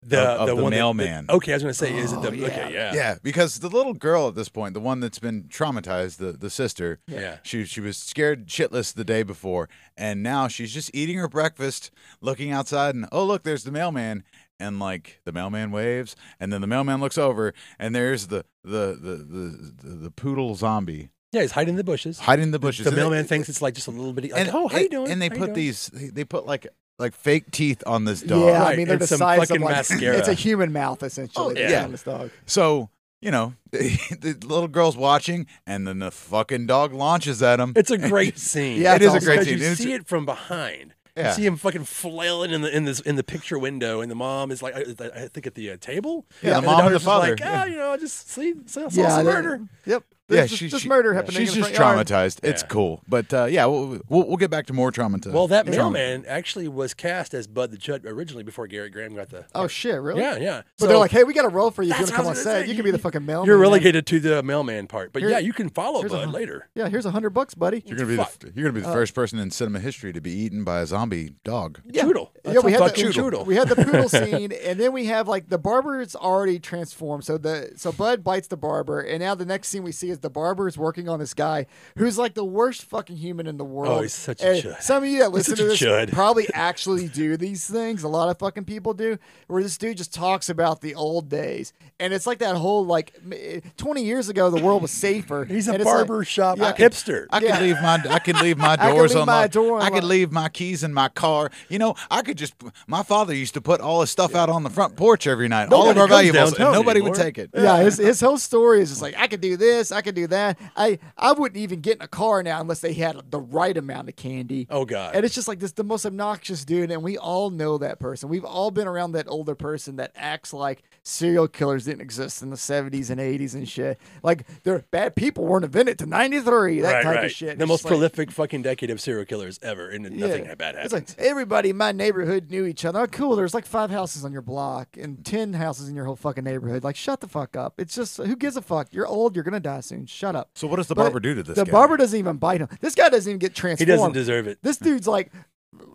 Speaker 1: The
Speaker 3: Of- of the
Speaker 1: one that-
Speaker 3: mailman.
Speaker 1: that- okay, I was gonna say, is it
Speaker 2: Oh,
Speaker 1: the
Speaker 2: yeah.
Speaker 1: okay? Yeah,
Speaker 3: Yeah, because the little girl at this point, the one that's been traumatized, the the sister,
Speaker 1: yeah.
Speaker 3: she she was scared shitless the day before, and now she's just eating her breakfast, looking outside, and oh look, there's the mailman, and like the mailman waves, and then the mailman looks over, and there's the the the the, the, the poodle zombie
Speaker 1: Yeah, he's hiding in the bushes.
Speaker 3: hiding in the bushes.
Speaker 1: The
Speaker 3: And they-
Speaker 1: mailman thinks it's like just a little bit. Like,
Speaker 3: and
Speaker 1: oh, how you
Speaker 3: and-
Speaker 1: doing?
Speaker 3: And they
Speaker 1: How you
Speaker 3: put
Speaker 1: doing?"
Speaker 3: these they, they put like like fake teeth on this dog.
Speaker 2: Yeah, I
Speaker 1: Right,
Speaker 2: mean they're
Speaker 1: and
Speaker 2: the
Speaker 1: some
Speaker 2: size of
Speaker 1: fucking
Speaker 2: like
Speaker 1: mascara.
Speaker 2: it's a human mouth essentially.
Speaker 3: Oh,
Speaker 2: that's
Speaker 1: yeah.
Speaker 2: on this dog.
Speaker 3: So, you know, <laughs> the little girl's watching, and then the fucking dog launches at him.
Speaker 1: It's a
Speaker 2: <laughs>
Speaker 1: great scene.
Speaker 2: Yeah, It it's is a
Speaker 3: awesome. great
Speaker 1: Because
Speaker 3: scene.
Speaker 1: You
Speaker 3: It's-
Speaker 1: see it from behind.
Speaker 3: Yeah.
Speaker 1: You see him fucking flailing in the in this in the picture window, and the mom is like, I, I think at the uh, table.
Speaker 3: Yeah, the
Speaker 1: and
Speaker 3: mom and
Speaker 1: daughter's
Speaker 3: the
Speaker 1: just
Speaker 3: father.
Speaker 1: Like, ah, you know, I just see, saw
Speaker 2: Yeah,
Speaker 1: some
Speaker 2: they-
Speaker 1: murder.
Speaker 2: Yep.
Speaker 3: yeah,
Speaker 2: There's just,
Speaker 3: she-
Speaker 2: just
Speaker 3: she-
Speaker 2: murder happening.
Speaker 3: She's
Speaker 2: in the
Speaker 3: just
Speaker 2: front yard.
Speaker 3: traumatized. It's
Speaker 1: Yeah.
Speaker 3: cool, but uh, yeah, we'll, we'll we'll get back to more traumatized.
Speaker 1: Well, that
Speaker 3: trauma.
Speaker 1: mailman actually was cast as Bud the Chud originally before Garrett Graham got the.
Speaker 2: Oh shit, really?
Speaker 1: Yeah, yeah.
Speaker 2: But
Speaker 1: So
Speaker 2: they're like, hey, we got a role for you. If you
Speaker 1: That's
Speaker 2: want to come
Speaker 1: what I
Speaker 2: on
Speaker 1: was
Speaker 2: set?
Speaker 1: gonna say.
Speaker 2: You can be the
Speaker 1: You-
Speaker 2: fucking mailman.
Speaker 1: you're relegated to the mailman part, but
Speaker 2: Here-
Speaker 1: yeah, you can follow
Speaker 2: here's a
Speaker 1: Bud
Speaker 2: hun-
Speaker 1: later.
Speaker 2: Yeah, here's a hundred bucks, buddy.
Speaker 3: you're gonna be the,
Speaker 1: fuck.
Speaker 3: you're gonna be the first person in cinema history to be eaten by a zombie dog.
Speaker 2: Yeah.
Speaker 1: Choodle.
Speaker 2: Yeah, we had, the,
Speaker 1: Fucking Choodle.
Speaker 2: we had the
Speaker 1: <laughs>
Speaker 2: poodle scene, and then we have like the barber's already transformed. So the so Bud bites the barber, and now the next scene we see is the barber is working on this guy who's like the worst fucking human in the world.
Speaker 1: Oh, he's such a
Speaker 2: And
Speaker 1: chud.
Speaker 2: Some of you that listen
Speaker 1: such
Speaker 2: to
Speaker 1: a
Speaker 2: this
Speaker 1: chud.
Speaker 2: probably actually do these things. A lot of fucking people do. Where this dude just talks about the old days, and it's like that whole like m- eh, twenty years ago the world was safer.
Speaker 1: He's a
Speaker 2: and it's like-
Speaker 1: barber shop
Speaker 2: Yeah.
Speaker 1: hipster.
Speaker 3: I could
Speaker 2: Yeah.
Speaker 3: leave my <laughs> I could leave my
Speaker 2: could
Speaker 3: doors
Speaker 2: leave my
Speaker 3: unlocked.
Speaker 2: door
Speaker 3: I could
Speaker 2: unlocked.
Speaker 3: leave my keys in my car. You know, I could just. My father used to put all his stuff out on the front porch every night. all of
Speaker 1: Nobody
Speaker 3: our
Speaker 1: comes
Speaker 3: valuables, and
Speaker 1: downtown
Speaker 3: nobody would
Speaker 1: anymore.
Speaker 3: take it.
Speaker 2: Yeah, his, his whole story is just like I could do this, I could do that. I I wouldn't even get in a car now unless they had the right amount of candy.
Speaker 1: Oh god.
Speaker 2: And it's just like this the most obnoxious dude, and we all know that person. We've all been around that older person that acts like serial killers didn't exist in the seventies and eighties and shit. Like they're bad people weren't invented to ninety three, that
Speaker 1: right,
Speaker 2: type
Speaker 1: right.
Speaker 2: of shit.
Speaker 1: The
Speaker 2: It's
Speaker 1: most
Speaker 2: just like-
Speaker 1: prolific fucking decade of serial killers ever, and nothing bad happened.
Speaker 2: it's like everybody in my neighborhood knew each other. Oh, cool. There's like five houses on your block and ten houses in your whole fucking neighborhood. Like, shut the fuck up. It's just who gives a fuck? You're old. You're gonna die soon. Shut up.
Speaker 3: So what does the
Speaker 2: But
Speaker 3: barber do to this?
Speaker 2: The
Speaker 3: guy?
Speaker 2: barber doesn't even bite him. This guy doesn't even get transformed.
Speaker 1: he doesn't deserve it.
Speaker 2: This dude's like,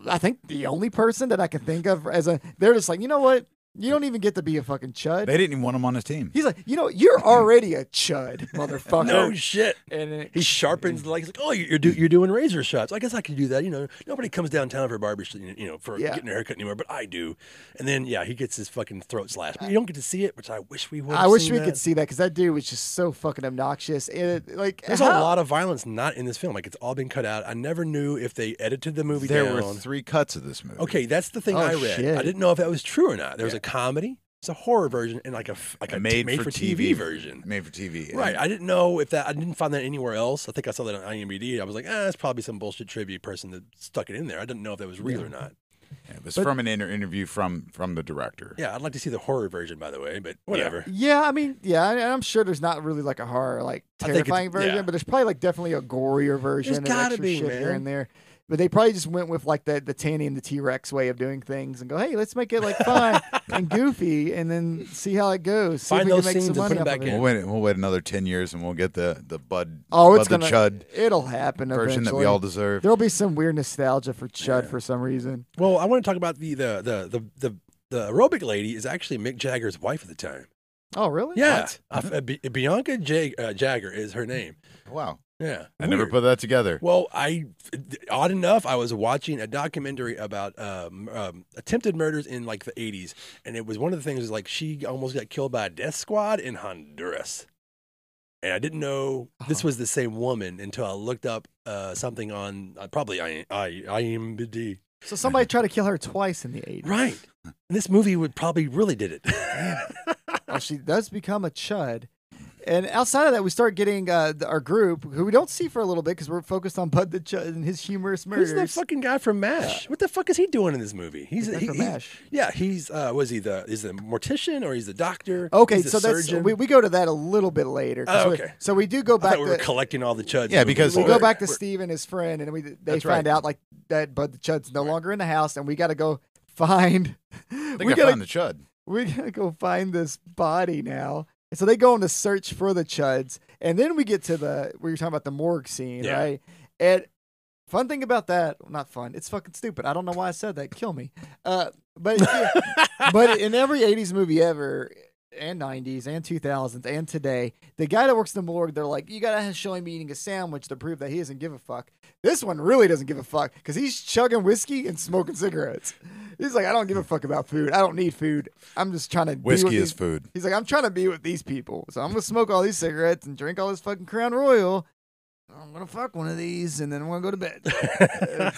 Speaker 2: I think the only person that I can think of as a. They're just like, you know what? You don't even get to be a fucking chud.
Speaker 3: They didn't even want him on his team.
Speaker 2: He's like, you know, you're already a chud, motherfucker.
Speaker 1: No shit.
Speaker 2: and it,
Speaker 1: He sharpens the legs. Like, oh, you're do, you're doing razor shots. I guess I can do that. You know, nobody comes downtown for a barber, sh- you know, for
Speaker 2: Yeah.
Speaker 1: getting a haircut anymore, but I do. And then yeah, he gets his fucking throat slashed. But you don't get to see it, which I wish we would.
Speaker 2: I wish we could see that because that dude was just so fucking obnoxious. And it, like,
Speaker 1: There's
Speaker 2: how-
Speaker 1: a lot of violence not in this film. Like it's all been cut out. I never knew if they edited the movie
Speaker 3: There
Speaker 1: down.
Speaker 3: were three cuts of this movie.
Speaker 1: okay, that's the thing
Speaker 2: Oh,
Speaker 1: I read.
Speaker 2: shit.
Speaker 1: I didn't know if that was true or not. There was a comedy, it's a horror version, and like a f- like a
Speaker 3: made,
Speaker 1: made
Speaker 3: for,
Speaker 1: TV,
Speaker 3: TV
Speaker 1: version.
Speaker 3: Made for TV.
Speaker 1: Right. I didn't know if that. I didn't find that anywhere else. I think I saw that on IMDb. I was like, ah, that's probably some bullshit trivia person that stuck it in there. I didn't know if that was real or not.
Speaker 3: And It was
Speaker 2: But-
Speaker 3: from an inter- interview from from the director.
Speaker 1: Yeah, I'd like to see the horror version, by the way. But whatever.
Speaker 2: Yeah, I mean, yeah, and I'm sure there's not really like a horror, like
Speaker 1: I think it's-
Speaker 2: terrifying version,
Speaker 1: yeah.
Speaker 2: but there's probably like definitely a gorier version. and
Speaker 1: gotta
Speaker 2: extra
Speaker 1: be,
Speaker 2: shit here
Speaker 1: man.
Speaker 2: and there. But they probably just went with like the the Tanny and the T Rex way of doing things, and go, hey, let's make it like
Speaker 1: <laughs>
Speaker 2: fun and goofy, and then see how it goes. See
Speaker 1: Find
Speaker 2: if we
Speaker 1: those
Speaker 2: can make
Speaker 1: scenes
Speaker 2: some
Speaker 1: and put
Speaker 2: money
Speaker 1: them
Speaker 2: off
Speaker 1: back
Speaker 2: of
Speaker 1: in.
Speaker 2: it.
Speaker 3: We'll wait. We'll wait another ten years, and we'll get the the Bud.
Speaker 2: Oh,
Speaker 3: Bud
Speaker 2: it's
Speaker 3: the
Speaker 2: gonna
Speaker 3: Chud
Speaker 2: it'll happen
Speaker 3: version that
Speaker 2: eventually.
Speaker 3: we all deserve.
Speaker 2: There'll be some weird nostalgia for Chud for some reason.
Speaker 1: Well, I want to talk about the the the the the, the aerobic lady is actually Mick Jagger's wife at the time.
Speaker 2: Oh, really?
Speaker 1: Yeah, Uh, uh, Bi- Bianca Jag- uh, Jagger is her name.
Speaker 3: Wow,
Speaker 1: Yeah,
Speaker 3: I never
Speaker 1: Weird.
Speaker 3: put that together.
Speaker 1: Well, I odd enough, I was watching a documentary about um, um, attempted murders in like the '80s, and it was one of the things was like she almost got killed by a death squad in Honduras, and I didn't know this
Speaker 2: Uh-huh.
Speaker 1: was the same woman until I looked up uh, something on uh, probably I I IMDb.
Speaker 2: So somebody tried to kill her twice in the 80s.
Speaker 1: Right, and this movie would probably really did it.
Speaker 2: Well, she does become a chud. And outside of that, we start getting uh, th- our group, who we don't see for a little bit because we're focused on Bud the Chud and his humorous
Speaker 1: <laughs>
Speaker 2: murders.
Speaker 1: Who's that fucking guy from Mash? What the fuck is he doing in this movie? He's
Speaker 2: The guy
Speaker 1: he-
Speaker 2: from
Speaker 1: he-
Speaker 2: MASH.
Speaker 1: Yeah, he's uh, was he the is the mortician or he's the doctor?
Speaker 2: Okay,
Speaker 1: He's the
Speaker 2: so that's
Speaker 1: surgeon?
Speaker 2: we, we go to that a little bit later. 'cause
Speaker 1: Oh,
Speaker 2: we-
Speaker 1: okay.
Speaker 2: so we do go
Speaker 1: I
Speaker 2: back.
Speaker 1: thought we were
Speaker 2: to,
Speaker 1: collecting all the chuds.
Speaker 3: Yeah,
Speaker 1: moving
Speaker 3: because-
Speaker 2: we
Speaker 1: forward.
Speaker 2: go back to
Speaker 1: We're-
Speaker 2: Steve and his friend, and we they
Speaker 3: That's
Speaker 2: find
Speaker 3: right.
Speaker 2: out like that Bud the Chud's no longer in the house, and we got to go find.
Speaker 3: I
Speaker 2: We
Speaker 3: think I
Speaker 2: gotta
Speaker 3: found the Chud.
Speaker 2: we gotta go find this body now. And so they go on the search for the chuds, and then we get to the we were talking about the morgue scene,
Speaker 1: Yeah.
Speaker 2: right? And fun thing about that, not fun. It's fucking stupid. I don't know why I said that. Kill me. Uh, but but in every '80s movie ever. And 90s and 2000s and today, the guy that works in the morgue, they're like, you gotta show him eating a sandwich to prove that he doesn't give a fuck. This one really doesn't give a fuck because he's chugging whiskey and smoking cigarettes. He's like, I don't give a fuck about food. I don't need food. I'm just trying to be with
Speaker 3: Whiskey is
Speaker 2: these-"
Speaker 3: food.
Speaker 2: He's like, I'm trying to be with these people, so I'm gonna smoke all these cigarettes and drink all this fucking Crown Royal. I'm gonna fuck one of these and then I'm gonna go to bed.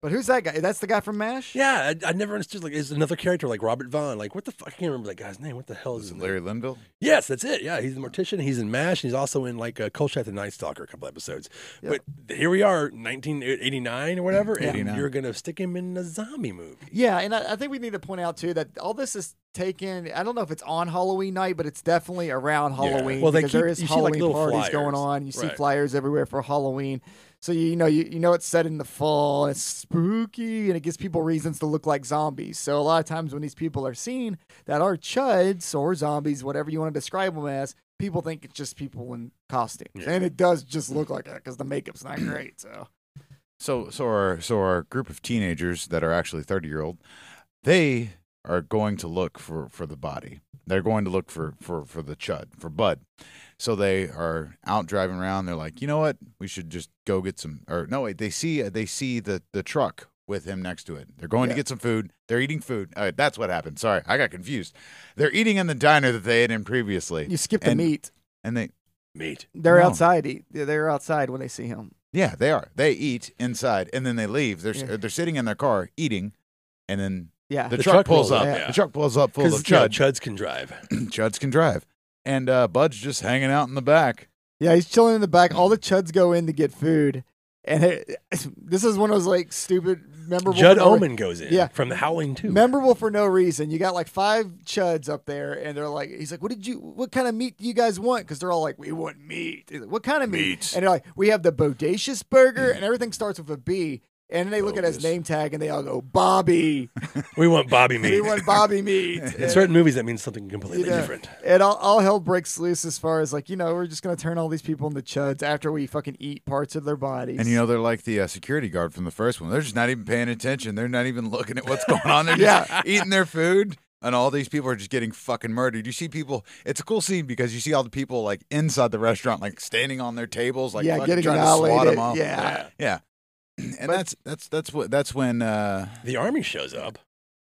Speaker 2: but who's that guy? That's the guy from
Speaker 1: <laughs>
Speaker 2: Mash.
Speaker 1: yeah, I, I never understood. Like, is another character like Robert Vaughn? Like, what the fuck? I can't remember that guy's name. What the hell is his
Speaker 3: Is it
Speaker 1: name?
Speaker 3: Larry Linville?
Speaker 1: Yes, that's it. Yeah, he's the mortician. He's in Mash. And he's also in like uh, Kolchak the Night Stalker, a couple episodes.
Speaker 2: Yeah.
Speaker 1: But here we are, 1989 or whatever, and
Speaker 3: 89.
Speaker 1: you're gonna stick him in a zombie movie.
Speaker 2: Yeah, and I, I think we need to point out too that all this is taken. I don't know if it's on Halloween night, but it's definitely around Halloween
Speaker 1: Well, they
Speaker 2: because
Speaker 1: keep-
Speaker 2: there is
Speaker 1: you see, like,
Speaker 2: Halloween
Speaker 1: little
Speaker 2: parties going
Speaker 1: flyers.
Speaker 2: on. You see
Speaker 1: Right.
Speaker 2: flyers everywhere for Halloween, so you, you know you, you know it's set in the fall. It's spooky, and it gives people reasons to look like zombies. So a lot of times when these people are seen that are chuds or zombies, whatever you want to describe them as, people think it's just people in costumes,
Speaker 1: Yeah.
Speaker 2: and it does just look like that because the makeup's not great. So
Speaker 3: So so our so our group of teenagers that are actually thirty year old, they are going to look for for the body. They're going to look for for for the chud for Bud. So they are out driving around. They're like, you know what? We should just go get some. Or no, wait. They see they see the the truck with him next to it. They're going
Speaker 2: Yeah.
Speaker 3: to get some food. They're eating food. All right, that's what happened. Sorry, I got confused. They're eating in the diner that they ate in previously,
Speaker 2: you skip the
Speaker 3: And-
Speaker 2: meat.
Speaker 3: and they
Speaker 1: Meat.
Speaker 2: They're
Speaker 3: No.
Speaker 2: outside. eat- They're outside when they see him.
Speaker 3: Yeah, they are. They eat inside and then they leave. They're
Speaker 2: Yeah.
Speaker 3: they're sitting in their car eating, and then
Speaker 2: Yeah.
Speaker 3: the,
Speaker 1: The
Speaker 3: truck,
Speaker 1: truck
Speaker 3: pulls
Speaker 1: rolls
Speaker 3: up.
Speaker 1: up, yeah.
Speaker 3: The truck pulls up full
Speaker 1: Because
Speaker 3: of Chud.
Speaker 1: chuds can drive.
Speaker 3: Chuds can drive, and uh, Bud's just hanging out in the back.
Speaker 2: Yeah, he's chilling in the back. All the chuds go in to get food, and it, <laughs> this is one of those like stupid, memorable.
Speaker 1: Judd
Speaker 2: for no re-
Speaker 1: Omen goes in.
Speaker 2: Yeah.
Speaker 1: from the Howling Two.
Speaker 2: Memorable for no reason. You got like five chuds up there, and they're like, "He's like, what did you? What kind of meat do you guys want?" Because they're all like, "We want meat." He's like, what kind of meat?
Speaker 3: Meat.
Speaker 2: And they're like, "We have the bodacious burger," and everything starts with a B. And they look at his
Speaker 3: Bogus.
Speaker 2: name tag, and they all go, "Bobby."
Speaker 1: We want Bobby
Speaker 2: <laughs> we
Speaker 1: meat.
Speaker 2: want
Speaker 3: <laughs>
Speaker 2: Bobby
Speaker 1: in
Speaker 2: meat. And-
Speaker 1: certain movies, that means something completely
Speaker 2: Yeah.
Speaker 1: different.
Speaker 2: And all, all hell breaks loose as far as like, you know, we're just going to turn all these people into chuds after we fucking eat parts of their bodies.
Speaker 3: And you know they're like the uh,
Speaker 2: <laughs>
Speaker 3: security <laughs> guard from the first one. They're just not even paying attention. They're not even looking at what's going on. They're just eating their food. and all these people are just getting fucking murdered. You see people. It's a cool scene because you see all the people like inside the restaurant, like standing on their tables, like
Speaker 2: yeah,
Speaker 3: fucking
Speaker 2: getting
Speaker 3: trying to swat
Speaker 2: annihilated.
Speaker 3: them all.
Speaker 2: yeah.
Speaker 3: yeah.
Speaker 2: But-
Speaker 3: And that's that's that's what that's when uh
Speaker 1: The army shows up.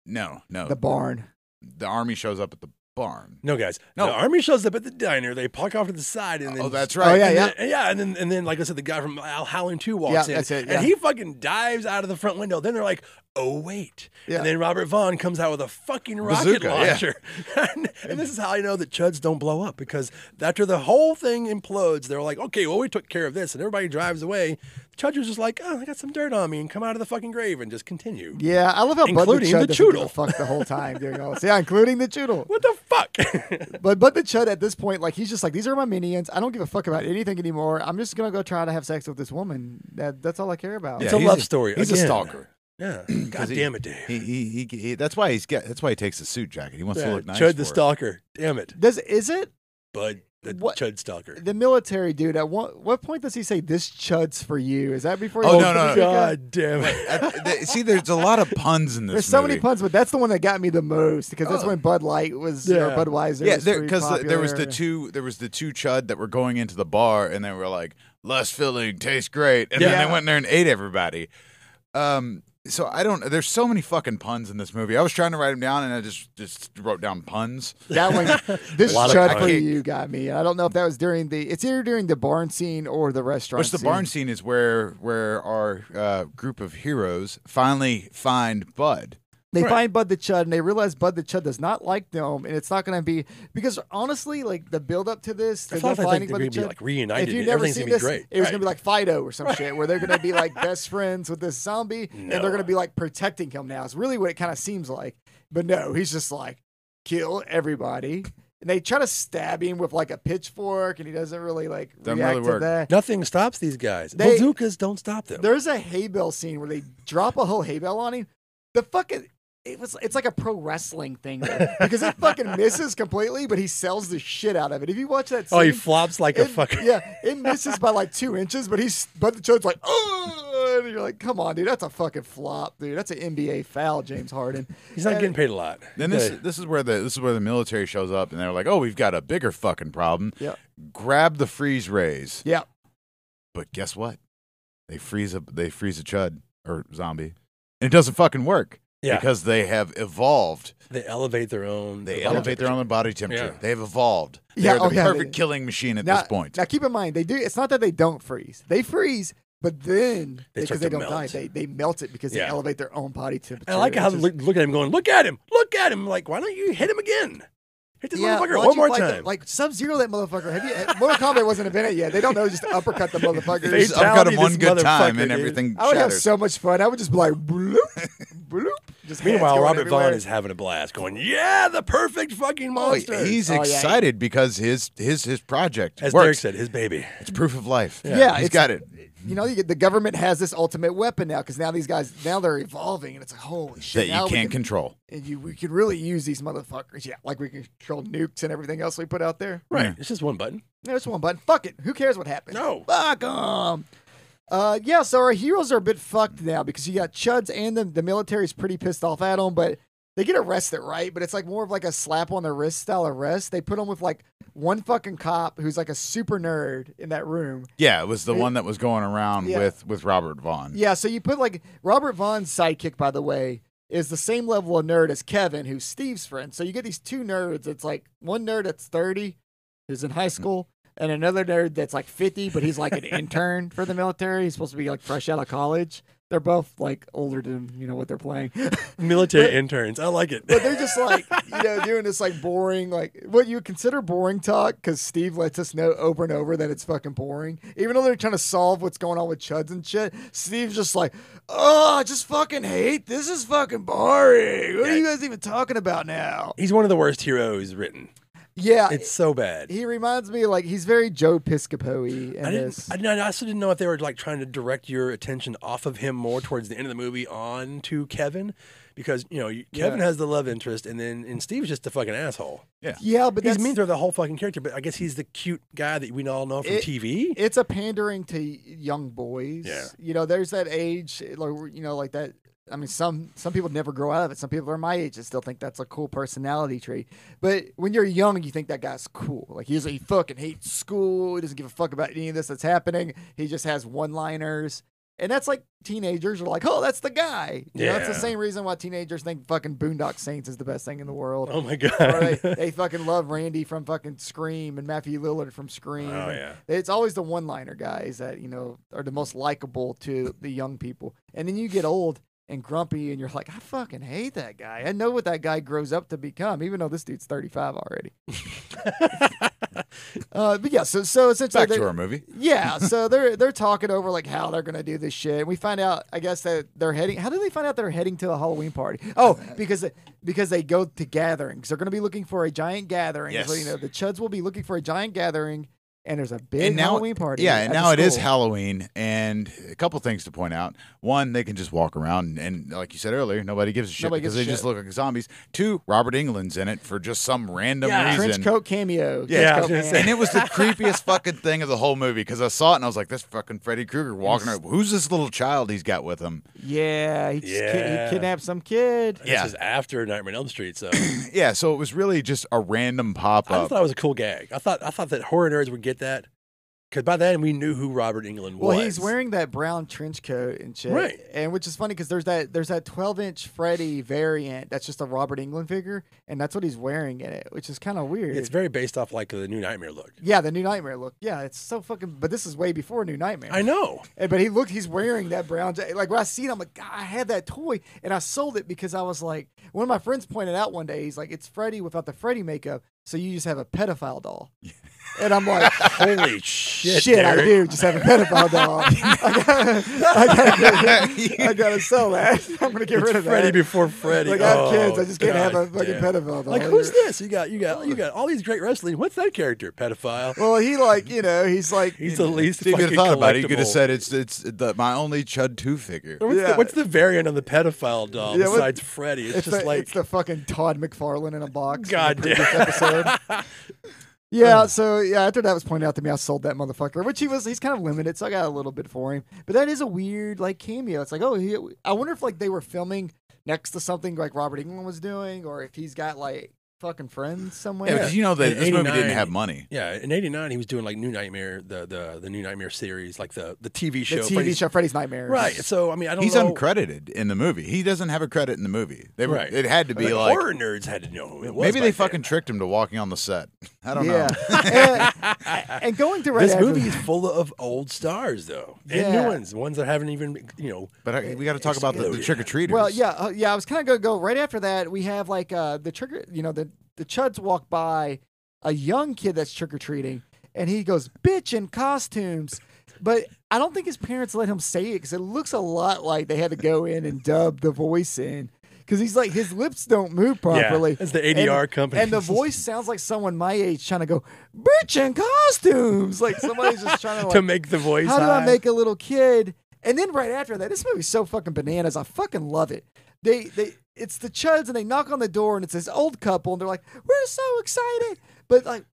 Speaker 3: no no
Speaker 2: the barn.
Speaker 3: the army shows up at the barn.
Speaker 1: No, guys.
Speaker 3: No.
Speaker 1: The army shows up at the diner. They park off to the side, and then
Speaker 3: oh, that's
Speaker 2: Oh
Speaker 3: right.
Speaker 2: yeah,
Speaker 1: and
Speaker 2: yeah.
Speaker 1: Then, yeah, and then and then like I said, the guy from Al Howling Two walks
Speaker 2: Yeah,
Speaker 1: in,
Speaker 2: that's it, yeah.
Speaker 1: and he fucking dives out of the front window. Then they're like, "Oh wait!"
Speaker 2: Yeah.
Speaker 1: And then Robert Vaughn comes out with a fucking rocket
Speaker 3: Bazooka, yeah.
Speaker 1: launcher, <laughs> and, and this is how I know that chuds don't blow up because after the whole thing implodes, they're like, "Okay, well we took care of this," and everybody drives away. Chud was just like, "Oh, I got some dirt on me," and come out of the fucking grave and just continue.
Speaker 2: Yeah, I love how Bud the
Speaker 1: Including
Speaker 2: Chud
Speaker 1: the
Speaker 2: doesn't give a
Speaker 1: Choodle.
Speaker 2: fuck the whole time during all this. <laughs> Yeah, including the Choodle.
Speaker 1: What the fuck? <laughs>
Speaker 2: But Bud the Chud at this point, like he's just like, these are my minions. I don't give a fuck about anything anymore. I'm just gonna go try to have sex with this woman. That that's all I care about.
Speaker 1: It's
Speaker 3: Yeah,
Speaker 1: a
Speaker 3: he's
Speaker 1: love
Speaker 3: a-
Speaker 1: story.
Speaker 3: he's a
Speaker 1: again.
Speaker 3: stalker.
Speaker 1: Yeah. God
Speaker 3: he-
Speaker 1: damn it, Dave.
Speaker 3: He, he, he, he- that's why he's get, that's why he takes the suit jacket. He wants
Speaker 1: Yeah,
Speaker 3: to look nice.
Speaker 1: Chud the
Speaker 3: for it.
Speaker 1: stalker. Damn it,
Speaker 2: Does is it
Speaker 1: bud. The
Speaker 2: What-
Speaker 1: Chud stalker.
Speaker 2: the military dude? At what what point does he say this Chud's for you? Is that before? he
Speaker 3: Oh,
Speaker 2: goes to
Speaker 3: no,
Speaker 2: the
Speaker 3: no, no.
Speaker 2: Zika?
Speaker 1: God damn
Speaker 3: <laughs>
Speaker 1: it.
Speaker 3: Uh, th- See, there's a lot of puns in this.
Speaker 2: There's so many
Speaker 3: movie.
Speaker 2: puns, but that's the one that got me the most because that's
Speaker 3: Oh.
Speaker 2: when Bud Light was or
Speaker 1: Yeah.
Speaker 2: Budweiser.
Speaker 3: yeah,
Speaker 2: was
Speaker 3: there,
Speaker 2: pretty
Speaker 3: because there was the
Speaker 2: popular.
Speaker 3: two there was the two chud that were going into the bar and they were like less filling, tastes great, and then
Speaker 1: Yeah.
Speaker 3: they went in there and ate everybody. Um, so I don't. There's so many fucking puns in this movie. I was trying to write them down and I just just wrote down puns.
Speaker 2: That
Speaker 3: <laughs>
Speaker 2: one, this
Speaker 1: A lot of
Speaker 2: Chud
Speaker 1: puns.
Speaker 2: for you got me. I don't know if that was during the. It's either during the barn scene or the restaurant.
Speaker 3: Which the
Speaker 2: scene.
Speaker 3: barn scene is where where our uh, group of heroes finally find Bud.
Speaker 2: They
Speaker 1: Right.
Speaker 2: find Bud the Chud and they realize Bud the Chud does not like them, and it's not going to be because honestly, like the build up to this,
Speaker 1: I thought
Speaker 2: they're
Speaker 1: like they're
Speaker 2: finding Bud the
Speaker 1: gonna be
Speaker 2: Chud.
Speaker 1: like reunited.
Speaker 2: if you
Speaker 1: and
Speaker 2: never
Speaker 1: everything's
Speaker 2: seen
Speaker 1: gonna
Speaker 2: this,
Speaker 1: be great.
Speaker 2: it was going to be like Fido or some shit, where they're going to
Speaker 1: <laughs>
Speaker 2: be like best friends with this zombie, and they're
Speaker 1: No.
Speaker 2: going to be like protecting him now. It's really what it kind of seems like, but no, he's just like kill everybody, and they try to stab him with like a pitchfork, and he doesn't really like
Speaker 3: Doesn't
Speaker 2: react
Speaker 3: really
Speaker 2: to
Speaker 3: work.
Speaker 2: that.
Speaker 1: nothing stops these guys.
Speaker 2: They-
Speaker 1: Bazookas don't stop them.
Speaker 2: There's a hay bale scene where they drop a whole hay bale on him. The fucking it was it's like a pro wrestling thing though,
Speaker 1: <laughs>
Speaker 2: because it fucking misses completely, but he sells the shit out of it. If you watch that scene,
Speaker 1: Oh, he flops like a
Speaker 2: it,
Speaker 1: fucker.
Speaker 2: yeah, it misses by like two inches, but he's but the chud's like, oh, and you're like, come on, dude, that's a fucking flop, dude. That's an NBA foul, James Harden.
Speaker 1: <laughs> He's not
Speaker 2: And-
Speaker 1: getting paid a lot.
Speaker 3: Then this
Speaker 1: Yeah.
Speaker 3: this is where the this is where the military shows up and they're like, oh, we've got a bigger fucking problem.
Speaker 2: Yeah.
Speaker 3: Grab the freeze rays.
Speaker 2: Yeah,
Speaker 3: But guess what? They freeze a they freeze a chud or zombie, and it doesn't fucking work
Speaker 1: yeah,
Speaker 3: because they have evolved.
Speaker 1: they elevate their own.
Speaker 3: They
Speaker 1: body
Speaker 3: elevate their own body temperature.
Speaker 1: Yeah.
Speaker 3: They have evolved. They
Speaker 2: Yeah,
Speaker 3: are the
Speaker 2: oh, yeah, they
Speaker 3: perfect
Speaker 2: do.
Speaker 3: killing machine at
Speaker 2: now,
Speaker 3: this point.
Speaker 2: Now keep in mind, they do. It's not that they don't freeze; they freeze. But then,
Speaker 1: They
Speaker 2: because
Speaker 1: start
Speaker 2: they
Speaker 1: to
Speaker 2: don't die,
Speaker 1: melt.
Speaker 2: they, they melt it because they
Speaker 1: Yeah.
Speaker 2: elevate their own body temperature.
Speaker 1: temperature. I like how
Speaker 2: It's
Speaker 1: they
Speaker 2: just-
Speaker 1: look, look at him going, look at him, look at him. Like, why don't you hit him again? Hit this
Speaker 2: Yeah,
Speaker 1: motherfucker
Speaker 2: why don't
Speaker 1: one
Speaker 2: you
Speaker 1: more
Speaker 2: fight the-
Speaker 1: time.
Speaker 2: like Sub Zero, that motherfucker. Have you? uh, Mortal Kombat wasn't invented yet. They don't know. Just to uppercut the motherfucker.
Speaker 1: They
Speaker 3: Just- I've got
Speaker 1: fatality
Speaker 3: him one
Speaker 1: this
Speaker 3: good time
Speaker 1: motherfucker,
Speaker 3: and
Speaker 1: dude.
Speaker 3: everything
Speaker 2: I would have
Speaker 3: shatters.
Speaker 2: so much fun. I would just be like bloop, bloop. Just hands
Speaker 1: Meanwhile,
Speaker 2: going
Speaker 1: Robert Vaughn
Speaker 2: everywhere.
Speaker 1: is having a blast, going, yeah, the perfect fucking
Speaker 3: Oh,
Speaker 1: monster.
Speaker 3: he's
Speaker 2: Oh, yeah.
Speaker 3: excited because his his his project
Speaker 1: As Derek
Speaker 3: works.
Speaker 1: said, his baby.
Speaker 3: It's proof of life.
Speaker 2: Yeah. Yeah,
Speaker 3: he's
Speaker 2: it's-
Speaker 3: got it.
Speaker 2: You know, you get, the government has this ultimate weapon now because now these guys now they're evolving, and it's like holy shit.
Speaker 3: That you
Speaker 2: now we can,
Speaker 3: can't control.
Speaker 2: and you we can really use these motherfuckers. Yeah, like we can control nukes and everything else we put out there.
Speaker 1: Right. It's just one button.
Speaker 2: There's one button. Fuck it. Who cares what happens?
Speaker 1: No.
Speaker 2: Fuck 'em. Uh, yeah, so our heroes are a bit fucked now because you got Chuds and the, the military's pretty pissed off at them, but they get arrested, right? But it's like more of like a slap on the wrist style arrest. They put them with like one fucking cop who's like a super nerd in that room.
Speaker 3: Yeah, it was the one that was going around
Speaker 2: Yeah.
Speaker 3: with with Robert Vaughn.
Speaker 2: Yeah, so you put like Robert Vaughn's sidekick, by the way, is the same level of nerd as Kevin, who's Steve's friend. So you get these two nerds. It's like one nerd that's 30, who's in high school, and another nerd that's like 50, but he's like an intern for the military. He's supposed to be like fresh out of college. They're both like older than you know what they're playing. <laughs>
Speaker 1: Military interns. I like it.
Speaker 2: But they're just like, you know, doing this like boring, like what you would consider boring talk because Steve lets us know over and over that it's fucking boring. Even though they're trying to solve what's going on with Chuds and shit, Steve's just like, oh, I just fucking hate. This is fucking boring. What are
Speaker 1: Yeah.
Speaker 2: you guys even talking about now?
Speaker 1: he's one of the worst heroes written.
Speaker 2: Yeah.
Speaker 1: It's so bad.
Speaker 2: he reminds me like he's very Joe Piscopo y in
Speaker 1: I didn't.
Speaker 2: this.
Speaker 1: I, didn't- I also didn't know if they were like trying to direct your attention off of him more towards the end of the movie on to Kevin, because you know you- Kevin has the love interest, and then and Steve's just a fucking asshole.
Speaker 2: yeah, but
Speaker 1: he's
Speaker 2: that's,
Speaker 1: mean throughout the whole fucking character, but I guess he's the cute guy that we all know from
Speaker 2: It- <laughs>
Speaker 1: TV.
Speaker 2: it's a pandering to young boys.
Speaker 1: Yeah.
Speaker 2: You know, there's that age, eh, like you know, like that I mean, some some people never grow out of it. Some people are my age and still think that's a cool personality trait. But when you're young, you think that guy's cool. Like he's he fucking hates school. He doesn't give a fuck about any of this that's happening. He just has one-liners, and that's like teenagers are like, oh, that's the guy. You know, it's the
Speaker 1: Yeah.
Speaker 2: same reason why teenagers think fucking Boondock Saints is the best thing in the world.
Speaker 1: Oh my god. <laughs>
Speaker 2: Or they, they fucking love Randy from fucking Scream and Matthew Lillard from Scream.
Speaker 1: Oh,
Speaker 2: and
Speaker 1: yeah.
Speaker 2: It's always the one-liner guys that, you know, are the most likable to the young people. And then you get old and grumpy and you're like, I fucking hate that guy. I know what that guy grows up to become, even though this dude's
Speaker 1: <laughs>
Speaker 2: 35 already. uh, but yeah, so, so essentially...
Speaker 3: Back
Speaker 2: they-
Speaker 3: to our movie.
Speaker 2: yeah, so they're they're talking over like how they're gonna do this shit. And we find out, I guess that they're heading. How do they find out they're heading to a Halloween party?
Speaker 3: <laughs>
Speaker 2: Oh, because because they go to gatherings. They're gonna be looking for a giant gathering. So you
Speaker 3: Yes.
Speaker 2: know the Chuds will be looking for a giant gathering, and there's a big
Speaker 3: and now,
Speaker 2: Halloween party.
Speaker 3: Yeah,
Speaker 2: at
Speaker 3: and
Speaker 2: the
Speaker 3: now it is
Speaker 2: school.
Speaker 3: Halloween, and a couple things to point out. One, they can just walk around, and, and like you said earlier, nobody gives a shit
Speaker 2: Nobody
Speaker 3: because
Speaker 2: gives a
Speaker 3: they just
Speaker 2: shit.
Speaker 3: look like zombies. Two, Robert England's in it for just some random
Speaker 1: Yeah.
Speaker 3: reason.
Speaker 2: trench coat cameo.
Speaker 1: Yeah, I was
Speaker 2: trench coat
Speaker 1: gonna say.
Speaker 2: man.
Speaker 3: And it
Speaker 2: <laughs>
Speaker 3: was the creepiest fucking thing of the whole movie because I saw it and I was like, "This fucking Freddy Krueger walking around. Who's this little child he's got with him?"
Speaker 2: yeah, he, just ki-
Speaker 1: Yeah.
Speaker 2: he kidnapped some kid.
Speaker 1: This
Speaker 3: Yeah.
Speaker 1: is after Nightmare on Elm Street,
Speaker 2: <coughs>
Speaker 1: so
Speaker 3: Yeah, so it was really just a random pop
Speaker 1: I just
Speaker 3: up.
Speaker 1: thought it was a cool gag. I thought I thought that horror nerds would get that because by then we knew who Robert England was.
Speaker 2: Well, he's wearing that brown trench coat and shit,
Speaker 1: Right.
Speaker 2: And which is funny because there's that there's that 12 inch Freddy variant that's just a Robert England figure, and that's what he's wearing in it, which is kind of weird.
Speaker 1: It's very based off like the New Nightmare look.
Speaker 2: yeah, the New Nightmare look. Yeah, it's so fucking. But this is way before New Nightmare.
Speaker 1: I know.
Speaker 2: And- but he looked, he's wearing that brown jacket. Like when I see it, I'm like, God, I had that toy and I sold it because I was like, one of my friends pointed out one day, he's like, it's Freddy without the Freddy makeup. So you just have a pedophile
Speaker 1: <laughs>
Speaker 2: doll. And I'm like, <laughs>
Speaker 1: Holy shit!
Speaker 2: shit, I
Speaker 1: Derek.
Speaker 2: do just have a pedophile doll.
Speaker 1: <laughs>
Speaker 2: I gotta, I gotta, I gotta sell that. <laughs> I'm gonna get
Speaker 1: It's
Speaker 2: rid of
Speaker 1: Freddy
Speaker 2: that.
Speaker 1: before Freddy.
Speaker 2: Like I have
Speaker 1: Oh,
Speaker 2: kids, I just can't have a
Speaker 1: God
Speaker 2: fucking
Speaker 1: damn.
Speaker 2: pedophile doll.
Speaker 1: Like who's this? You got you got you got all these great wrestling. What's that character? Pedophile.
Speaker 2: Well, he like you know he's like
Speaker 1: He's the least
Speaker 3: See, if you
Speaker 1: fucking
Speaker 3: could have thought about it, you
Speaker 1: collectible.
Speaker 3: could have said it's it's the, my only Chud Two figure.
Speaker 1: What's,
Speaker 2: Yeah.
Speaker 1: the, what's the variant on the pedophile doll
Speaker 2: Yeah, what-
Speaker 1: besides Freddy? It's,
Speaker 2: it's,
Speaker 1: just
Speaker 2: the,
Speaker 1: like
Speaker 2: it's the fucking Todd McFarlane in a box.
Speaker 1: God damn. <laughs>
Speaker 2: Yeah, so yeah, after that was pointed out to me, I sold that motherfucker, which he was he's kind of limited, so I got a little bit for him. But that is a weird like cameo. It's like, oh, he, I wonder if like they were filming next to something like Robert England was doing, or if he's got like fucking friends somewhere.
Speaker 3: Yeah, because you know that
Speaker 1: In
Speaker 3: this movie
Speaker 1: 89
Speaker 3: didn't have money.
Speaker 1: Yeah, in '89 he was doing like New Nightmare, the the the New Nightmare series, like the the TV
Speaker 2: the
Speaker 1: show.
Speaker 2: TV
Speaker 1: Freddy's-
Speaker 2: show Freddy's Nightmares.
Speaker 1: Right. So I mean, I don't
Speaker 3: He's
Speaker 1: know.
Speaker 3: uncredited in the movie. He doesn't have a credit in the movie. They were,
Speaker 1: Right.
Speaker 3: It had to
Speaker 1: Like,
Speaker 3: be like
Speaker 1: horror nerds had to know who it was.
Speaker 3: maybe
Speaker 1: by
Speaker 3: they
Speaker 1: then.
Speaker 3: fucking tricked him to walking on the set. <laughs> I don't
Speaker 2: yeah.
Speaker 3: know.
Speaker 2: <laughs>
Speaker 1: <laughs>
Speaker 2: and, and going to right
Speaker 1: This
Speaker 2: after-
Speaker 1: movie is full of old stars though, and
Speaker 2: Yeah.
Speaker 1: new ones, ones that haven't even you know.
Speaker 3: But I, we got to talk about the, the
Speaker 1: Exploded.
Speaker 3: trick or treaters.
Speaker 2: Well, yeah, uh, yeah. I was kind of gonna go right after that. We have like uh, the trigger, you know, the the chuds walk by a young kid that's trick or treating, and he goes bitch in costumes. But I don't think his parents let him say it because it looks a lot like they had to go in and dub the voice in because he's like his lips don't move properly.
Speaker 1: it's the ADR
Speaker 2: and,
Speaker 1: company.
Speaker 2: and the voice sounds like someone my age trying to go bitch in costumes, like somebody's just
Speaker 1: <laughs>
Speaker 2: trying to like
Speaker 1: to make the voice.
Speaker 2: how do I
Speaker 1: high.
Speaker 2: make a little kid? And then right after that, this movie's so fucking bananas. I fucking love it. They they it's the chuds and they knock on the door and it's this old couple and they're like, We're so excited. But like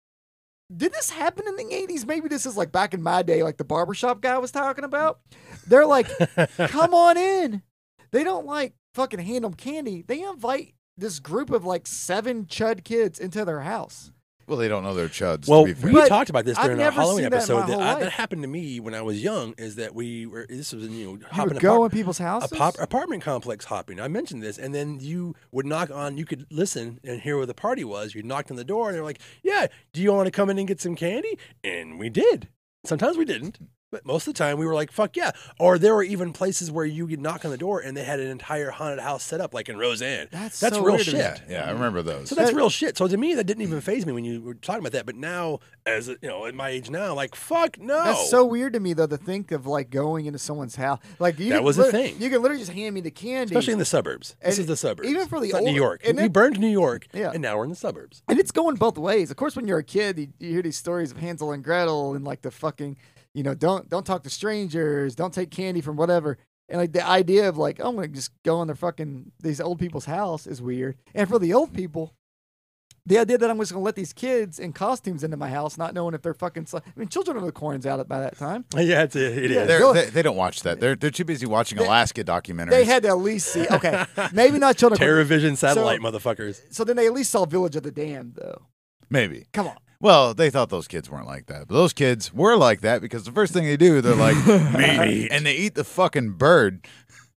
Speaker 2: did this happen in the eighties? Maybe this is like back in my day, like the barbershop guy was talking about. They're like,
Speaker 1: <laughs>
Speaker 2: Come on in. They don't like fucking hand them candy. They invite this group of like seven chud kids into their house.
Speaker 3: Well, they don't know they're chuds.
Speaker 1: Well,
Speaker 3: to be fair.
Speaker 1: we
Speaker 2: But
Speaker 1: talked about this
Speaker 2: I've
Speaker 1: during our
Speaker 2: never
Speaker 1: Halloween
Speaker 2: seen that in my
Speaker 1: episode.
Speaker 2: whole
Speaker 1: I-
Speaker 2: life.
Speaker 1: that happened to me when I was young. Is that we were? This was you know
Speaker 2: You
Speaker 1: hopping
Speaker 2: would
Speaker 1: apart-
Speaker 2: go in people's
Speaker 1: a
Speaker 2: houses.
Speaker 1: pop, apartment complex hopping. I mentioned this, and then you would knock on. You could listen and hear where the party was. You knocked on the door, and they're like, "Yeah, do you want to come in and get some candy?" And we did. Sometimes we didn't, but most of the time we were like, "Fuck yeah!" Or there were even places where you could knock on the door, and they had an entire haunted house set up, like in Roseanne.
Speaker 2: That's
Speaker 1: that's
Speaker 2: so
Speaker 1: real
Speaker 2: weird to me.
Speaker 1: shit.
Speaker 3: yeah, I remember those.
Speaker 1: So that's real shit. So to me, that didn't even phase me when you were talking about that. But now, as you know, at my age now, like fuck no.
Speaker 2: That's so weird to me though to think of like going into someone's house. Like you
Speaker 1: That
Speaker 2: can
Speaker 1: was a
Speaker 2: lit-
Speaker 1: thing.
Speaker 2: You can literally just hand me the candy,
Speaker 1: Especially in the suburbs. This
Speaker 2: And
Speaker 1: is the suburbs.
Speaker 2: even for the
Speaker 1: It's not
Speaker 2: old-
Speaker 1: New York.
Speaker 2: and
Speaker 1: we
Speaker 2: it-
Speaker 1: burned New York,
Speaker 2: Yeah.
Speaker 1: and now we're in the suburbs.
Speaker 2: and it's going both ways. Of course, when you're a kid, you, you hear these stories of Hansel and Gretel and like the fucking, you know, don't don't talk to strangers, don't take candy from whatever. And like the idea of like, oh, I'm gonna just go in their fucking these old people's house is weird. And for the old people, the idea that I'm just going to let these kids in costumes into my house, not knowing if they're fucking. Sl- I mean, children are the corns out by that time.
Speaker 1: yeah, it's, it is.
Speaker 2: <laughs> Yeah.
Speaker 3: They're, they, they don't watch that. They're they're too busy watching Alaska documentaries.
Speaker 2: They had to at least see.
Speaker 1: <laughs>
Speaker 2: Okay, maybe not
Speaker 1: <laughs>
Speaker 2: children.
Speaker 1: Terrorvision satellite motherfuckers.
Speaker 2: So then they at least saw Village of the Damned, though.
Speaker 3: Maybe.
Speaker 2: Come on.
Speaker 3: Well, they thought those kids weren't like that, but those kids were like that because the first thing they do,
Speaker 1: <laughs>
Speaker 3: they're like meat, and they eat the fucking bird,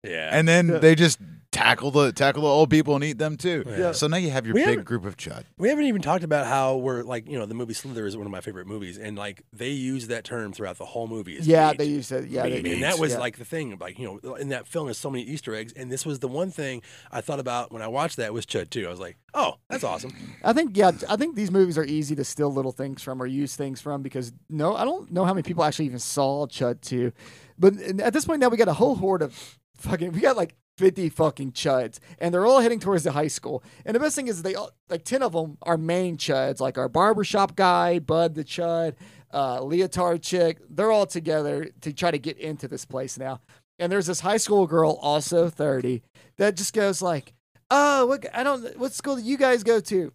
Speaker 1: Yeah.
Speaker 3: and then they just tackle the tackle the old people and eat them too.
Speaker 1: Yeah.
Speaker 3: So now you have your
Speaker 1: We
Speaker 3: big
Speaker 1: haven't-
Speaker 3: group of chud.
Speaker 1: we haven't even talked about how we're like, you know, the movie Slither is one of my favorite movies, and like they use that term throughout the whole movie. is
Speaker 2: Yeah,
Speaker 1: meat.
Speaker 2: they used to. Yeah, they,
Speaker 1: Maybe. And that was
Speaker 2: yeah.
Speaker 1: like the thing, like you know, in that film, there's so many Easter eggs, and this was the one thing I thought about when I watched that was Chud too. I was like, oh, that's awesome.
Speaker 2: I think yeah, I think these movies are easy to steal little things from or use things from because no, I don't know how many people actually even saw Chud Two, but and at this point now we got a whole horde of fucking we got like fifty fucking Chuds and they're all heading towards the high school and the best thing is they all like ten of them are main Chuds like our barbershop guy Bud the Chud, uh, leotard chick they're all together to try to get into this place now and there's this high school girl also thirty that just goes like. Oh, what, I don't. What school do you guys go to?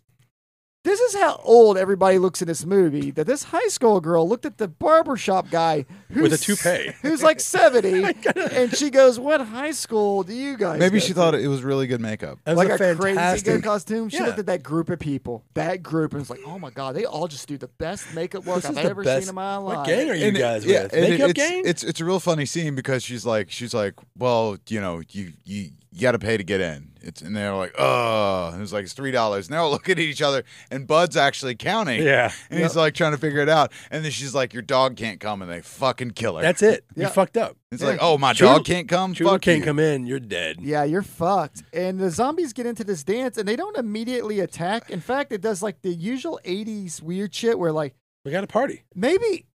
Speaker 2: This is how old everybody looks in this movie. That this high school girl looked at the barbershop guy who's,
Speaker 1: With a toupee.
Speaker 2: <laughs> who's
Speaker 1: <laughs>
Speaker 2: like 70, and she goes, What high school do you guys go
Speaker 3: Maybe she
Speaker 2: to?"
Speaker 3: thought it was really good makeup.
Speaker 1: That was
Speaker 2: like
Speaker 1: a
Speaker 2: a, crazy good
Speaker 1: fantastic.
Speaker 2: costume. She
Speaker 1: Yeah.
Speaker 2: looked at that group of people, that group, and was like, "Oh my god, they all just do the best makeup work
Speaker 1: This is
Speaker 2: I've
Speaker 1: the
Speaker 2: ever
Speaker 1: best.
Speaker 2: seen in my life."
Speaker 1: What gang are you
Speaker 3: And it-
Speaker 1: guys with?
Speaker 3: and it-
Speaker 1: Makeup
Speaker 3: it's,
Speaker 1: gang?
Speaker 3: It's it's a real funny scene because she's like she's like, well, you know, you you, you got to pay to get in. It's and they're like, oh, and it's like it's three dollars. And they're all <laughs> looking at each other, and Bud's actually counting.
Speaker 1: Yeah.
Speaker 3: and he's like trying to figure it out. And then she's like, your dog can't come, and they fucking kill her.
Speaker 1: That's it.
Speaker 2: Yeah.
Speaker 1: You fucked up.
Speaker 3: it's
Speaker 2: yeah.
Speaker 3: like, oh, my
Speaker 1: Chula-
Speaker 3: dog can't come.
Speaker 1: Chula
Speaker 3: Fuck
Speaker 1: can't
Speaker 3: you.
Speaker 1: come in. You're dead.
Speaker 2: Yeah, you're fucked. And the zombies get into this dance, and they don't immediately attack. In fact, it does like the usual '80s weird shit, where like
Speaker 1: We got a party.
Speaker 2: maybe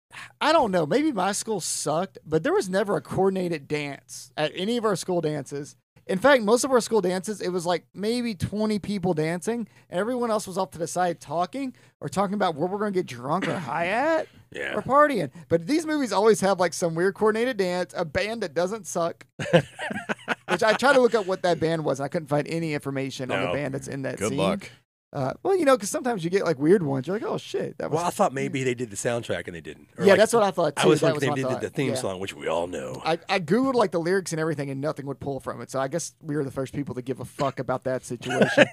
Speaker 2: I don't know. Maybe my school sucked, but there was never a coordinated dance at any of our school dances. In fact, most of our school dances, it was like maybe 20 people dancing, and everyone else was off to the side talking or talking about where we're going to get drunk or high at
Speaker 1: Yeah.
Speaker 2: or partying. But these movies always have like some weird coordinated dance, a band that doesn't suck. Which I tried to look up what that band was. And I couldn't find any information on the
Speaker 1: No.
Speaker 2: band that's in that
Speaker 3: Good
Speaker 2: scene.
Speaker 3: luck.
Speaker 2: Uh, well, you know, because sometimes you get like weird ones. You're like, oh shit, that was
Speaker 1: Well, I thought maybe they did the soundtrack and they didn't. Or,
Speaker 2: yeah,
Speaker 1: like,
Speaker 2: that's what I thought too.
Speaker 1: I was
Speaker 2: that
Speaker 1: like,
Speaker 2: was
Speaker 1: they
Speaker 2: my
Speaker 1: did
Speaker 2: thought.
Speaker 1: the theme
Speaker 2: Yeah.
Speaker 1: song, which we all know.
Speaker 2: <laughs> I, I googled like the lyrics and everything, and nothing would pull from it. So I guess we were the first people to give a fuck about
Speaker 1: <laughs>
Speaker 2: that situation.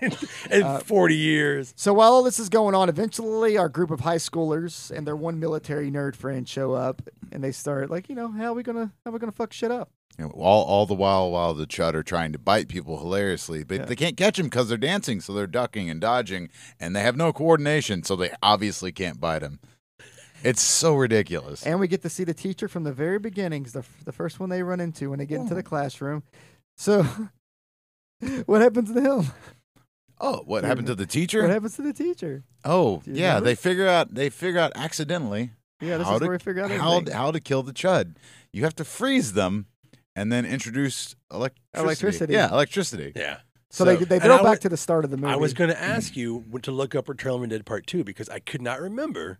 Speaker 1: in
Speaker 2: Uh,
Speaker 1: 40 years.
Speaker 2: so while all this is going on, eventually our group of high schoolers and their one military nerd friend show up, and they start like, you know, how are we gonna how are we gonna fuck shit up?
Speaker 3: You know, all, all the while, while the chud are trying to bite people hilariously, but they can't catch them because they're dancing, so they're ducking and dodging, and they have no coordination, so they obviously can't bite them. It's so ridiculous.
Speaker 2: And we get to see the teacher from the very beginnings, the the first one they run into when they get into
Speaker 1: Hmm.
Speaker 2: the classroom. So. <laughs> What happens to him?
Speaker 3: oh, what happened to the
Speaker 2: What
Speaker 3: teacher?
Speaker 2: happens to the teacher?
Speaker 3: Oh,
Speaker 2: Do you
Speaker 3: yeah,
Speaker 2: remember?
Speaker 3: they figure out they figure out accidentally
Speaker 2: Yeah, this
Speaker 3: How
Speaker 2: is
Speaker 3: to-
Speaker 2: where we figure out
Speaker 3: how
Speaker 2: everything.
Speaker 3: how to kill the chud. You have to freeze them, and then introduce electricity.
Speaker 2: Electricity.
Speaker 3: Yeah, electricity.
Speaker 1: Yeah.
Speaker 2: so, they
Speaker 3: so-
Speaker 2: they
Speaker 1: and
Speaker 2: throw
Speaker 1: I
Speaker 2: back
Speaker 1: was-
Speaker 2: to the start of the movie.
Speaker 1: I was going to ask you when to look up Return of the Dead Part 2 because I could not remember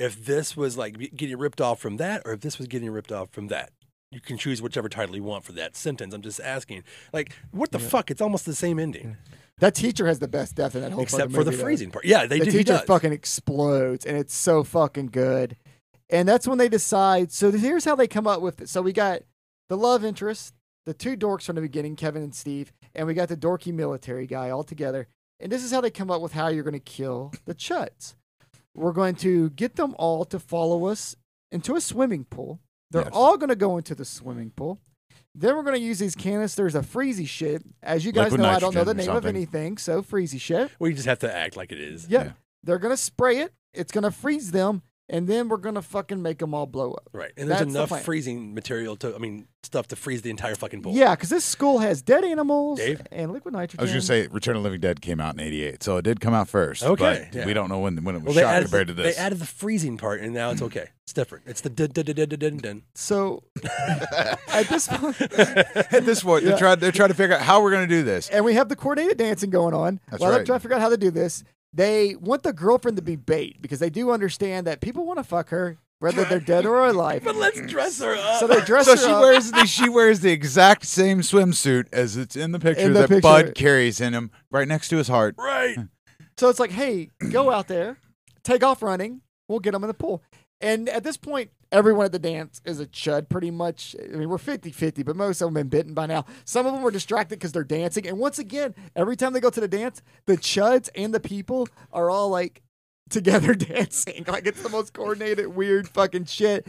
Speaker 1: if this was like be- getting ripped off from that or if this was getting ripped off from that. You can choose whichever title you want for that sentence. I'm just asking. Like, what the fuck? It's almost the same ending,
Speaker 2: That teacher has the best death in that whole
Speaker 1: except
Speaker 2: fucking
Speaker 1: for the
Speaker 2: movie, though.
Speaker 1: freezing part. Yeah, they
Speaker 2: The
Speaker 1: did. he
Speaker 2: teacher
Speaker 1: does.
Speaker 2: fucking explodes, and it's so fucking good. And that's when they decide. So here's how they come up with it. So we got the love interest, the two dorks from the beginning, Kevin and Steve, and we got the dorky military guy all together. And this is how they come up with how you're going to kill the chuds. We're going to get them all to follow us into a swimming pool. They're
Speaker 3: Yes.
Speaker 2: all going to go into the swimming pool. Then we're going to use these canisters of freezy shit. As you guys
Speaker 3: Liquid
Speaker 2: know, I don't know the
Speaker 3: nitrogen or
Speaker 2: name of
Speaker 3: something.
Speaker 2: anything, so freezy shit.
Speaker 1: We just have to act like it is.
Speaker 2: Yeah.
Speaker 3: Yeah.
Speaker 2: They're going to spray it. It's going to freeze them. And then we're going to fucking make them all blow up.
Speaker 1: Right. And there's
Speaker 2: That's the
Speaker 1: enough
Speaker 2: plan.
Speaker 1: freezing material to, I mean, stuff to freeze the entire fucking bowl.
Speaker 2: Yeah, because this school has dead animals
Speaker 1: Dave?
Speaker 2: and liquid nitrogen.
Speaker 3: I was going to say Return of the Living Dead came out in 88, so it did come out first.
Speaker 1: Okay,
Speaker 3: But
Speaker 1: yeah.
Speaker 3: we don't know when, when it
Speaker 1: Well,
Speaker 3: was
Speaker 1: they
Speaker 3: shot
Speaker 1: added,
Speaker 3: compared
Speaker 1: the,
Speaker 3: to this.
Speaker 1: they added the freezing part, and
Speaker 2: <clears throat>
Speaker 1: now it's okay. It's different. It's the dun dun dun dun dun dun.
Speaker 2: So <laughs> at this point,
Speaker 3: At this point, they're trying they're trying to figure out how we're going to do this.
Speaker 2: and we have the coordinated dancing going on.
Speaker 3: That's
Speaker 2: while I'm
Speaker 3: right.
Speaker 2: trying to figure out how to do this, they want the girlfriend to be bait because they do understand that people want to fuck her, whether they're dead or
Speaker 1: <laughs>
Speaker 2: alive.
Speaker 1: But let's dress her up. <laughs>
Speaker 2: so they dress
Speaker 3: So
Speaker 2: her
Speaker 3: she
Speaker 2: up.
Speaker 3: wears the she wears the exact same swimsuit as it's in the picture
Speaker 2: In the
Speaker 3: that
Speaker 2: picture.
Speaker 3: Bud carries in him, right next to his heart.
Speaker 1: right.
Speaker 2: So it's like, hey, go out there, take off running. We'll get them in the pool. And at this point, everyone at the dance is a chud pretty much. I mean, we're 50 50, but most of them have been bitten by now. Some of them were distracted because they're dancing. And once again, every time they go to the dance, the chuds and the people are all like together <laughs> dancing. Like it's the most coordinated, weird fucking shit.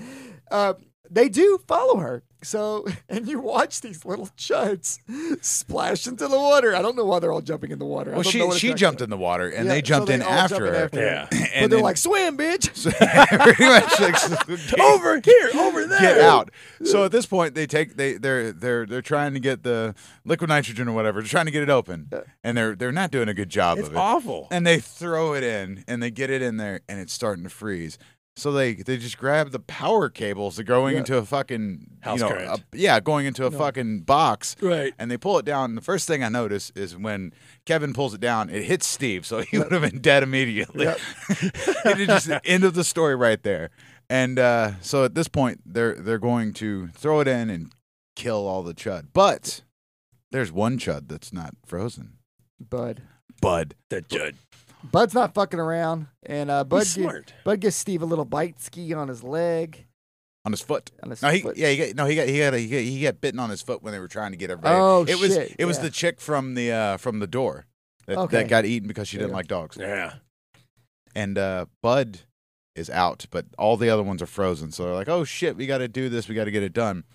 Speaker 2: Uh, they do follow her. So, <laughs> and you watch these little chuds splash into the water. I don't know why they're all jumping in the water. I
Speaker 3: Well,
Speaker 2: don't know
Speaker 3: she
Speaker 2: what
Speaker 3: she
Speaker 2: attracted
Speaker 3: jumped
Speaker 2: them.
Speaker 3: in the water, and
Speaker 2: Yeah,
Speaker 3: they
Speaker 2: so
Speaker 3: jumped in
Speaker 2: all jump
Speaker 3: after her.
Speaker 1: her. Yeah.
Speaker 2: But
Speaker 3: And
Speaker 2: they're
Speaker 3: then-
Speaker 2: like, swim, bitch.
Speaker 3: <laughs> So- pretty much
Speaker 2: <laughs>
Speaker 3: like, so- get,
Speaker 1: over here, over there.
Speaker 3: get out. So at this point, they take they they're they're they're trying to get the liquid nitrogen or whatever, they're trying to get it open, and they're they're not doing a good job
Speaker 1: It's
Speaker 3: of it.
Speaker 1: awful.
Speaker 3: And they throw it in, and they get it in there, and it's starting to freeze. So they they just grab the power cables that are going
Speaker 2: Yeah.
Speaker 3: into a fucking
Speaker 1: House
Speaker 3: you know,
Speaker 1: current.
Speaker 3: a- yeah, going into a fucking box.
Speaker 1: Right.
Speaker 3: And they pull it down. And the first thing I notice is when Kevin pulls it down, it hits Steve, so <laughs> he would have been dead immediately. it is just the end of the story right there. And uh, so at this point, they're they're going to throw it in and kill all the chud. But there's one chud that's not frozen.
Speaker 2: Bud.
Speaker 3: Bud.
Speaker 1: The judge.
Speaker 2: Bud's not fucking around. And uh, Bud,
Speaker 1: He's
Speaker 2: gi-
Speaker 1: smart.
Speaker 2: Bud gives Steve a little bite ski on his leg.
Speaker 3: On his foot.
Speaker 2: On his
Speaker 3: No, he,
Speaker 2: foot.
Speaker 3: yeah, he got, no, he got, he got, he got, he got bitten on his foot when they were trying to get everybody.
Speaker 2: Oh,
Speaker 3: it was,
Speaker 2: shit,
Speaker 3: it was
Speaker 2: yeah.
Speaker 3: the chick from the, uh, from the door that,
Speaker 2: Okay.
Speaker 3: that got eaten because she
Speaker 2: There you
Speaker 3: didn't
Speaker 2: go.
Speaker 3: like dogs.
Speaker 1: Yeah.
Speaker 3: And uh, Bud is out, but all the other ones are frozen. So they're like, "Oh shit, we got to do this. We got to get it done."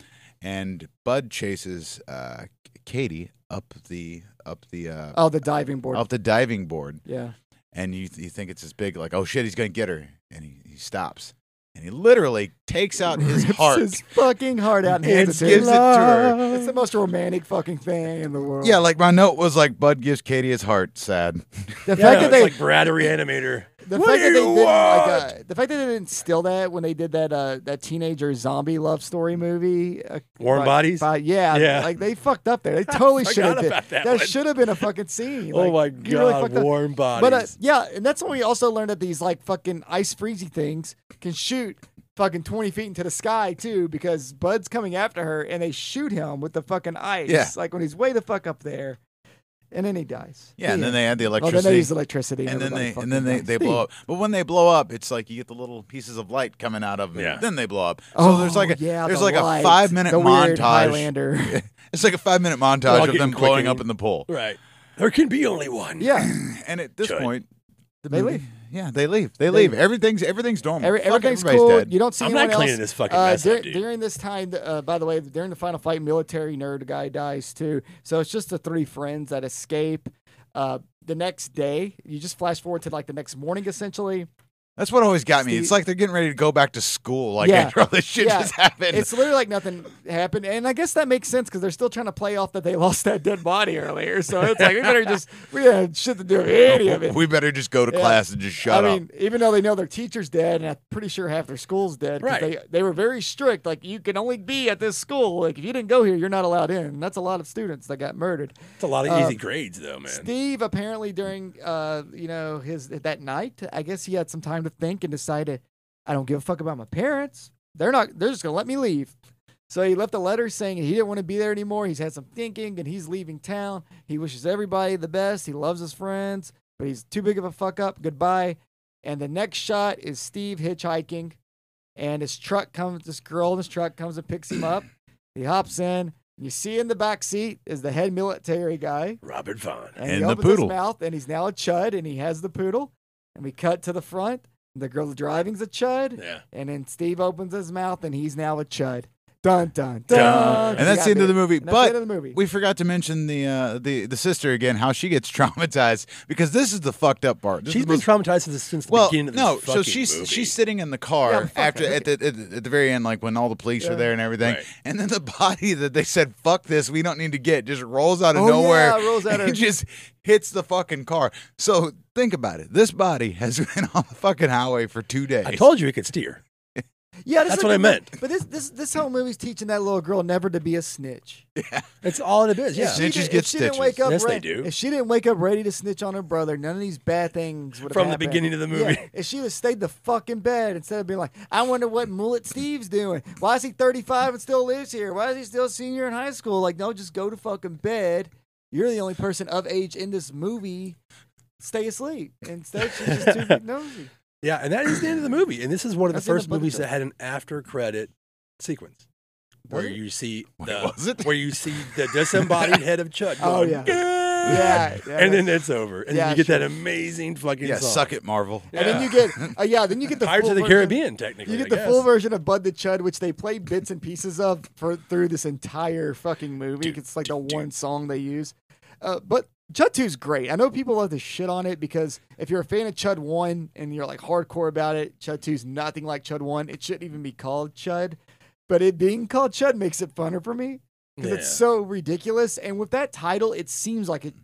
Speaker 3: And Bud chases uh, Katie up the up the uh,
Speaker 2: Oh, the diving board.
Speaker 3: up the diving board,
Speaker 2: Yeah.
Speaker 3: and you you think it's this big, like, "Oh shit, he's gonna get her," and he, he stops, and he literally takes out <laughs>
Speaker 2: <laughs>
Speaker 3: his
Speaker 2: Rips
Speaker 3: heart.
Speaker 2: his fucking heart out and
Speaker 3: And
Speaker 2: hands it,
Speaker 3: gives it to her.
Speaker 2: It's the most romantic fucking thing in the world.
Speaker 3: yeah, like my note was like, "Bud gives Katie his heart." Sad. <laughs>
Speaker 1: yeah
Speaker 2: The fact that
Speaker 1: it's
Speaker 2: they
Speaker 1: like Brad the Reanimator.
Speaker 2: The
Speaker 1: What
Speaker 2: fact
Speaker 1: do
Speaker 2: that they
Speaker 1: you
Speaker 2: didn't like, uh,
Speaker 1: want?
Speaker 2: the fact that they didn't steal that when they did that uh, that teenager zombie love story movie, uh,
Speaker 1: Warm
Speaker 2: by-
Speaker 1: Bodies?
Speaker 2: by- yeah,
Speaker 1: Yeah.
Speaker 2: like they fucked
Speaker 1: <laughs>
Speaker 2: up there. They totally should have
Speaker 1: forgot
Speaker 2: did
Speaker 1: about that one.
Speaker 2: should have been a fucking scene.
Speaker 1: Oh
Speaker 2: Like,
Speaker 1: my
Speaker 2: you really
Speaker 1: God,
Speaker 2: fucked up.
Speaker 1: warm bodies.
Speaker 2: But uh, yeah, and that's when we also learned that these like fucking ice freezy things can shoot fucking twenty feet into the sky too, because Bud's coming after her and they shoot him with the fucking ice,
Speaker 3: Yeah.
Speaker 2: like when he's way the fuck up there, and then he dies.
Speaker 3: Yeah, and
Speaker 2: The
Speaker 3: then
Speaker 2: end.
Speaker 3: they add the
Speaker 2: Oh,
Speaker 3: electricity.
Speaker 2: then they use electricity,
Speaker 3: and then
Speaker 2: everybody
Speaker 3: they
Speaker 2: fucking
Speaker 3: and then they,
Speaker 2: dies.
Speaker 3: they
Speaker 2: Steve.
Speaker 3: blow up. But when they blow up, it's like you get the little pieces of light coming out of them.
Speaker 1: Yeah.
Speaker 3: Then they blow up. So
Speaker 2: Oh,
Speaker 3: there's like a
Speaker 2: yeah,
Speaker 3: there's
Speaker 2: the
Speaker 3: like
Speaker 2: lights,
Speaker 3: a five minute
Speaker 2: the Weird
Speaker 3: montage. <laughs>
Speaker 2: Highlander.
Speaker 3: It's like a five minute
Speaker 1: all
Speaker 3: montage of them
Speaker 1: getting
Speaker 3: blowing
Speaker 1: quickened.
Speaker 3: up in the pool.
Speaker 1: Right. There can be only one.
Speaker 2: yeah,
Speaker 3: And at this
Speaker 1: Chud.
Speaker 3: point, the
Speaker 2: They
Speaker 3: movie-
Speaker 2: leave.
Speaker 3: Yeah, they leave. They leave.
Speaker 2: leave.
Speaker 3: Everything's everything's normal.
Speaker 2: Every,
Speaker 3: Fuck,
Speaker 2: everything's
Speaker 3: everybody's
Speaker 2: cool.
Speaker 3: dead.
Speaker 2: You don't see
Speaker 1: I'm
Speaker 2: anyone
Speaker 1: not cleaning
Speaker 2: else.
Speaker 1: this fucking
Speaker 2: uh,
Speaker 1: mess up,
Speaker 2: dur-
Speaker 1: dude.
Speaker 2: During this time, uh, by the way, during the final fight, military nerd guy dies too. So it's just the three friends that escape. Uh, the next day, you just flash forward to like the next morning, essentially.
Speaker 3: That's what always got me. It's
Speaker 2: Steve-
Speaker 3: like they're getting ready to go back to school. Like
Speaker 2: Yeah.
Speaker 3: after all this shit
Speaker 2: Yeah.
Speaker 3: just happened.
Speaker 2: It's literally like nothing happened, and I guess that makes sense because they're still trying to play off that they lost that dead body earlier. So it's like we better just we had shit to do with any of it.
Speaker 3: we better just go to
Speaker 2: Yeah.
Speaker 3: class and just shut
Speaker 2: I
Speaker 3: up.
Speaker 2: mean, even though they know their teacher's dead, and I'm pretty sure half their school's dead. 'cause
Speaker 1: Right.
Speaker 2: They, they were very strict. Like, you can only be at this school. Like, if you didn't go here, you're not allowed in. That's a lot of students that got murdered.
Speaker 1: It's a lot of
Speaker 2: Uh,
Speaker 1: easy grades, though, man.
Speaker 2: Steve apparently during, uh, you know, his that night, I guess he had some time to think and decided, I don't give a fuck about my parents. They're not. They're just gonna let me leave. So he left a letter saying he didn't want to be there anymore. He's had some thinking and he's leaving town. He wishes everybody the best. He loves his friends, but he's too big of a fuck up. Goodbye. And the next shot is Steve hitchhiking, and his truck comes. This girl in his truck comes and picks him up. He hops in. You see in the back seat is the head military guy.
Speaker 1: Robert Vaughn.
Speaker 2: And,
Speaker 3: And
Speaker 2: he
Speaker 3: the
Speaker 2: opens
Speaker 3: poodle.
Speaker 2: his mouth, and he's now a chud, and he has the poodle. And we cut to the front. The girl driving's a chud,
Speaker 1: Yeah.
Speaker 2: and then Steve opens his mouth, and he's now a chud. Dun dun dun.
Speaker 1: Dun.
Speaker 2: You
Speaker 3: and that's
Speaker 2: got
Speaker 3: the end of the
Speaker 2: me.
Speaker 3: movie.
Speaker 2: And that's
Speaker 3: but
Speaker 2: the end of the movie.
Speaker 3: We forgot to mention the uh, the the sister again, how she gets <laughs> traumatized because this is the fucked up part. This
Speaker 1: She's
Speaker 3: is the
Speaker 1: been
Speaker 3: most-
Speaker 1: traumatized since, since the
Speaker 3: well,
Speaker 1: beginning of this
Speaker 3: no. So
Speaker 1: fucking
Speaker 3: she's
Speaker 1: movie.
Speaker 3: she's sitting in the
Speaker 2: Yeah,
Speaker 3: car
Speaker 2: fuck
Speaker 3: after
Speaker 2: that.
Speaker 3: at the, at the at the very end, like when all the police are
Speaker 2: Yeah.
Speaker 3: there and everything,
Speaker 1: Right.
Speaker 3: and then the <laughs> body that they said fuck this, we don't need to get, just rolls out of
Speaker 2: Oh,
Speaker 3: nowhere,
Speaker 2: yeah, rolls out
Speaker 3: <laughs> and
Speaker 2: of-
Speaker 3: just hits the fucking car. So think about it. This body has <laughs> been on the fucking highway for two days.
Speaker 1: I told you he could steer.
Speaker 2: yeah, this
Speaker 1: that's
Speaker 2: is
Speaker 1: what I
Speaker 2: the movie-
Speaker 1: meant.
Speaker 2: But this this this whole movie's teaching that little girl never to be a snitch.
Speaker 1: It's all it is.
Speaker 2: If
Speaker 1: Yeah.
Speaker 2: she
Speaker 3: Snitches
Speaker 2: did-
Speaker 3: get
Speaker 2: if she didn't
Speaker 3: stitches.
Speaker 2: wake up
Speaker 1: Yes, they
Speaker 2: re-
Speaker 1: do.
Speaker 2: If she didn't wake up ready to snitch on her brother, none of these bad things would have
Speaker 1: From the
Speaker 2: happened.
Speaker 1: beginning of the
Speaker 2: Yeah,
Speaker 1: movie.
Speaker 2: if she would have stayed the fuck in bed instead of being like, I wonder what Mullet Steve's doing. Why is he 35 and still lives here? Why is he still a senior in high school? Like, no, just go to fucking bed. You're the only person of age in this movie stay asleep. Instead, she's just
Speaker 1: <laughs>
Speaker 2: too big nosy.
Speaker 1: Yeah, and that is the end of the movie. And this is one of
Speaker 2: That's
Speaker 1: the
Speaker 2: the end
Speaker 1: first
Speaker 2: of Bloody
Speaker 1: movies that
Speaker 2: Trail.
Speaker 1: had an after credit sequence
Speaker 2: Was
Speaker 1: where
Speaker 2: it?
Speaker 1: you see
Speaker 3: Wait,
Speaker 1: the,
Speaker 3: was it?
Speaker 1: where you see the disembodied head of Chuck.
Speaker 2: <laughs> Oh,
Speaker 1: Going,
Speaker 2: yeah.
Speaker 1: "Gah!"
Speaker 2: Yeah, yeah.
Speaker 1: and then it's over, and
Speaker 2: Yeah,
Speaker 1: then you get
Speaker 2: sure.
Speaker 1: that amazing fucking
Speaker 3: Yeah,
Speaker 1: song.
Speaker 3: suck it, Marvel.
Speaker 2: and then you get uh, yeah, then you get the
Speaker 1: Pirates
Speaker 2: full
Speaker 1: of the
Speaker 2: version-
Speaker 1: Caribbean, technically.
Speaker 2: You get
Speaker 1: I
Speaker 2: the
Speaker 1: guess.
Speaker 2: full version of Bud the Chud, which they play bits and pieces of for through this entire fucking movie. it's like the one song they use. Uh, but Chud 2 is great. I know people love to shit on it because if you're a fan of Chud 1 and you're like hardcore about it, Chud 2 is nothing like Chud 1. It shouldn't even be called Chud, but it being called Chud makes it funner for me because it's
Speaker 1: Yeah.
Speaker 2: so ridiculous. And with that title, it seems like it,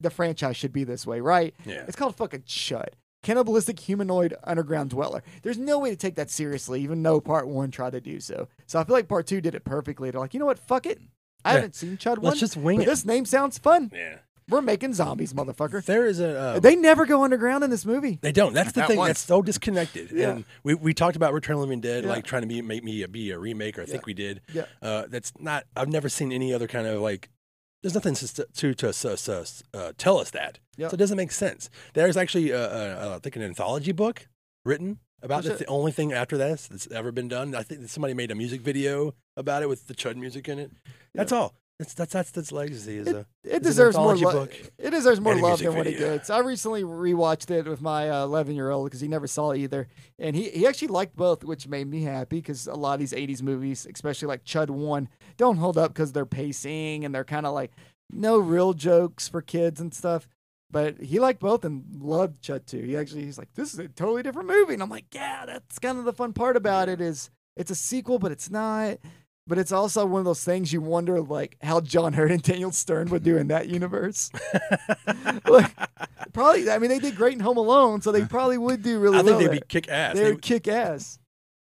Speaker 2: the franchise should be this way, right?
Speaker 1: Yeah.
Speaker 2: It's called fucking Chud. Cannibalistic humanoid underground dweller. There's no way to take that seriously, even though part one tried to do so. So I feel like part two did it perfectly. They're like, you know what? Fuck it. I
Speaker 1: Yeah.
Speaker 2: haven't seen Chud one.
Speaker 1: Let's just wing
Speaker 2: but
Speaker 1: it.
Speaker 2: This name sounds fun.
Speaker 1: Yeah.
Speaker 2: We're making zombies, motherfucker.
Speaker 1: There is a. Uh,
Speaker 2: They never go underground in this movie.
Speaker 1: They don't. That's the
Speaker 3: Not
Speaker 1: thing.
Speaker 3: once.
Speaker 1: That's so disconnected.
Speaker 2: Yeah.
Speaker 1: And we, we talked about Return of the Living Dead,
Speaker 2: Yeah.
Speaker 1: like trying to be, make me a, be a remake, or I think we did.
Speaker 2: Yeah.
Speaker 1: Uh, that's not. I've never seen any other kind of like. There's nothing to to, to us- us- us, uh, tell us that.
Speaker 2: Yeah.
Speaker 1: So it doesn't make sense. There's actually, uh, uh, uh, I think, an anthology book written about
Speaker 2: Oh,
Speaker 1: this.
Speaker 2: shit.
Speaker 1: The only thing after this that's ever been done. I think that somebody made a music video about it with the Chud music in it. That's all. That's that's that's that's legacy. Is a,
Speaker 2: It
Speaker 1: an
Speaker 2: deserves more
Speaker 1: anthology
Speaker 2: love.
Speaker 1: book
Speaker 2: It deserves more
Speaker 1: and a
Speaker 2: love
Speaker 1: music
Speaker 2: than what it
Speaker 1: video.
Speaker 2: gets. I recently rewatched it with my uh, eleven-year-old because he never saw it either, and he, he actually liked both, which made me happy because a lot of these '80s movies, especially like Chud One, don't hold up because they're pacing and they're kind of like no real jokes for kids and stuff. But he liked both and loved Chud Two. He actually he's like, this is a totally different movie, and I'm like, yeah, that's kind of the fun part about it is it's a sequel, but it's not. But it's also one of those things you wonder, like how John Hurt and Daniel Stern would do in that universe. <laughs> like, probably, I mean, they did great in Home Alone, so
Speaker 1: <laughs>
Speaker 2: they probably would do really
Speaker 1: I think
Speaker 2: well.
Speaker 1: they'd be
Speaker 2: there.
Speaker 1: kick ass.
Speaker 2: They would kick ass.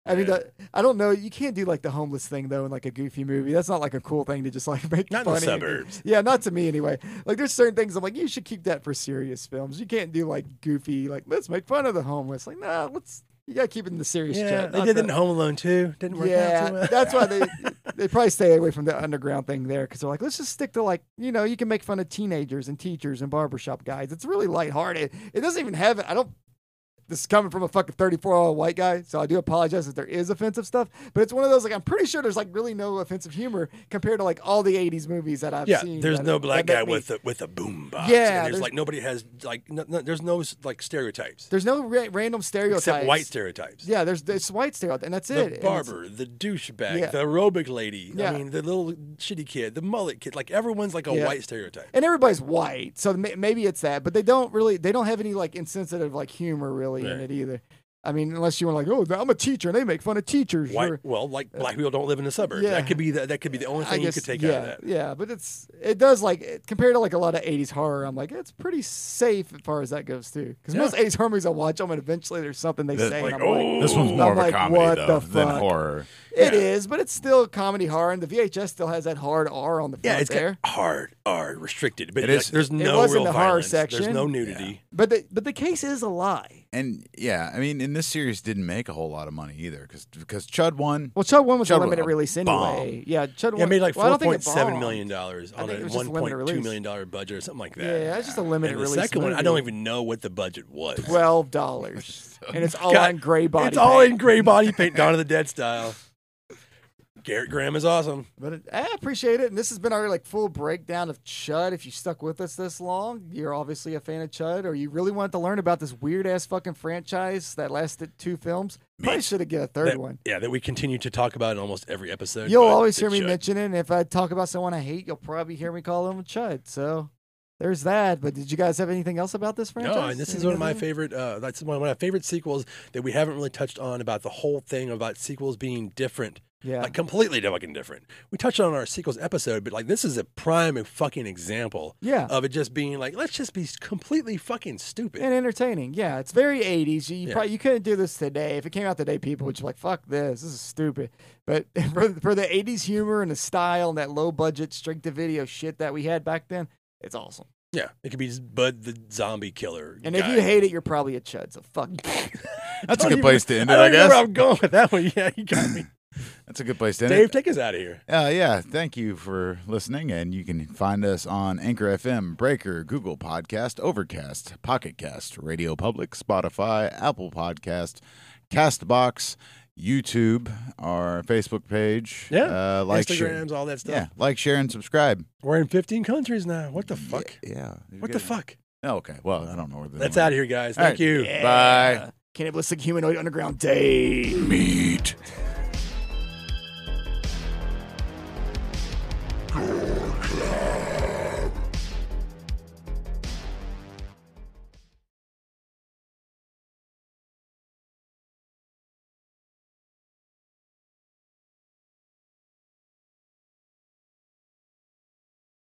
Speaker 2: I mean,
Speaker 1: Yeah.
Speaker 2: the, I don't know. You can't do like the homeless thing though in like a goofy movie. That's not like a cool thing to just like <laughs> make
Speaker 1: not in
Speaker 2: funny.
Speaker 1: the suburbs.
Speaker 2: Yeah, not to me anyway. Like there's certain things I'm like, you should keep that for serious films. You can't do like goofy, like let's make fun of the homeless. Like nah, let's you gotta keep it in the serious.
Speaker 1: Yeah,
Speaker 2: chat,
Speaker 1: they
Speaker 2: not
Speaker 1: did
Speaker 2: the-
Speaker 1: it in Home Alone too. Didn't work out
Speaker 2: yeah,
Speaker 1: too well.
Speaker 2: that's why they they probably stay away from the underground thing there because they're like, let's just stick to like you know you can make fun of teenagers and teachers and barbershop guys. It's really lighthearted. It doesn't even have it. I don't. This is coming from a fucking 34 year old white guy, so I do apologize if there is offensive stuff. But it's one of those like I'm pretty sure there's like really no offensive humor compared to like all the 80s movies that I've
Speaker 1: yeah,
Speaker 2: seen.
Speaker 1: there's
Speaker 2: that-
Speaker 1: no
Speaker 2: that
Speaker 1: black
Speaker 2: make
Speaker 1: guy
Speaker 2: me-
Speaker 1: with a, with a boom box.
Speaker 2: Yeah,
Speaker 1: and
Speaker 2: there's-
Speaker 1: there's like nobody has like no, no, there's no like stereotypes
Speaker 2: There's no ra- random stereotypes
Speaker 1: except white stereotypes.
Speaker 2: Yeah, there's it's white stereotype, and that's it. and
Speaker 1: The
Speaker 2: it's-
Speaker 1: barber, the douchebag,
Speaker 2: Yeah.
Speaker 1: the aerobic lady.
Speaker 2: Yeah.
Speaker 1: I mean, the little shitty kid, the mullet kid. Like everyone's like a
Speaker 2: Yeah.
Speaker 1: white stereotype.
Speaker 2: and everybody's white, so may- maybe it's that. But they don't really, they don't have any like insensitive like humor really in
Speaker 1: Right.
Speaker 2: it either. I mean, unless you want like, oh, I'm a teacher, and they make fun of teachers.
Speaker 1: White,
Speaker 2: or-
Speaker 1: well, like black people don't live in the suburbs.
Speaker 2: yeah.
Speaker 1: That could be the, that could be the only
Speaker 2: I
Speaker 1: thing
Speaker 2: guess,
Speaker 1: you could take
Speaker 2: yeah,
Speaker 1: out of that.
Speaker 2: yeah, but it's it does like it, compared to like a lot of '80s horror, I'm like it's pretty safe as far as that goes too. Because
Speaker 1: Yeah.
Speaker 2: most '80s horror movies I watch, I'm and eventually there's something they
Speaker 3: That's
Speaker 2: say,
Speaker 1: like,
Speaker 2: and I'm like,
Speaker 1: oh.
Speaker 3: This one's
Speaker 1: Ooh.
Speaker 3: more
Speaker 2: I'm
Speaker 3: of
Speaker 2: like,
Speaker 3: a
Speaker 2: what
Speaker 3: comedy
Speaker 2: the
Speaker 3: though than
Speaker 2: fuck?
Speaker 3: horror.
Speaker 2: it
Speaker 1: yeah.
Speaker 2: is, but it's still comedy horror, and the VHS still has that hard R on the front
Speaker 1: Yeah, it's got
Speaker 2: there.
Speaker 1: hard, hard, restricted. But
Speaker 3: It
Speaker 1: like,
Speaker 3: is-
Speaker 1: there's no
Speaker 2: was in
Speaker 1: real
Speaker 2: the horror
Speaker 1: violence.
Speaker 2: section.
Speaker 1: There's no nudity.
Speaker 2: But the but the case is a lie.
Speaker 3: And yeah, I mean, and this series didn't make a whole lot of money either because because Chud won.
Speaker 2: Well, Chud One was
Speaker 3: Chud
Speaker 2: a
Speaker 3: was
Speaker 2: limited
Speaker 3: a
Speaker 2: release
Speaker 3: bomb.
Speaker 2: anyway. Yeah, Chud One.
Speaker 1: Yeah, it made like
Speaker 2: well, I
Speaker 1: four
Speaker 2: don't think
Speaker 1: point
Speaker 2: it
Speaker 1: seven
Speaker 2: bombed.
Speaker 1: million dollars
Speaker 2: I
Speaker 1: on
Speaker 2: think
Speaker 1: a
Speaker 2: it was just
Speaker 1: one
Speaker 2: a limited
Speaker 1: point two
Speaker 2: release.
Speaker 1: million dollar budget or something like that.
Speaker 2: Yeah, it's just a limited
Speaker 1: and the
Speaker 2: release.
Speaker 1: second one, I
Speaker 2: movie.
Speaker 1: don't even <laughs> know what the budget was. <laughs>
Speaker 2: Twelve dollars, and it's all
Speaker 1: God,
Speaker 2: on gray body.
Speaker 1: it's all
Speaker 2: paint.
Speaker 1: in gray
Speaker 2: <laughs>
Speaker 1: body paint, Dawn of the Dead style. Garrett Graham is awesome.
Speaker 2: But it, I appreciate it, and this has been our like full breakdown of Chud. If you stuck with us this long, you're obviously a fan of Chud, or you really wanted to learn about this weird ass fucking franchise that lasted two films. Probably should have get a third
Speaker 1: That-
Speaker 2: one.
Speaker 1: Yeah, that we continue to talk about in almost every episode.
Speaker 2: You'll
Speaker 1: but
Speaker 2: always
Speaker 1: it
Speaker 2: hear me
Speaker 1: should.
Speaker 2: mention it. And if I talk about someone I hate, you'll probably hear me call them Chud. So there's that. But did you guys have anything else about this franchise?
Speaker 1: No, and this is
Speaker 2: Anything
Speaker 1: one of my
Speaker 2: else?
Speaker 1: favorite. Uh, that's one of my favorite sequels that we haven't really touched on about the whole thing about sequels being different,
Speaker 2: Yeah.
Speaker 1: like completely fucking different. We touched on our sequels episode, but like this is a prime fucking example
Speaker 2: yeah.
Speaker 1: of it just being like let's just be completely fucking stupid.
Speaker 2: and entertaining. Yeah, it's very 80s. You, you
Speaker 1: Yeah.
Speaker 2: probably you couldn't do this today. If it came out today, people would be like, "Fuck this, this is stupid." But <laughs> for, for the 80s humor and the style and that low budget straight to video shit that we had back then, it's awesome.
Speaker 1: yeah, it could be just Bud the zombie killer.
Speaker 2: And
Speaker 1: guy.
Speaker 2: if you hate it, you're
Speaker 1: <laughs>
Speaker 2: probably a chud. So fuck. you.
Speaker 3: That's
Speaker 1: don't
Speaker 3: a good
Speaker 1: even-
Speaker 3: place to end it,
Speaker 1: I don't
Speaker 3: I
Speaker 1: even know
Speaker 3: guess.
Speaker 1: where I'm going with that one. <laughs> Yeah, you got me.
Speaker 3: That's a good place to end.
Speaker 1: Dave,
Speaker 3: it.
Speaker 1: take us out of here.
Speaker 3: Uh, yeah, thank you for listening, and you can find us on Anchor FM, Breaker, Google Podcast, Overcast, Pocket Cast, Radio Public, Spotify, Apple Podcast, Castbox, YouTube, our Facebook page.
Speaker 1: Yeah,
Speaker 3: uh, like, share,
Speaker 1: Instagrams, all that stuff.
Speaker 3: yeah, like, share, and subscribe.
Speaker 1: We're in 15 countries now. What the fuck?
Speaker 3: Yeah.
Speaker 1: What the fuck?
Speaker 3: Oh, okay. Well, I don't know where the
Speaker 1: That's out of here, guys.
Speaker 3: All
Speaker 1: Thank
Speaker 3: right.
Speaker 1: you.
Speaker 3: Bye.
Speaker 2: Cannibalistic humanoid underground day.
Speaker 3: Meat.
Speaker 4: Cloud.